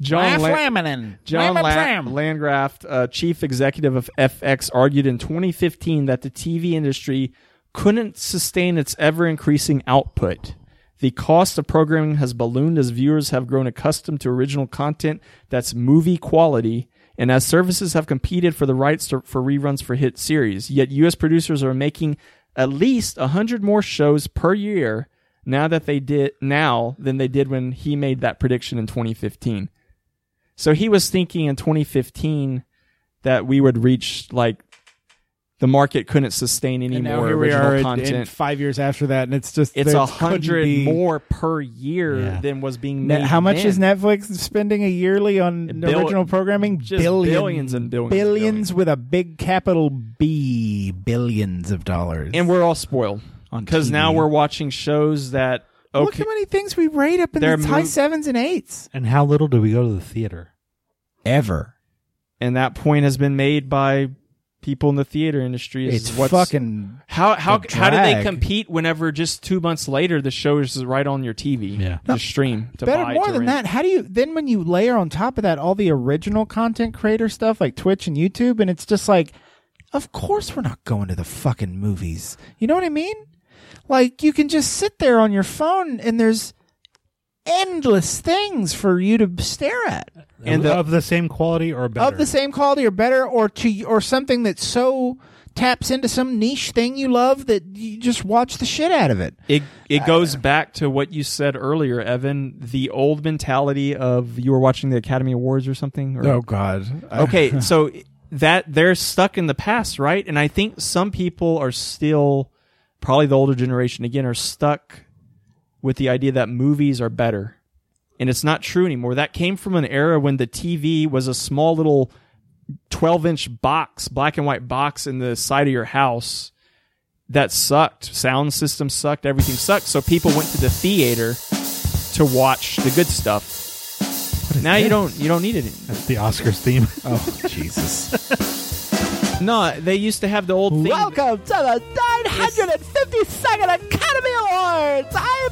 S2: John Laff
S5: Laminin.
S2: John
S5: Lamin
S2: La-
S5: Tram.
S2: Landgraf, uh, chief executive of FX, argued in 2015 that the TV industry couldn't sustain its ever increasing output. The cost of programming has ballooned as viewers have grown accustomed to original content that's movie quality and as services have competed for the rights to, for reruns for hit series. Yet U.S. producers are making at least 100 more shows per year now that they did now than they did when he made that prediction in 2015. So he was thinking in 2015 that we would reach like the market couldn't sustain any
S1: And now
S2: more
S1: here we
S2: original
S1: are in-
S2: content.
S1: in five years after that, and it's just
S2: it's
S1: there
S2: a
S1: couldn't
S2: hundred
S1: be-
S2: more per year
S3: Yeah.
S2: than was being
S1: Ne-
S2: made.
S1: How much
S2: then.
S1: is Netflix spending a yearly on
S2: Bill-
S1: original programming?
S2: Just
S1: Billion-
S2: billions and billions and
S5: Billions with a big capital B, billions of dollars.
S2: And we're all spoiled
S5: On
S2: because now
S5: TV.
S2: we're watching shows that
S5: Look
S2: okay.
S5: how many things we rate up in
S2: They're
S5: the high
S2: mov-
S5: sevens and eights.
S3: And how little do we go to the theater?
S5: Ever.
S2: and that point has been made by people in the theater industry. Is
S5: It's
S2: what's,
S5: fucking.
S2: how how
S5: a
S2: how do they
S5: drag.
S2: compete whenever just two months later the show is right on your TV?
S3: Yeah.
S2: the stream to
S1: Better
S2: buy,
S1: more
S2: to
S1: than
S2: rent.
S1: that. How do you then when you layer on top of that all the original content creator stuff like Twitch and YouTube, and it's just like
S5: Of course, we're not going to the fucking movies. You know what I mean? Like, you can just sit there on your phone and there's endless things for you to stare at
S3: And of the same quality or better?
S5: of the same quality or better, or to or something that so taps into some niche thing you love that you just watch the shit out of it.
S2: It it goes back to what you said earlier, Evan. The old mentality of you were watching the Academy Awards or something. Or,
S1: God.
S2: okay, so that they're stuck in the past, right? And I think some people are still, probably the older generation again, are stuck with the idea that movies are better. And it's not true anymore. That came from an era when the TV was a small little 12 inch box, black and white box in the side of your house that sucked. Sound system sucked, everything sucked. So people went to the theater to watch the good stuff. Now you don't you don't need it. anymore.
S3: the Oscars theme.
S2: No, they used to have the old thing.
S5: Welcome to the 952nd Academy Awards. I'm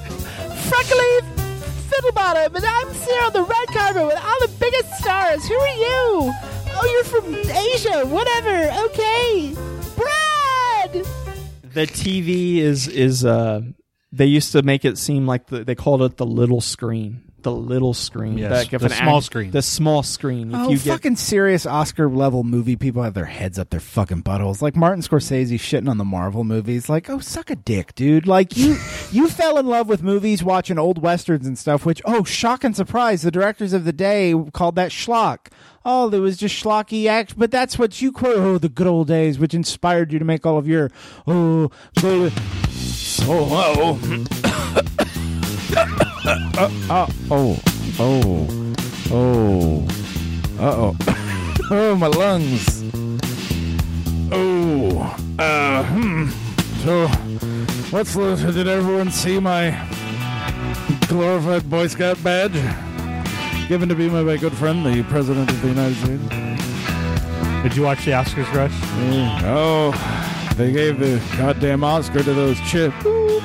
S5: Freckly Fiddlebottom, and I'm sitting on the red carpet with all the biggest stars. Who are you? Oh, you're from Asia. Whatever. Okay. Brad.
S2: The TV is is uh they used to make it seem like the, they called it the little screen. The little screen.
S3: Yes,
S2: Like
S3: the
S2: an
S3: small screen.
S2: The small screen. If
S5: Oh,
S2: you get
S5: fucking serious Oscar level movie people have their heads up their fucking buttholes. Like Martin Scorsese shitting on the Marvel movies. Like, oh, suck a dick, dude. Like you, you fell in love with movies watching old westerns and stuff. Which, oh, shock and surprise, the directors of the day called that schlock. Oh, there was just schlocky act, but that's what you quote. Oh, the good old days, which inspired you to make all of your oh, baby. oh, oh, oh, oh, oh, oh. Uh oh. oh, my lungs.
S1: Oh, uh, hmm. So, what's the, did everyone see my glorified Boy Scout badge? Given to me by my good friend, the President of the United States.
S3: Did you watch the Oscars rush?
S1: Oh, they gave the goddamn Oscar to those chick. boop.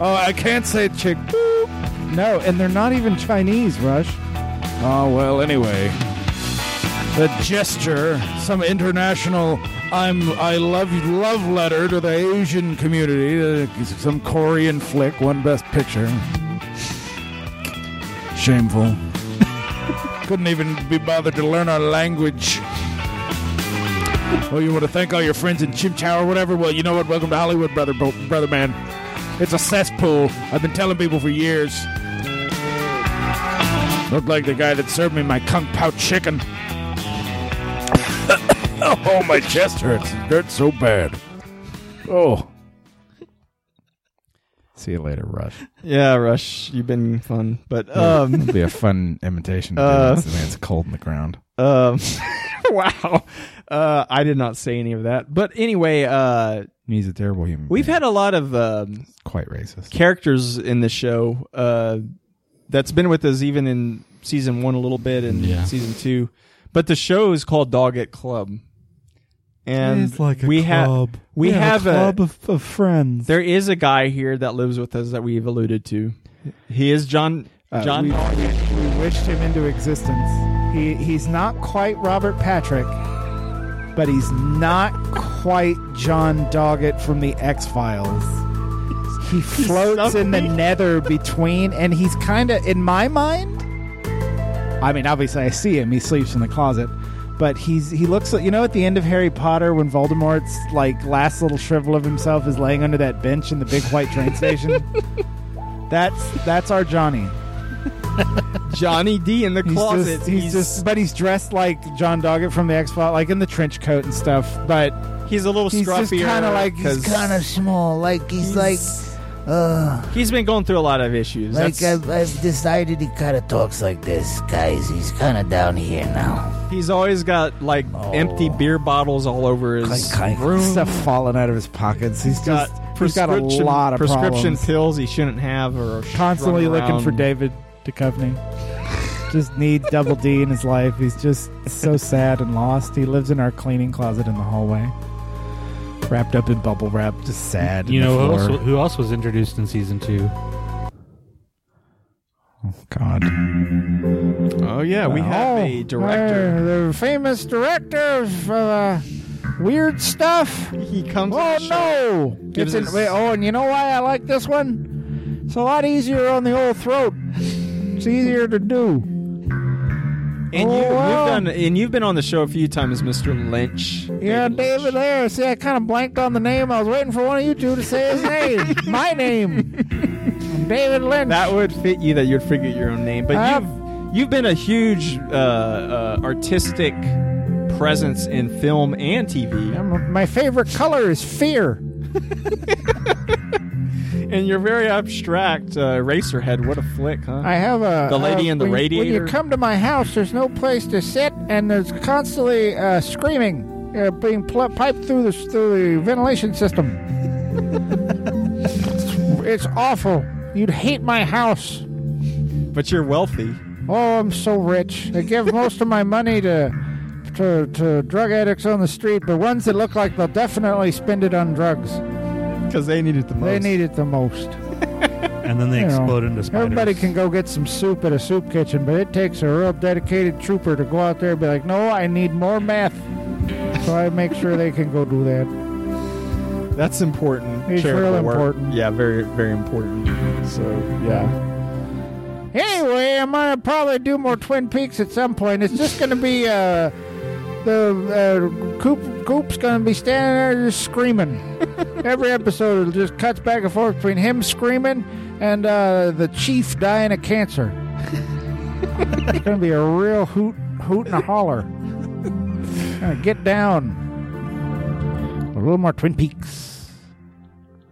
S1: Oh, I can't say chick. boop. No, and they're not even Chinese, Rush. Oh, well, anyway. The gesture, some international I'm I love you love letter to the Asian community, uh, some Korean flick, one best picture. Shameful. Couldn't even be bothered to learn our language. Oh, you want to thank all your friends in Chimchow or whatever? Well, you know what? Welcome to Hollywood, brother, bo- brother man. It's a cesspool. I've been telling people for years. Looked like the guy that served me my kung pao chicken. oh, my chest hurts. It hurts so bad. Oh.
S5: See you later, Rush.
S2: Yeah, Rush, you've been fun. But um
S5: It'll be a fun imitation. To
S2: Uh,
S5: do. It's- man, it's cold in the ground.
S2: um Wow. Uh I did not say any of that. But anyway, uh
S5: He's a terrible human.
S2: we've
S5: being.
S2: had a lot of um
S5: quite racist.
S2: characters in the show uh, that's been with us even in season one a little bit and season two. But the show is called Dog at Club, and
S7: It's like a
S2: we have
S7: club.
S2: we, have,
S7: a club
S2: a,
S7: of, of friends.
S2: there is a guy here that lives with us that we've alluded to. He is John
S5: Uh,
S2: John.
S1: we, we, we wished him into existence.
S5: He, he's not quite Robert Patrick, but he's not quite John Doggett from the X Files. He floats in the nether between, and he's kind of, in my mind, I mean, obviously I see him. He sleeps in the closet, but he's he looks like you know at the end of Harry Potter when Voldemort's like last little shrivel of himself is laying under that bench in the big white train station. That's that's our Johnny.
S2: Johnny D in the
S5: He's
S2: closet.
S5: just, he's, just, but he's dressed like John Doggett from the X Files, like in the trench coat and stuff. But
S2: he's a little
S5: he's
S2: scruffier.
S5: just kind of like he's
S2: 'cause
S5: kind of
S8: small. Like he's, like, uh,
S2: he's been going through a lot of issues.
S8: like
S2: That's-
S8: I've, I've decided he kind of talks like this, guys. He's kind of down here now.
S2: he's always got like empty
S5: Oh.
S2: beer bottles all over his
S8: Clank, clank.
S2: room.
S5: stuff falling out of his pockets. He's
S2: got
S5: just he's got a
S2: prescription-
S5: lot of
S2: prescription
S5: problems.
S2: pills he shouldn't have or sh-
S1: Constantly
S2: running
S1: looking for
S2: around.
S1: David Duchovny. just need double D in his life. He's just so sad and lost. He lives in our cleaning closet in the hallway, wrapped up in bubble wrap.
S5: Just sad.
S3: You
S5: in the
S3: know who
S5: floor.
S3: else, who else was introduced in season two?
S5: God.
S2: Oh yeah, we have a director.
S5: Uh, the famous director of uh, weird stuff.
S2: He comes.
S5: Oh
S2: on the show.
S5: no!
S2: Gives
S5: It's an-
S2: us-
S5: wait, oh, and you know why I like this one? It's a lot easier on the old throat. It's easier to do.
S2: And you,
S5: Oh, wow.
S2: you've done, and you've been on the show a few times, Mr. Lynch.
S5: Yeah,
S2: Lynch.
S5: David Lair. See, I kind of blanked on the name. I was waiting for one of you two to say his name. My name. David Lynch.
S2: That would fit you that you'd figure your own name, but
S5: I have-
S2: you've you've been a huge uh, uh, artistic presence in film and TV,
S5: Um, My favorite color is fear.
S2: and you're very abstract. Uh, Racerhead, what a flick, huh?
S5: I have a
S2: The lady
S5: uh,
S2: and the
S5: when you- When
S2: radiator.
S5: you come to my house, there's no place to sit, and there's constantly uh, screaming uh, being pl- piped through the through the ventilation system. it's awful. You'd hate my house.
S2: but you're wealthy.
S5: Oh, I'm so rich. I give most of my money to. To, to drug addicts on the street, but ones that look like they'll definitely spend it on drugs.
S2: Because they needed the most.
S5: They need it the most.
S3: And then they
S5: You know,
S3: explode into spiders.
S5: Everybody can go get some soup at a soup kitchen, but it takes a real dedicated trooper to go out there and be like, no, I need more meth. So I make sure they can go do that.
S2: That's important.
S5: It's
S2: charitable
S5: real
S2: work.
S5: important.
S2: Yeah, very, very important. So, yeah.
S5: Anyway, I'm going to probably do more Twin Peaks at some point. It's just going to be, uh, the uh, Coop, Coop's going to be standing there just screaming. Every episode, it just cuts back and forth between him screaming and uh, the chief dying of cancer. it's going to be a real hoot, hoot and a holler. Gonna get down. A little more Twin Peaks.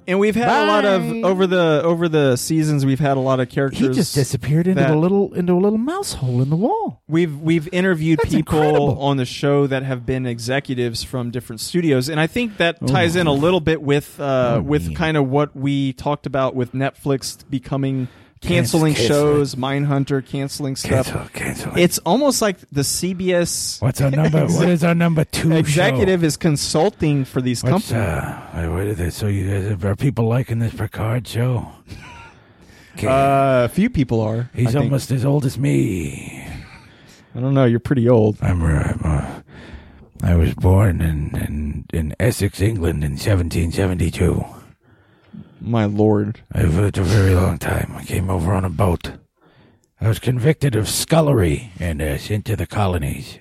S2: And we've had a lot of
S5: Bye.
S2: over the over the seasons. We've had a lot of characters.
S5: He just disappeared into
S2: that-
S5: a little into a little mouse hole in the wall.
S2: We've we've interviewed
S5: That's
S2: people
S5: incredible.
S2: on the show that have been executives from different studios, and I think
S8: Oh,
S2: that ties in a little bit with uh, with kind of what we talked about with Netflix becoming canceling
S8: cancel
S2: shows, Mindhunter canceling stuff.
S8: cancel.
S2: It's almost like the CBS
S8: What's our number? What is our number two
S2: executive is consulting for these
S8: What's,
S2: companies.
S8: uh, wait, what is this? So you guys are people liking this Picard show? Okay.
S2: Uh, a few people are. I
S8: He's
S2: think.
S8: almost as old as me.
S2: I don't know. You're pretty old.
S8: I'm, uh, I'm, uh, I was born in, in in Essex, England, in 1772.
S2: My lord.
S8: I've lived a very long time. I came over on a boat. I was convicted of scullery and uh, sent to the colonies.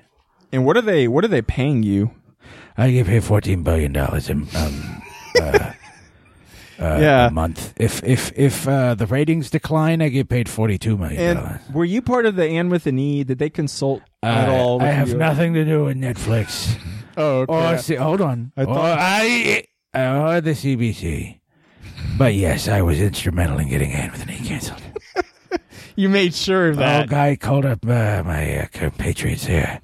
S2: And what are they? What are they paying you?
S8: I give her fourteen billion dollars a, um, uh, uh,
S2: Yeah.
S8: a month. If if if uh, the ratings decline, I get paid forty-two million
S2: And
S8: dollars.
S2: were you part of the Anne with an E? Did they consult at
S8: I-
S2: all?
S8: Uh, I
S2: with
S8: have
S2: you?
S8: nothing to do with Netflix.
S2: Oh, okay.
S8: Or see, hold on. I or I or the CBC. But yes, I was instrumental in getting Anthony canceled.
S2: you made sure of
S8: That
S2: that.
S8: old guy called up uh, my uh, compatriots here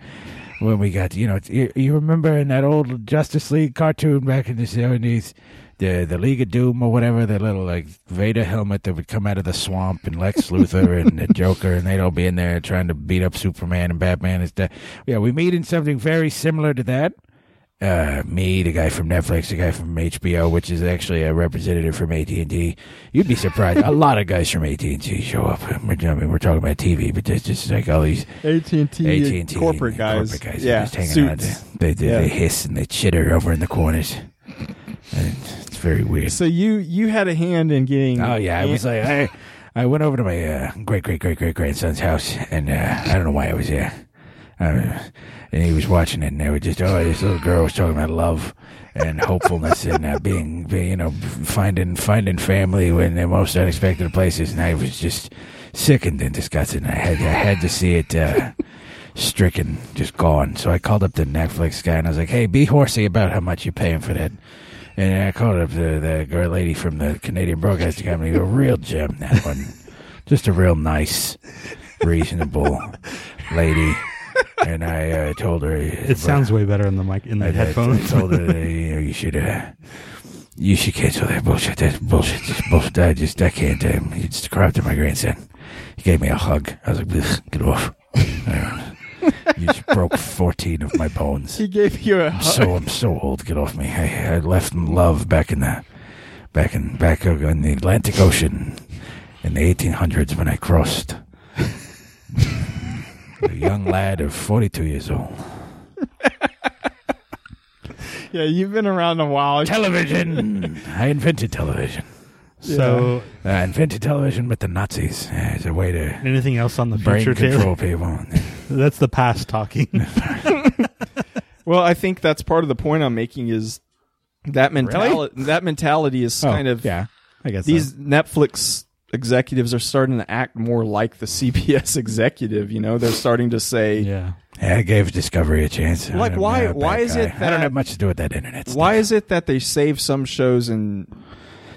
S8: when we got, you know, it's- you, you remember in that old Justice League cartoon back in the seventies, the the League of Doom or whatever, the little like Vader helmet that would come out of the swamp, and Lex Luthor and the Joker, and they'd all be in there trying to beat up Superman and Batman and stuff. Yeah, we meet in something very similar to that. Uh, me, the guy from Netflix, the guy from HBO, which is actually a representative from AT and T. You'd be surprised. a lot of guys from AT and T show up. I mean, we're talking about TV, but there's just like all these
S2: AT and
S8: AT
S2: T uh,
S8: and T
S2: corporate guys.
S8: corporate guys,
S2: yeah,
S8: just hanging
S2: suits.
S8: out. They they, they
S2: Yeah.
S8: hiss and they chitter over in the corners. And it's very weird.
S2: So you you had a hand in getting.
S8: Oh yeah, I was like I I went over to my uh, great great great great grandson's house, and uh, I don't know why I was there.
S5: Uh, and he was watching it, and they were just, oh, this little girl was talking about love and hopefulness and uh, being, being, you know, finding finding family when the most unexpected places. And I was just sickened and disgusted. And I had I had to see it. Uh, Stricken, just gone. So I called up the Netflix guy and I was like, "Hey, be horsey about how much you're paying for that." And I called up the, the girl lady from the Canadian Broadcasting Company. A real gem, that one. Just a real nice, reasonable lady. And I uh, told her
S3: It sounds way better in the mic in
S5: I,
S3: the
S5: I- I
S3: headphones.
S5: told her that, you know you should uh, you should cancel that bullshit. That's bullshit. That's bullshit. I just I can't. Um, it's corrupted my grandson. He gave me a hug. I was like, "Ugh, get off. Uh, you just broke fourteen of my bones.
S2: He gave you a
S5: I'm
S2: hug.
S5: so I'm so old. Get off me! I, I left love back in the back in back in the Atlantic Ocean in the 1800s when I crossed. a young lad of 42 years old.
S2: yeah, you've been around a while.
S5: Television. I invented television.
S3: So,
S5: I invented television with the Nazis as a way to
S3: anything else on the
S5: brain
S3: future, Taylor?
S5: control people.
S3: That's the past talking.
S2: Well, I think that's part of the point I'm making is that mentality. That mentality is
S8: Oh,
S5: Oh,
S2: kind of
S14: yeah, I guess
S2: these Netflix executives are starting to act more like the CBS executive. You know, they're starting to say,
S3: yeah.
S5: I gave Discovery a chance.
S2: Like,
S5: I'm
S2: why-
S5: not a bad
S2: why is
S5: guy.
S2: it
S5: I
S2: that-
S5: don't have much to do with that internet.
S2: "Why
S5: stuff.
S2: is it that they save some shows and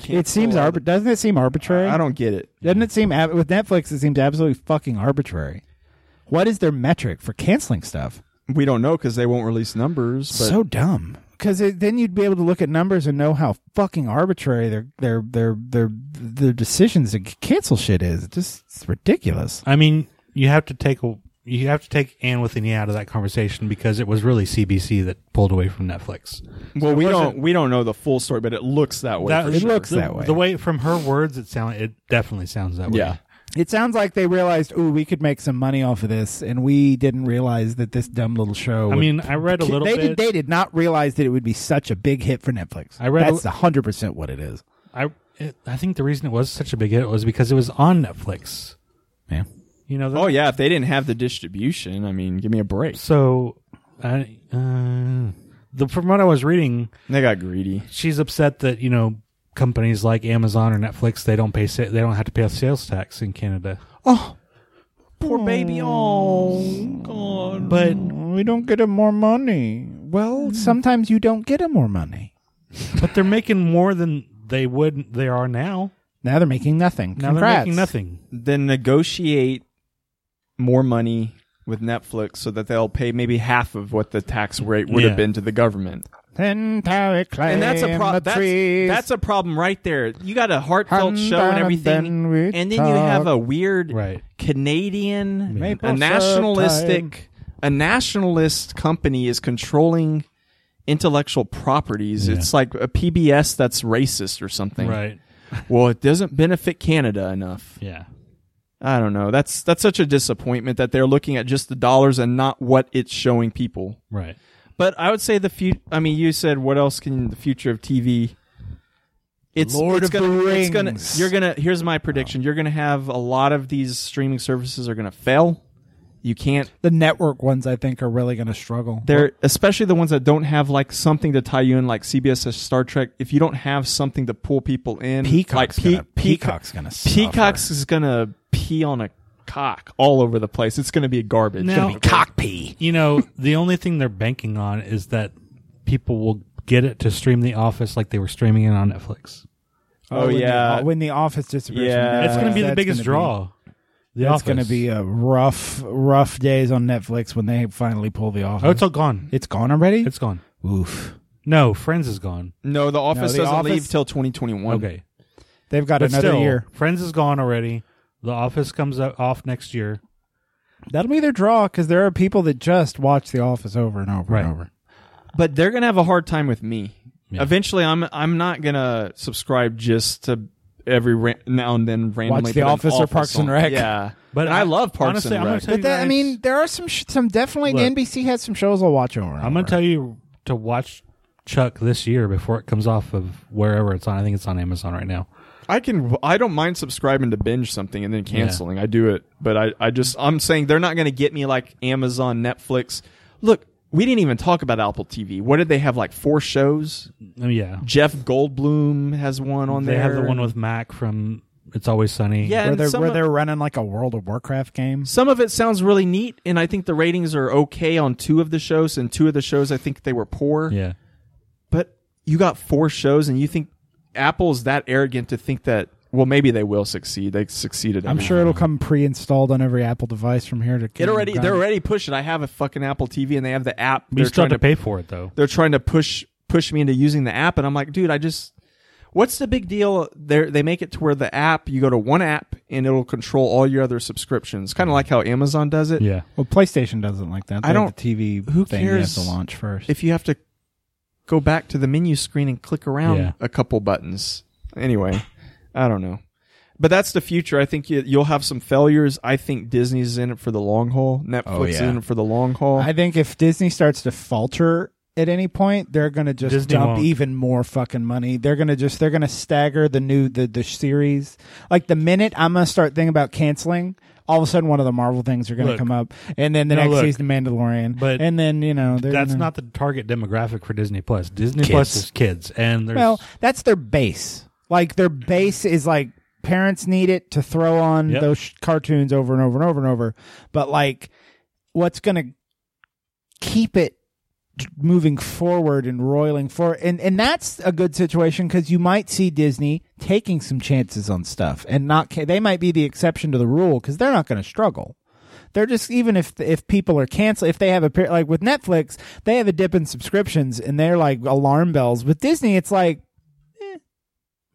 S14: it seems
S2: cancel
S14: arbit- doesn't it seem arbitrary?
S2: I don't get it."
S14: Doesn't it seem ab- with Netflix? It seems absolutely fucking arbitrary. What is their metric for canceling stuff?
S2: We don't know because they won't release numbers. But
S14: so dumb. Because then you'd be able to look at numbers and know how fucking arbitrary their their their their their decisions to c- cancel shit is. It's just it's ridiculous.
S3: I mean, you have to take a, you have to take Anne with an E out of that conversation because it was really CBC that pulled away from Netflix.
S2: well, we don't we don't know the full story, but it looks that way. for
S3: it
S2: sure.
S3: looks
S14: that way.
S3: The way from her words, it sound it definitely sounds that way.
S2: Yeah.
S14: It sounds like they realized, ooh, we could make some money off of this, and we didn't realize that this dumb little show.
S3: I
S14: would-
S3: mean, I read a little
S14: they
S3: bit.
S14: Did, they did not realize that it would be such a big hit for Netflix.
S3: I read a-
S14: that's hundred percent what it is.
S3: I it, I think the reason it was such a big hit was because it was on Netflix.
S14: Yeah.
S3: You know.
S2: Oh yeah, if they didn't have the distribution, I mean, give me a break.
S3: So, I, uh, the from what I was reading,
S2: They got greedy.
S3: she's upset that you know companies like Amazon or Netflix they don't pay sa- they don't have to pay sales tax in Canada.
S14: Oh.
S2: Poor baby. Oh god.
S3: But
S14: We don't get them more money.
S3: Hmm.
S14: Well, sometimes you don't get them more money.
S3: but they're making more than they would they are now.
S14: Now they're making nothing.
S3: Now
S14: Congrats.
S3: they're making nothing.
S2: then negotiate more money with Netflix so that they'll pay maybe half of what the tax rate would
S3: Yeah.
S2: have been to the government.
S14: Then Terry
S2: And that's a
S14: climbed
S2: problem.
S14: the
S2: That's,
S14: trees.
S2: that's a problem right there. You got a heartfelt
S14: And
S2: show and
S14: then
S2: everything,
S14: we
S2: and then you have
S14: talk.
S2: a weird
S3: Right.
S2: Canadian,
S14: Maple
S2: a
S14: syrup
S2: nationalistic, a nationalist company is controlling intellectual properties. It's like a PBS that's racist or something.
S3: Right.
S2: Well, it doesn't benefit Canada enough.
S3: Yeah.
S2: I don't know. That's that's such a disappointment that they're looking at just the dollars and not what it's showing people.
S3: Right.
S2: But I would say the future. I mean, you said what else can the future of TV? It's
S14: Lord
S2: it's
S14: of
S2: gonna,
S14: the
S2: it's gonna-
S14: Rings.
S2: You're gonna. Here's my prediction. You're gonna have a lot of these streaming services are gonna fail. You can't.
S14: the network ones. I think are really going to struggle.
S2: They're especially the ones that don't have like something to tie you in, like CBS or Star Trek. If you don't have something to pull people in,
S14: Peacock's
S2: like Pe-
S14: gonna, Peacock's gonna suffer.
S2: Peacock's is gonna pee on a cock all over the place. It's gonna be garbage.
S3: Now-
S2: It's gonna be cock pee.
S3: You know, the only thing they're banking on is that people will get it to stream The Office like they were streaming it on Netflix.
S2: Oh,
S14: when
S2: yeah.
S14: the, when the office disappears.
S2: Yeah.
S3: It's going to be the
S14: That's
S3: biggest
S14: gonna be-
S3: draw. the
S14: That's
S3: Office.
S14: going to be a rough, rough days on Netflix when they finally pull the office.
S3: Oh, it's all gone.
S14: it's gone already.
S3: It's gone.
S14: Oof.
S3: No, Friends is gone.
S2: No, the office
S14: the
S2: doesn't
S14: Office-
S2: leave till 2021.
S3: Okay.
S14: They've got
S3: But
S14: another
S3: still,
S14: year.
S3: Friends is gone already. The Office comes o- off next year.
S14: That'll be their draw because there are people that just watch The Office over and over
S3: Right.
S14: and over.
S2: But they're gonna have a hard time with me.
S3: Yeah.
S2: Eventually, I'm I'm not gonna subscribe just to every ra- now and then randomly
S14: Watch The
S2: put an
S14: Office or Parks and
S2: on.
S14: Rec.
S2: Yeah,
S3: But
S2: And I,
S3: I-
S2: love Parks
S3: honestly, I'm
S2: and
S3: gonna
S2: Rec.
S3: tell
S14: But that, I
S3: guys-
S14: mean, there are some sh- some definitely
S3: Look.
S14: NBC has some shows I'll watch over. And
S3: I'm going to tell you to watch Chuck this year before it comes off of wherever it's on. I think it's on Amazon right now.
S2: I can. I don't mind subscribing to binge something and then canceling. I do it, but I, I just I'm saying they're not going to get me like Amazon, Netflix. Look, we didn't even talk about Apple TV. What did they have? Like four shows.
S3: Oh, yeah.
S2: Jeff Goldblum has one on
S3: They
S2: there.
S3: have the one with Mac from It's Always Sunny.
S2: yeah.
S5: where
S2: and
S5: they're,
S2: some
S5: where
S2: of-
S5: they're running like a World of Warcraft game.
S2: Some of it sounds really neat, and I think the ratings are okay on two of the shows, and two of the shows I think they were poor.
S3: Yeah.
S2: But you got four shows, and you think Apple's that arrogant to think that? Well, maybe they will succeed. They succeeded.
S5: I'm
S2: every-
S5: sure it'll come pre-installed on every Apple device from here to.
S2: It already
S5: Kingdom
S2: they're
S5: Come.
S2: already pushing. I have a fucking Apple TV, and they have the app.
S3: You
S2: They're
S3: still
S2: trying
S3: have to
S2: to
S3: pay for it, though.
S2: they're trying to push push me into using the app, and I'm like, dude, I just what's the big deal? They they make it to where the app you go to one app and it'll control all your other subscriptions, kind of like how Amazon does it.
S3: Yeah.
S5: Well, PlayStation doesn't like that.
S2: I
S5: They have
S2: don't-
S5: The TV
S2: who
S5: thing you have
S2: cares
S5: to launch first.
S2: If you have to go back to the menu screen and click around
S3: Yeah.
S2: a couple buttons, anyway, I don't know. But that's the future. I think you, you'll have some failures. I think Disney's in it for the long haul. Netflix is
S5: Oh, yeah.
S2: in it for the long haul.
S5: I think if Disney starts to falter at any point, they're going to just
S3: Disney
S5: dump
S3: won't.
S5: even more fucking money. They're going to just they're going to stagger the new the the series. Like the minute I'm going to start thinking about canceling, all of a sudden one of the Marvel things are going to
S3: Look.
S5: come up, and then the
S3: No,
S5: next
S3: look.
S5: season Mandalorian,
S3: But
S5: and then you know they're
S3: That's
S5: gonna-
S3: not the target demographic for Disney Plus. Disney Plus is kids, and there's
S5: well that's their base. Like their base is like parents need it to throw on
S3: Yep.
S5: those sh- cartoons over and over and over and over, but like what's going to keep it t- moving forward and roiling forward and and that's a good situation because you might see disney taking some chances on stuff and not ca- they might be the exception to the rule because they're not going to struggle they're just even if if people are cancel if they have a per- like with netflix they have a dip in subscriptions and they're like alarm bells with disney it's like eh,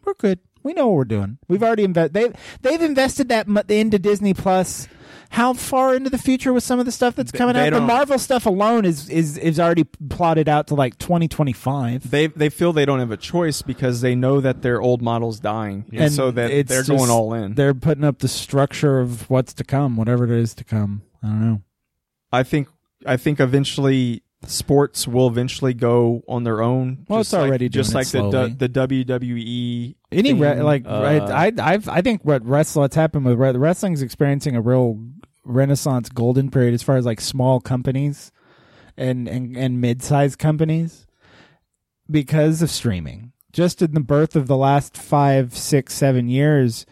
S5: we're good. We know what we're doing. We've already invested. They they've invested that mu- into Disney Plus. How far into the future with some of the stuff that's coming
S2: they
S5: out? The
S2: don't-
S5: Marvel stuff alone is is is already plotted out to like twenty twenty five.
S2: they they feel they don't have a choice because they know that their old model's dying, and, so that they're going all in.
S5: They're putting up the structure of what's to come, whatever it is to come. I don't know.
S2: I think I think eventually sports will eventually go on their own.
S5: Well,
S2: just
S5: it's already
S2: like, just
S5: doing
S2: like
S5: it slowly.
S2: the du- the WWE.
S5: Any
S2: thing,
S5: re- like
S2: uh,
S5: I I I've, I think what wrestle what's happened with re- wrestling's experiencing a real renaissance golden period as far as like small companies and and and mid-sized companies because of streaming. Just in the birth of the last five, six, seven years,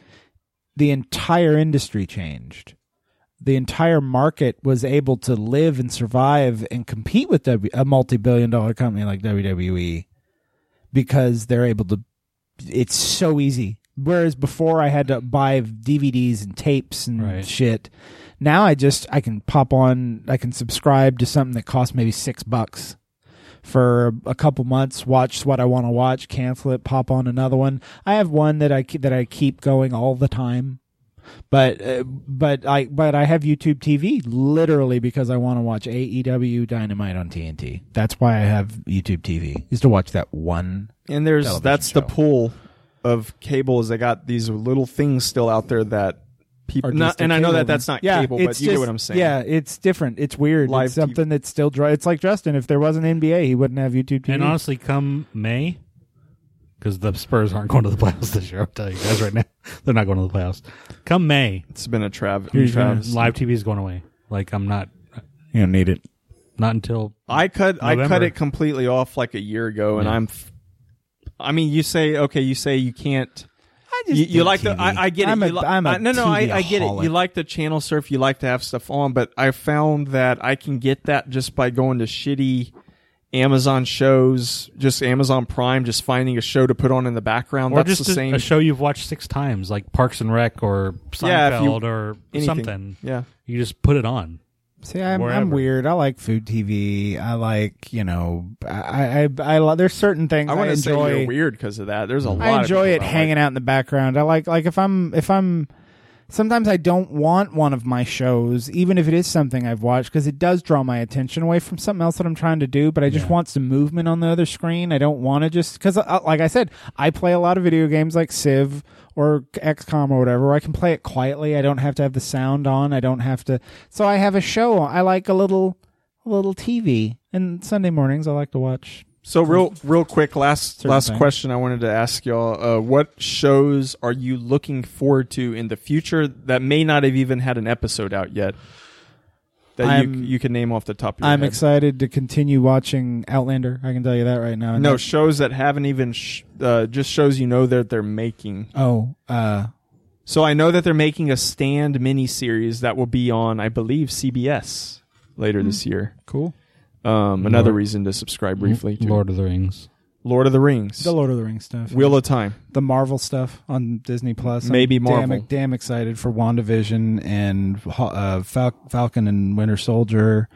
S5: the entire industry changed. The entire market was able to live and survive and compete with w- a multi-billion-dollar company like WWE because they're able to it's so easy. Whereas before I had to buy DVDs and tapes and
S3: Right.
S5: shit. Now I just I can pop on I can subscribe to something that costs maybe six bucks for a couple months, watch what I want to watch, cancel it, pop on another one. I have one that I ke- that I keep going all the time. But uh, but I but I have YouTube TV literally because I want to watch AEW Dynamite on TNT. That's why I have YouTube TV is to watch that one
S2: and there's
S5: television
S2: that's the
S5: show.
S2: pool of cables. They got these little things still out there that people.
S5: Or
S2: Not,
S5: just a
S2: and I know
S5: cable
S2: that that's
S5: one.
S2: not
S5: Yeah,
S2: cable,
S5: it's
S2: but you
S5: just-
S2: get what I'm saying.
S5: Yeah, it's different. It's weird.
S2: Live
S5: it's something that's still dry. It's like Justin. If there wasn't NBA, he wouldn't have YouTube TV.
S3: And
S2: Mm-hmm.
S3: honestly, come May, because the Spurs aren't going to the playoffs this year. I'll tell you guys right now, they're not going to the playoffs. Come May, uh,
S2: it's been a Trav. Travis.
S3: live TV is going away. Like I'm not,
S5: you don't need it.
S3: not until
S2: I cut I cut
S3: November.
S2: it completely off like a year ago, and
S3: Yeah.
S2: I'm. f- I mean, you say okay, you say you can't.
S5: I just
S2: You, you
S5: do
S2: like the
S5: TV.
S2: I, I get it.
S5: I'm
S2: You
S5: a,
S2: li-
S5: I'm a
S2: I- no, no, I, I get it.
S5: TV-aholic.
S2: You like the channel surf. You like to have stuff on, but I found that I can get that just by going to shitty Amazon shows, just Amazon Prime, just finding a show to put on in the background.
S3: or
S2: That's
S3: just
S2: the
S3: a,
S2: same.
S3: a show you've watched six times, like Parks and Rec or Seinfeld
S2: Yeah, if you-
S3: or
S2: anything.
S3: something.
S2: Yeah,
S3: You just put it on.
S5: See, I'm, I'm
S3: wherever.
S5: weird. I like food TV. I like you know. I I, I, lo- there's certain things
S2: I
S5: I,
S2: want to say
S5: enjoy.
S2: you're weird because of that. There's a lot.
S5: I enjoy
S2: of
S5: it hanging out in the background. I like like if I'm if I'm sometimes I don't want one of my shows, even if it is something I've watched, because it does draw my attention away from something else that I'm trying to do. But I just want some movement on the other screen. I don't want to just because, uh, like I said, I play a lot of video games like Civ or XCOM or whatever. Where I can play it quietly. I don't have to have the sound on. I don't have to. So I have a show. I like a little a little TV. And Sunday mornings, I like to watch
S2: So real, real quick. Last
S5: Certain
S2: last
S5: thing.
S2: question I wanted to ask y'all. Uh, what shows are you looking forward to in the future that may not have even had an episode out yet? That you,
S5: I'm-
S2: you can name off the top of your
S5: I'm
S2: head.
S5: excited to continue watching Outlander. I can tell you that right now. And
S2: No
S5: that-
S2: shows that haven't even sh- uh, just shows you know that they're making.
S5: oh, uh,
S2: So I know that they're making a stand miniseries that will be on, I believe, CBS later this year.
S5: Hmm. cool.
S2: Um, another reason to subscribe briefly to Lord,
S3: Lord of the Rings.
S2: of the Rings,
S5: The Lord of the Rings stuff.
S2: Wheel of Time.
S5: the Marvel stuff on Disney Plus. I'm
S2: Maybe Marvel.
S5: Damn, damn excited for WandaVision and uh, Fal- Falcon and Winter Soldier,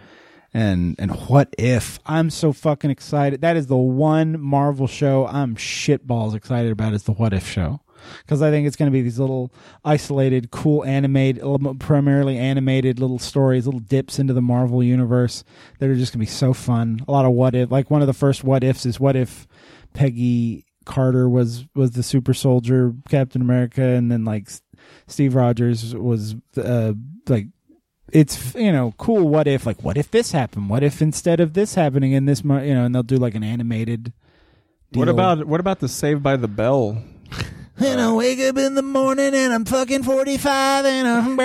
S5: and and What If? I'm so fucking excited. That is the one Marvel show I'm shitballs excited about. Is the What If show. Because I think it's going to be these little isolated, cool, animated, primarily animated little stories, little dips into the Marvel universe that are just going to be so fun. A lot of what if, like one of the first what ifs is what if Peggy Carter was was the super soldier Captain America, and then like S- Steve Rogers was uh, like it's you know cool. What if like what if this happened? What if instead of this happening in this mo- you know, and they'll do like an animated.
S2: What
S5: deal.
S2: about what about the Saved by the Bell?
S5: And I wake up in the morning and I'm fucking forty five and I'm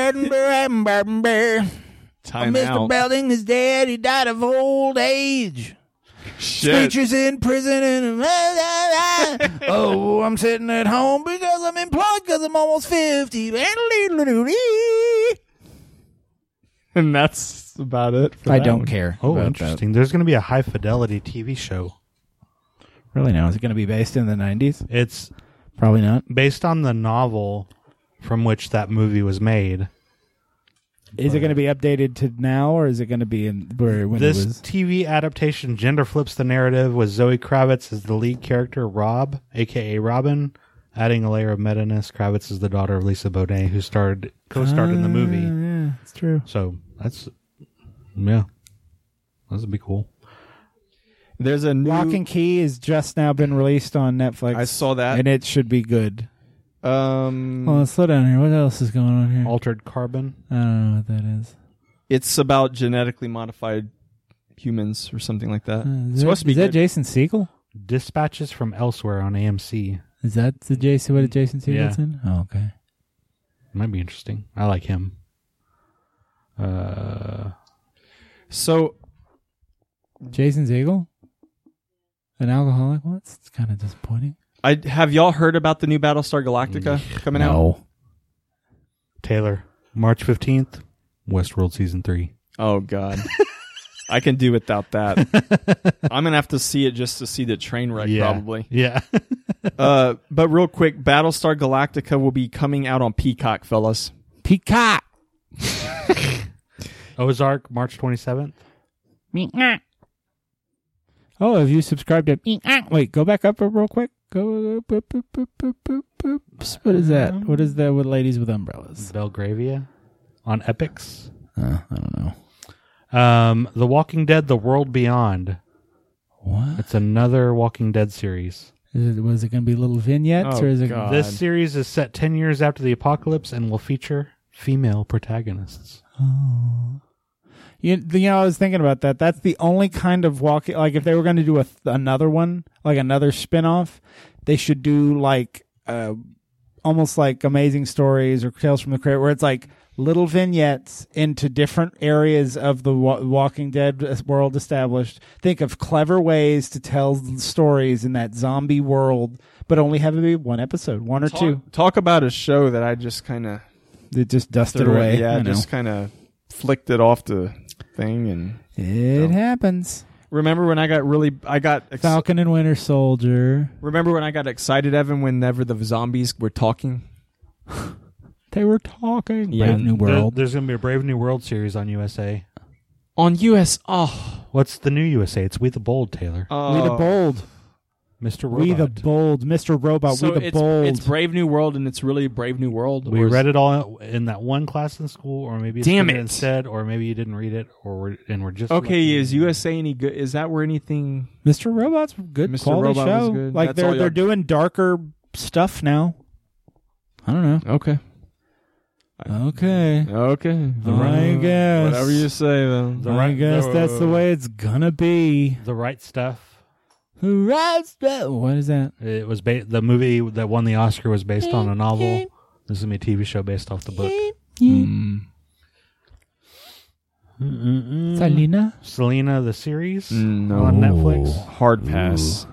S2: Time out.
S5: Belding is dead. He died of old age.
S2: Shit.
S5: in prison and oh, I'm sitting at home because I'm employed because I'm almost fifty.
S2: and that's about it. for
S15: I
S2: that
S15: don't
S2: one.
S15: care.
S3: Oh,
S15: about
S3: interesting. There's going to be a high fidelity TV show.
S15: that. Really? Now is it going to be based in the nineties?
S3: It's
S15: Probably not.
S3: based on the novel from which that movie was made.
S15: Is it going to be updated to now, or is it going to be in where when
S3: this
S15: it was?
S3: TV adaptation gender flips the narrative with Zoe Kravitz as the lead character, Rob, aka Robin, adding a layer of meta ness. Kravitz is the daughter of Lisa Bonet, who starred co-starred in the movie.
S15: Yeah, it's true.
S3: So that's yeah, this would be cool.
S2: There's a new.
S5: Lock and Key has just now been released on Netflix.
S2: I saw that.
S5: and it should be good.
S2: Um,
S15: Well, slow down here. What else is going on here?
S3: Altered Carbon.
S15: I don't know what that is.
S2: it's about genetically modified humans or something like that.
S5: Hmm.
S15: Uh,
S2: It's
S15: is
S2: supposed
S15: that,
S2: to be
S15: is that
S2: good.
S15: Jason Siegel?
S3: Dispatches from Elsewhere on AMC.
S15: Is that the Jason? What did Jason Siegel's
S3: Yeah.
S15: in? Oh, okay.
S3: Might be interesting. I like him. Uh,
S2: so
S15: Jason Siegel, an alcoholic once. It's kind of disappointing.
S2: I have y'all heard about the new Battlestar Galactica coming out?
S3: Taylor, March fifteenth, Westworld season three.
S2: Oh god. I can do without that. I'm gonna have to see it just to see the train wreck,
S3: yeah,
S2: probably.
S3: Yeah,
S2: Uh, but real quick, Battlestar Galactica will be coming out on Peacock, fellas.
S15: Peacock.
S3: Ozark, March twenty seventh.
S15: Oh, have you subscribed to? Wait, go back up real quick. Go. up, up, up, up, up, up, up. What is that? What is that with ladies with umbrellas?
S3: Belgravia on Epics.
S15: Uh, I don't know.
S3: Um, The Walking Dead: The World Beyond.
S15: What
S3: It's another Walking Dead series.
S15: is it? Was it going to be little vignettes or is it?
S2: Oh, God.
S3: This series is set ten years after the apocalypse and will feature female protagonists.
S15: Oh.
S5: You, you know, I was thinking about that. That's the only kind of walk. Like, if they were going to do a th- another one, like another spinoff, they should do like uh, almost like Amazing Stories or Tales from the Crypt, where it's like little vignettes into different areas of the wa- Walking Dead world established. Think of clever ways to tell stories in that zombie world, but only have it be one episode, one or two.
S2: Talk about a show that I just kind of
S5: It just dusted
S2: threw
S5: away.
S2: away. Yeah,
S5: I know.
S2: just kind of flicked it off the thing. And
S5: it happens.
S2: remember when I got really, I got. Ex-
S15: Falcon and Winter Soldier.
S2: remember when I got excited, Evan, whenever the zombies were talking.
S15: They were talking.
S2: Yeah.
S15: Brave New
S3: There-
S15: World.
S3: there's going to be a Brave New World series on USA.
S2: On US, oh,
S3: What's the new USA? It's We the Bold, Taylor.
S2: oh.
S5: We the bold.
S3: Mr. Robot.
S5: We the bold, Mr. Robot.
S2: So
S5: we the
S2: it's,
S5: bold.
S2: it's Brave New World, and it's really Brave New World.
S3: we
S2: or is-
S3: read it all in that one class in school, or maybe it's
S2: Damn
S3: read
S2: it.
S3: instead, or maybe you didn't read it, or we're, and we're just
S2: Okay,
S3: lucky.
S2: is USA any good? Is that where anything?
S5: Mr. Robot's a good
S2: Mr.
S5: quality
S2: Robot was
S5: show.
S2: good.
S5: Like
S2: That's all
S5: they're
S2: y'all-
S5: they're doing darker stuff now. I don't know.
S2: Okay,
S15: okay.
S2: okay.
S15: I guess.
S2: Whatever you say, then.
S3: The right,
S15: I guess that's the way it's gonna be.
S3: the right stuff
S5: Hurrah! What is that?
S3: It was ba- the movie that won the Oscar was based on a novel. This is gonna be a TV show based off the book.
S5: Hmm. Selena?
S3: Selena the series
S2: No.
S3: on Netflix.
S2: Hard pass.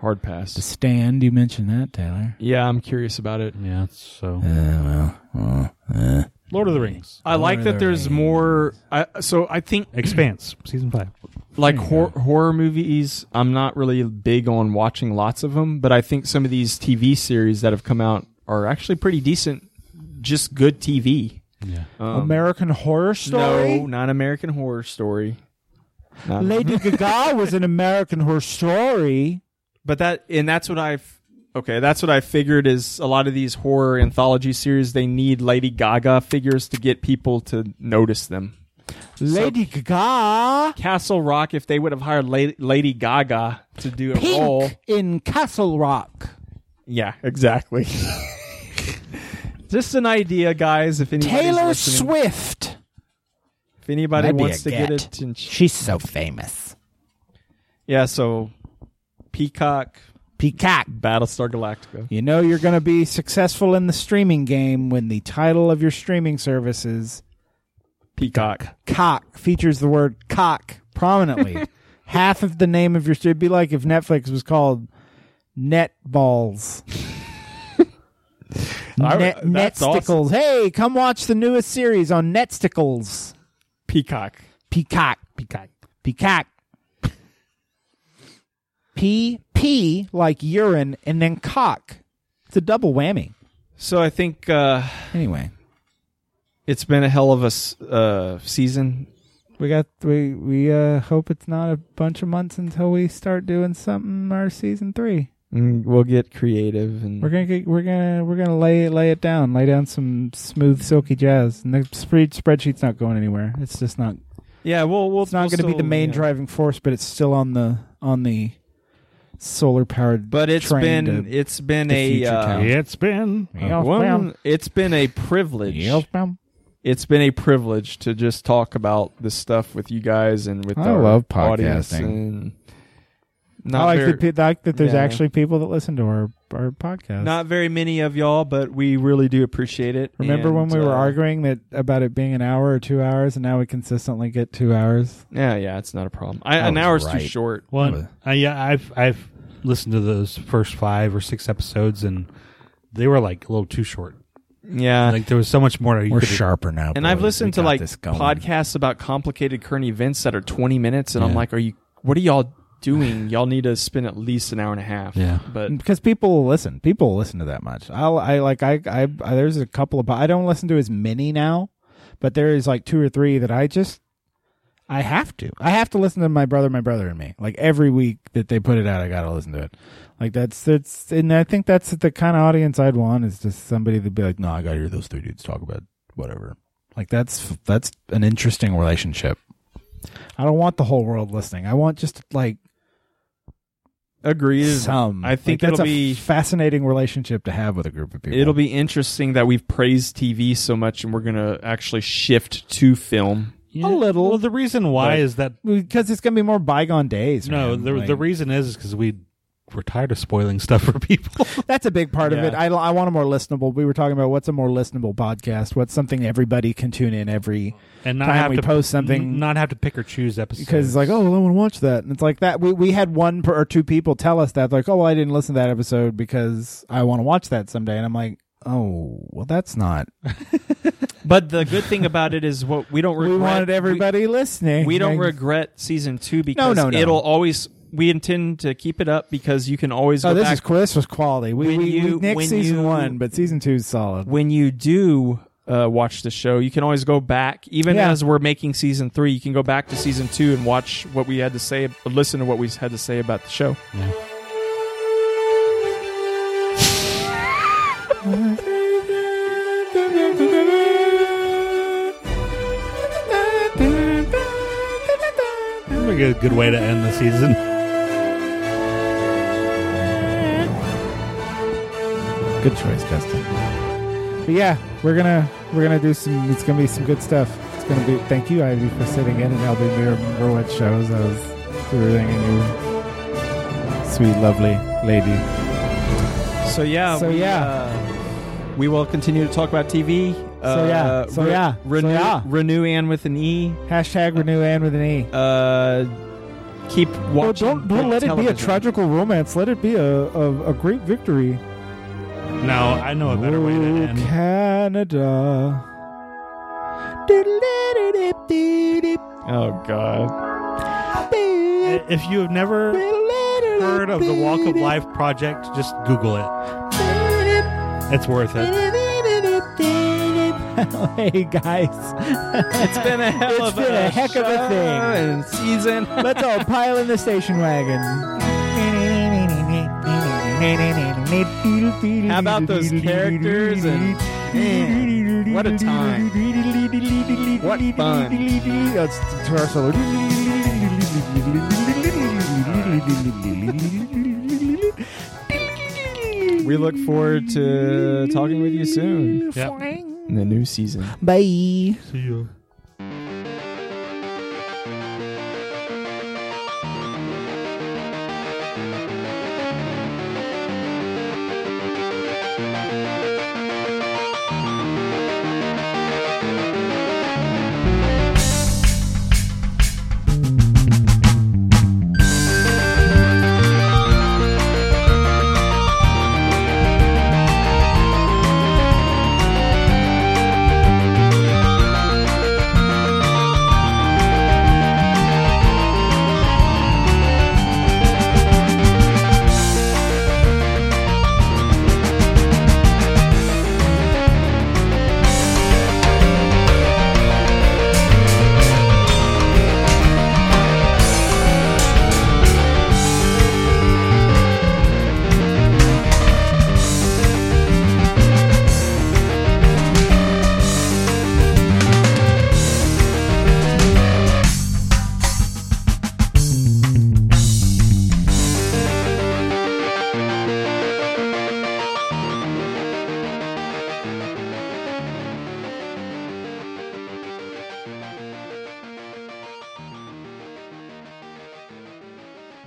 S2: Hard pass.
S5: The Stand. You mentioned that, Taylor.
S2: Yeah, I'm curious about it.
S3: Yeah, so
S5: Uh, well, well, uh,
S3: Lord of the Rings,
S2: I like that there's more. I, so I think
S3: Expanse, season five.
S2: like hor- horror movies i'm not really big on watching lots of them but i think some of these tv series that have come out are actually pretty decent just good tv
S3: Yeah.
S2: Um,
S5: American Horror
S2: no not american horror story Not-
S5: Lady Gaga was an American Horror Story.
S2: but that and that's what i've okay that's what i figured is a lot of these horror anthology series they need lady gaga figures to get people to notice them
S5: Lady Gaga
S2: castle rock if they would have hired La- lady gaga to do a
S5: Pink
S2: role
S5: in Castle Rock.
S2: Yeah, exactly. Just an idea, guys. If anybody
S5: Taylor Swift.
S2: if anybody
S8: Might be
S2: wants
S8: a
S2: to get
S8: get.
S2: attention,
S8: She's so famous.
S2: yeah. So, Peacock,
S5: Peacock.
S2: Battlestar Galactica.
S5: You know you're going to be successful in the streaming game when the title of your streaming service is
S2: Peacock.
S5: cock features the word cock prominently. Half of the name of your it'd be like if Netflix was called Netballs.
S2: I-
S5: Net,
S2: that's
S5: Netsticles. Hey, come watch the newest series on Netsticles.
S2: Peacock.
S5: Peacock. Peacock. Peacock. P P like urine and then cock. It's a double whammy.
S2: So I think uh,
S5: Anyway,
S2: it's been a hell of a s- uh, season.
S1: We got we we uh, hope it's not a bunch of months until we start doing something our season three.
S2: Mm, We'll get creative and
S1: We're gonna get, we're gonna we're gonna lay lay it down, lay down some smooth silky jazz. And the spread, spreadsheet's not going anywhere. It's just not
S2: yeah. We'll we'll.
S1: it's not
S2: we'll
S1: going to be the
S2: still,
S1: main
S2: yeah.
S1: driving force, but it's still on the on the solar powered.
S2: But it's
S1: train
S2: been
S1: to-
S2: it's been
S1: the
S2: a
S1: future
S2: uh,
S1: town.
S3: It's been
S2: a one, it's been a privilege. it's been a privilege to just talk about this stuff with you guys and with
S8: I
S2: our
S8: love
S2: audience
S8: podcasting.
S2: and
S1: I
S2: not
S1: like,
S2: very,
S1: that pe- like that there's
S2: Yeah.
S1: actually people that listen to our our podcast.
S2: not very many of y'all, but we really do appreciate it.
S1: Remember when
S2: And,
S1: we were
S2: uh,
S1: arguing that about it being an hour or two hours, and now we consistently get two hours.
S2: Yeah, yeah, it's not a problem. I,
S8: That
S2: an
S8: was
S2: hour's too
S8: right.
S2: short.
S3: Well, uh, yeah, I've I've listened to those first five or six episodes, and they were like a little too short.
S2: Yeah.
S3: Like there was so much more. You
S8: We're
S3: could've-
S8: sharper now.
S2: and I've
S8: boys. We
S2: listened to
S8: got
S2: like
S8: this going.
S2: podcasts about complicated current events that are 20 minutes, and I'm
S3: Yeah.
S2: like, are you, what are y'all doing? Y'all need to spend at least an hour and a half.
S3: Yeah.
S2: But
S5: because people will listen, people will listen to that much. I'll, I like I, I I- there's a couple of I don't listen to as many now, but there is like two or three that I just I have to. I have to listen to my brother, my brother and me. Like every week that they put it out, I gotta listen to it. Like that's that's and I think that's the kind of audience I'd want is just somebody that'd be like, no, I gotta hear those three dudes talk about whatever. Like that's that's an interesting relationship. I don't want the whole world listening. I want just like
S2: agreed.
S5: some.
S2: I think
S5: Like, that's
S2: it'll
S5: a
S2: be-
S5: fascinating relationship to have with a group of people.
S2: It'll be interesting that we've praised TV so much and we're going to actually shift to film.
S3: Yeah.
S5: a little
S3: Well, the reason why
S2: But-
S3: is that
S5: because it's gonna be more bygone days.
S3: no,
S5: man.
S3: the
S5: Like,
S3: the reason is because we we're tired of spoiling stuff for people.
S5: that's a big part of
S2: Yeah.
S5: it. I, I want a more listenable. We were talking about what's a more listenable podcast. What's something everybody can tune in every
S3: and not
S5: Time
S3: have
S5: we
S3: to
S5: post something-
S3: n- not have to pick or choose episodes
S5: because it's like oh well, I want to watch that and it's like that. We we had one per, or two people tell us that like oh well, I didn't listen to that episode because I want to watch that someday and I'm like oh well that's not.
S2: But the good thing about it is what we don't
S5: We
S2: regret.
S5: wanted everybody listening.
S2: We, we don't
S5: Like,
S2: regret season two because
S5: no, no.
S2: it'll always. We intend to keep it up because you can always
S5: Oh,
S2: go
S5: this
S2: back
S5: is cool. This was quality. We,
S2: When
S5: we,
S2: you-
S5: we nicked
S2: when
S5: season
S2: you-
S5: one, but season two is solid.
S2: when you do. Uh, watch the show. You can always go back, even
S5: Yeah.
S2: as we're making season three. You can go back to season two and watch what we had to say, listen to what we had to say about the show.
S3: That'd be a good way to end the season.
S5: Good choice, Justin.
S1: But yeah, we're gonna we're gonna do some. It's gonna be some good stuff. It's gonna be. Thank you, Ivy, for sitting in and helping me remember what shows I was doing, and you
S5: sweet, lovely lady.
S2: So yeah,
S5: So,
S2: we,
S5: yeah.
S2: uh, we will continue to talk about TV.
S5: So, yeah. So, yeah. So,
S2: renew,
S5: yeah.
S2: renew Anne with an E.
S3: uh,
S5: Hashtag renew Anne with an E.
S2: Uh, keep
S5: Oh,
S2: watching.
S5: don't don't
S2: good
S5: let
S2: television.
S5: it be a tragical romance. Let it be a, a, a great victory.
S3: No, I know a better way to
S5: Oh,
S3: end.
S5: Canada.
S2: Oh God.
S3: If you have never heard of the Walk of Life Project, just Google it. It's worth it.
S5: hey guys,
S2: It's been a hell
S5: It's
S2: of
S5: been
S2: a,
S5: a heck of a
S2: show
S5: thing.
S2: and season.
S5: let's all pile in the station wagon.
S2: How about those characters and man, what a time. What fun.
S5: Let's to our solo.
S2: We look forward to talking with you soon
S3: Yep.
S2: in the new season.
S5: Bye.
S3: See you.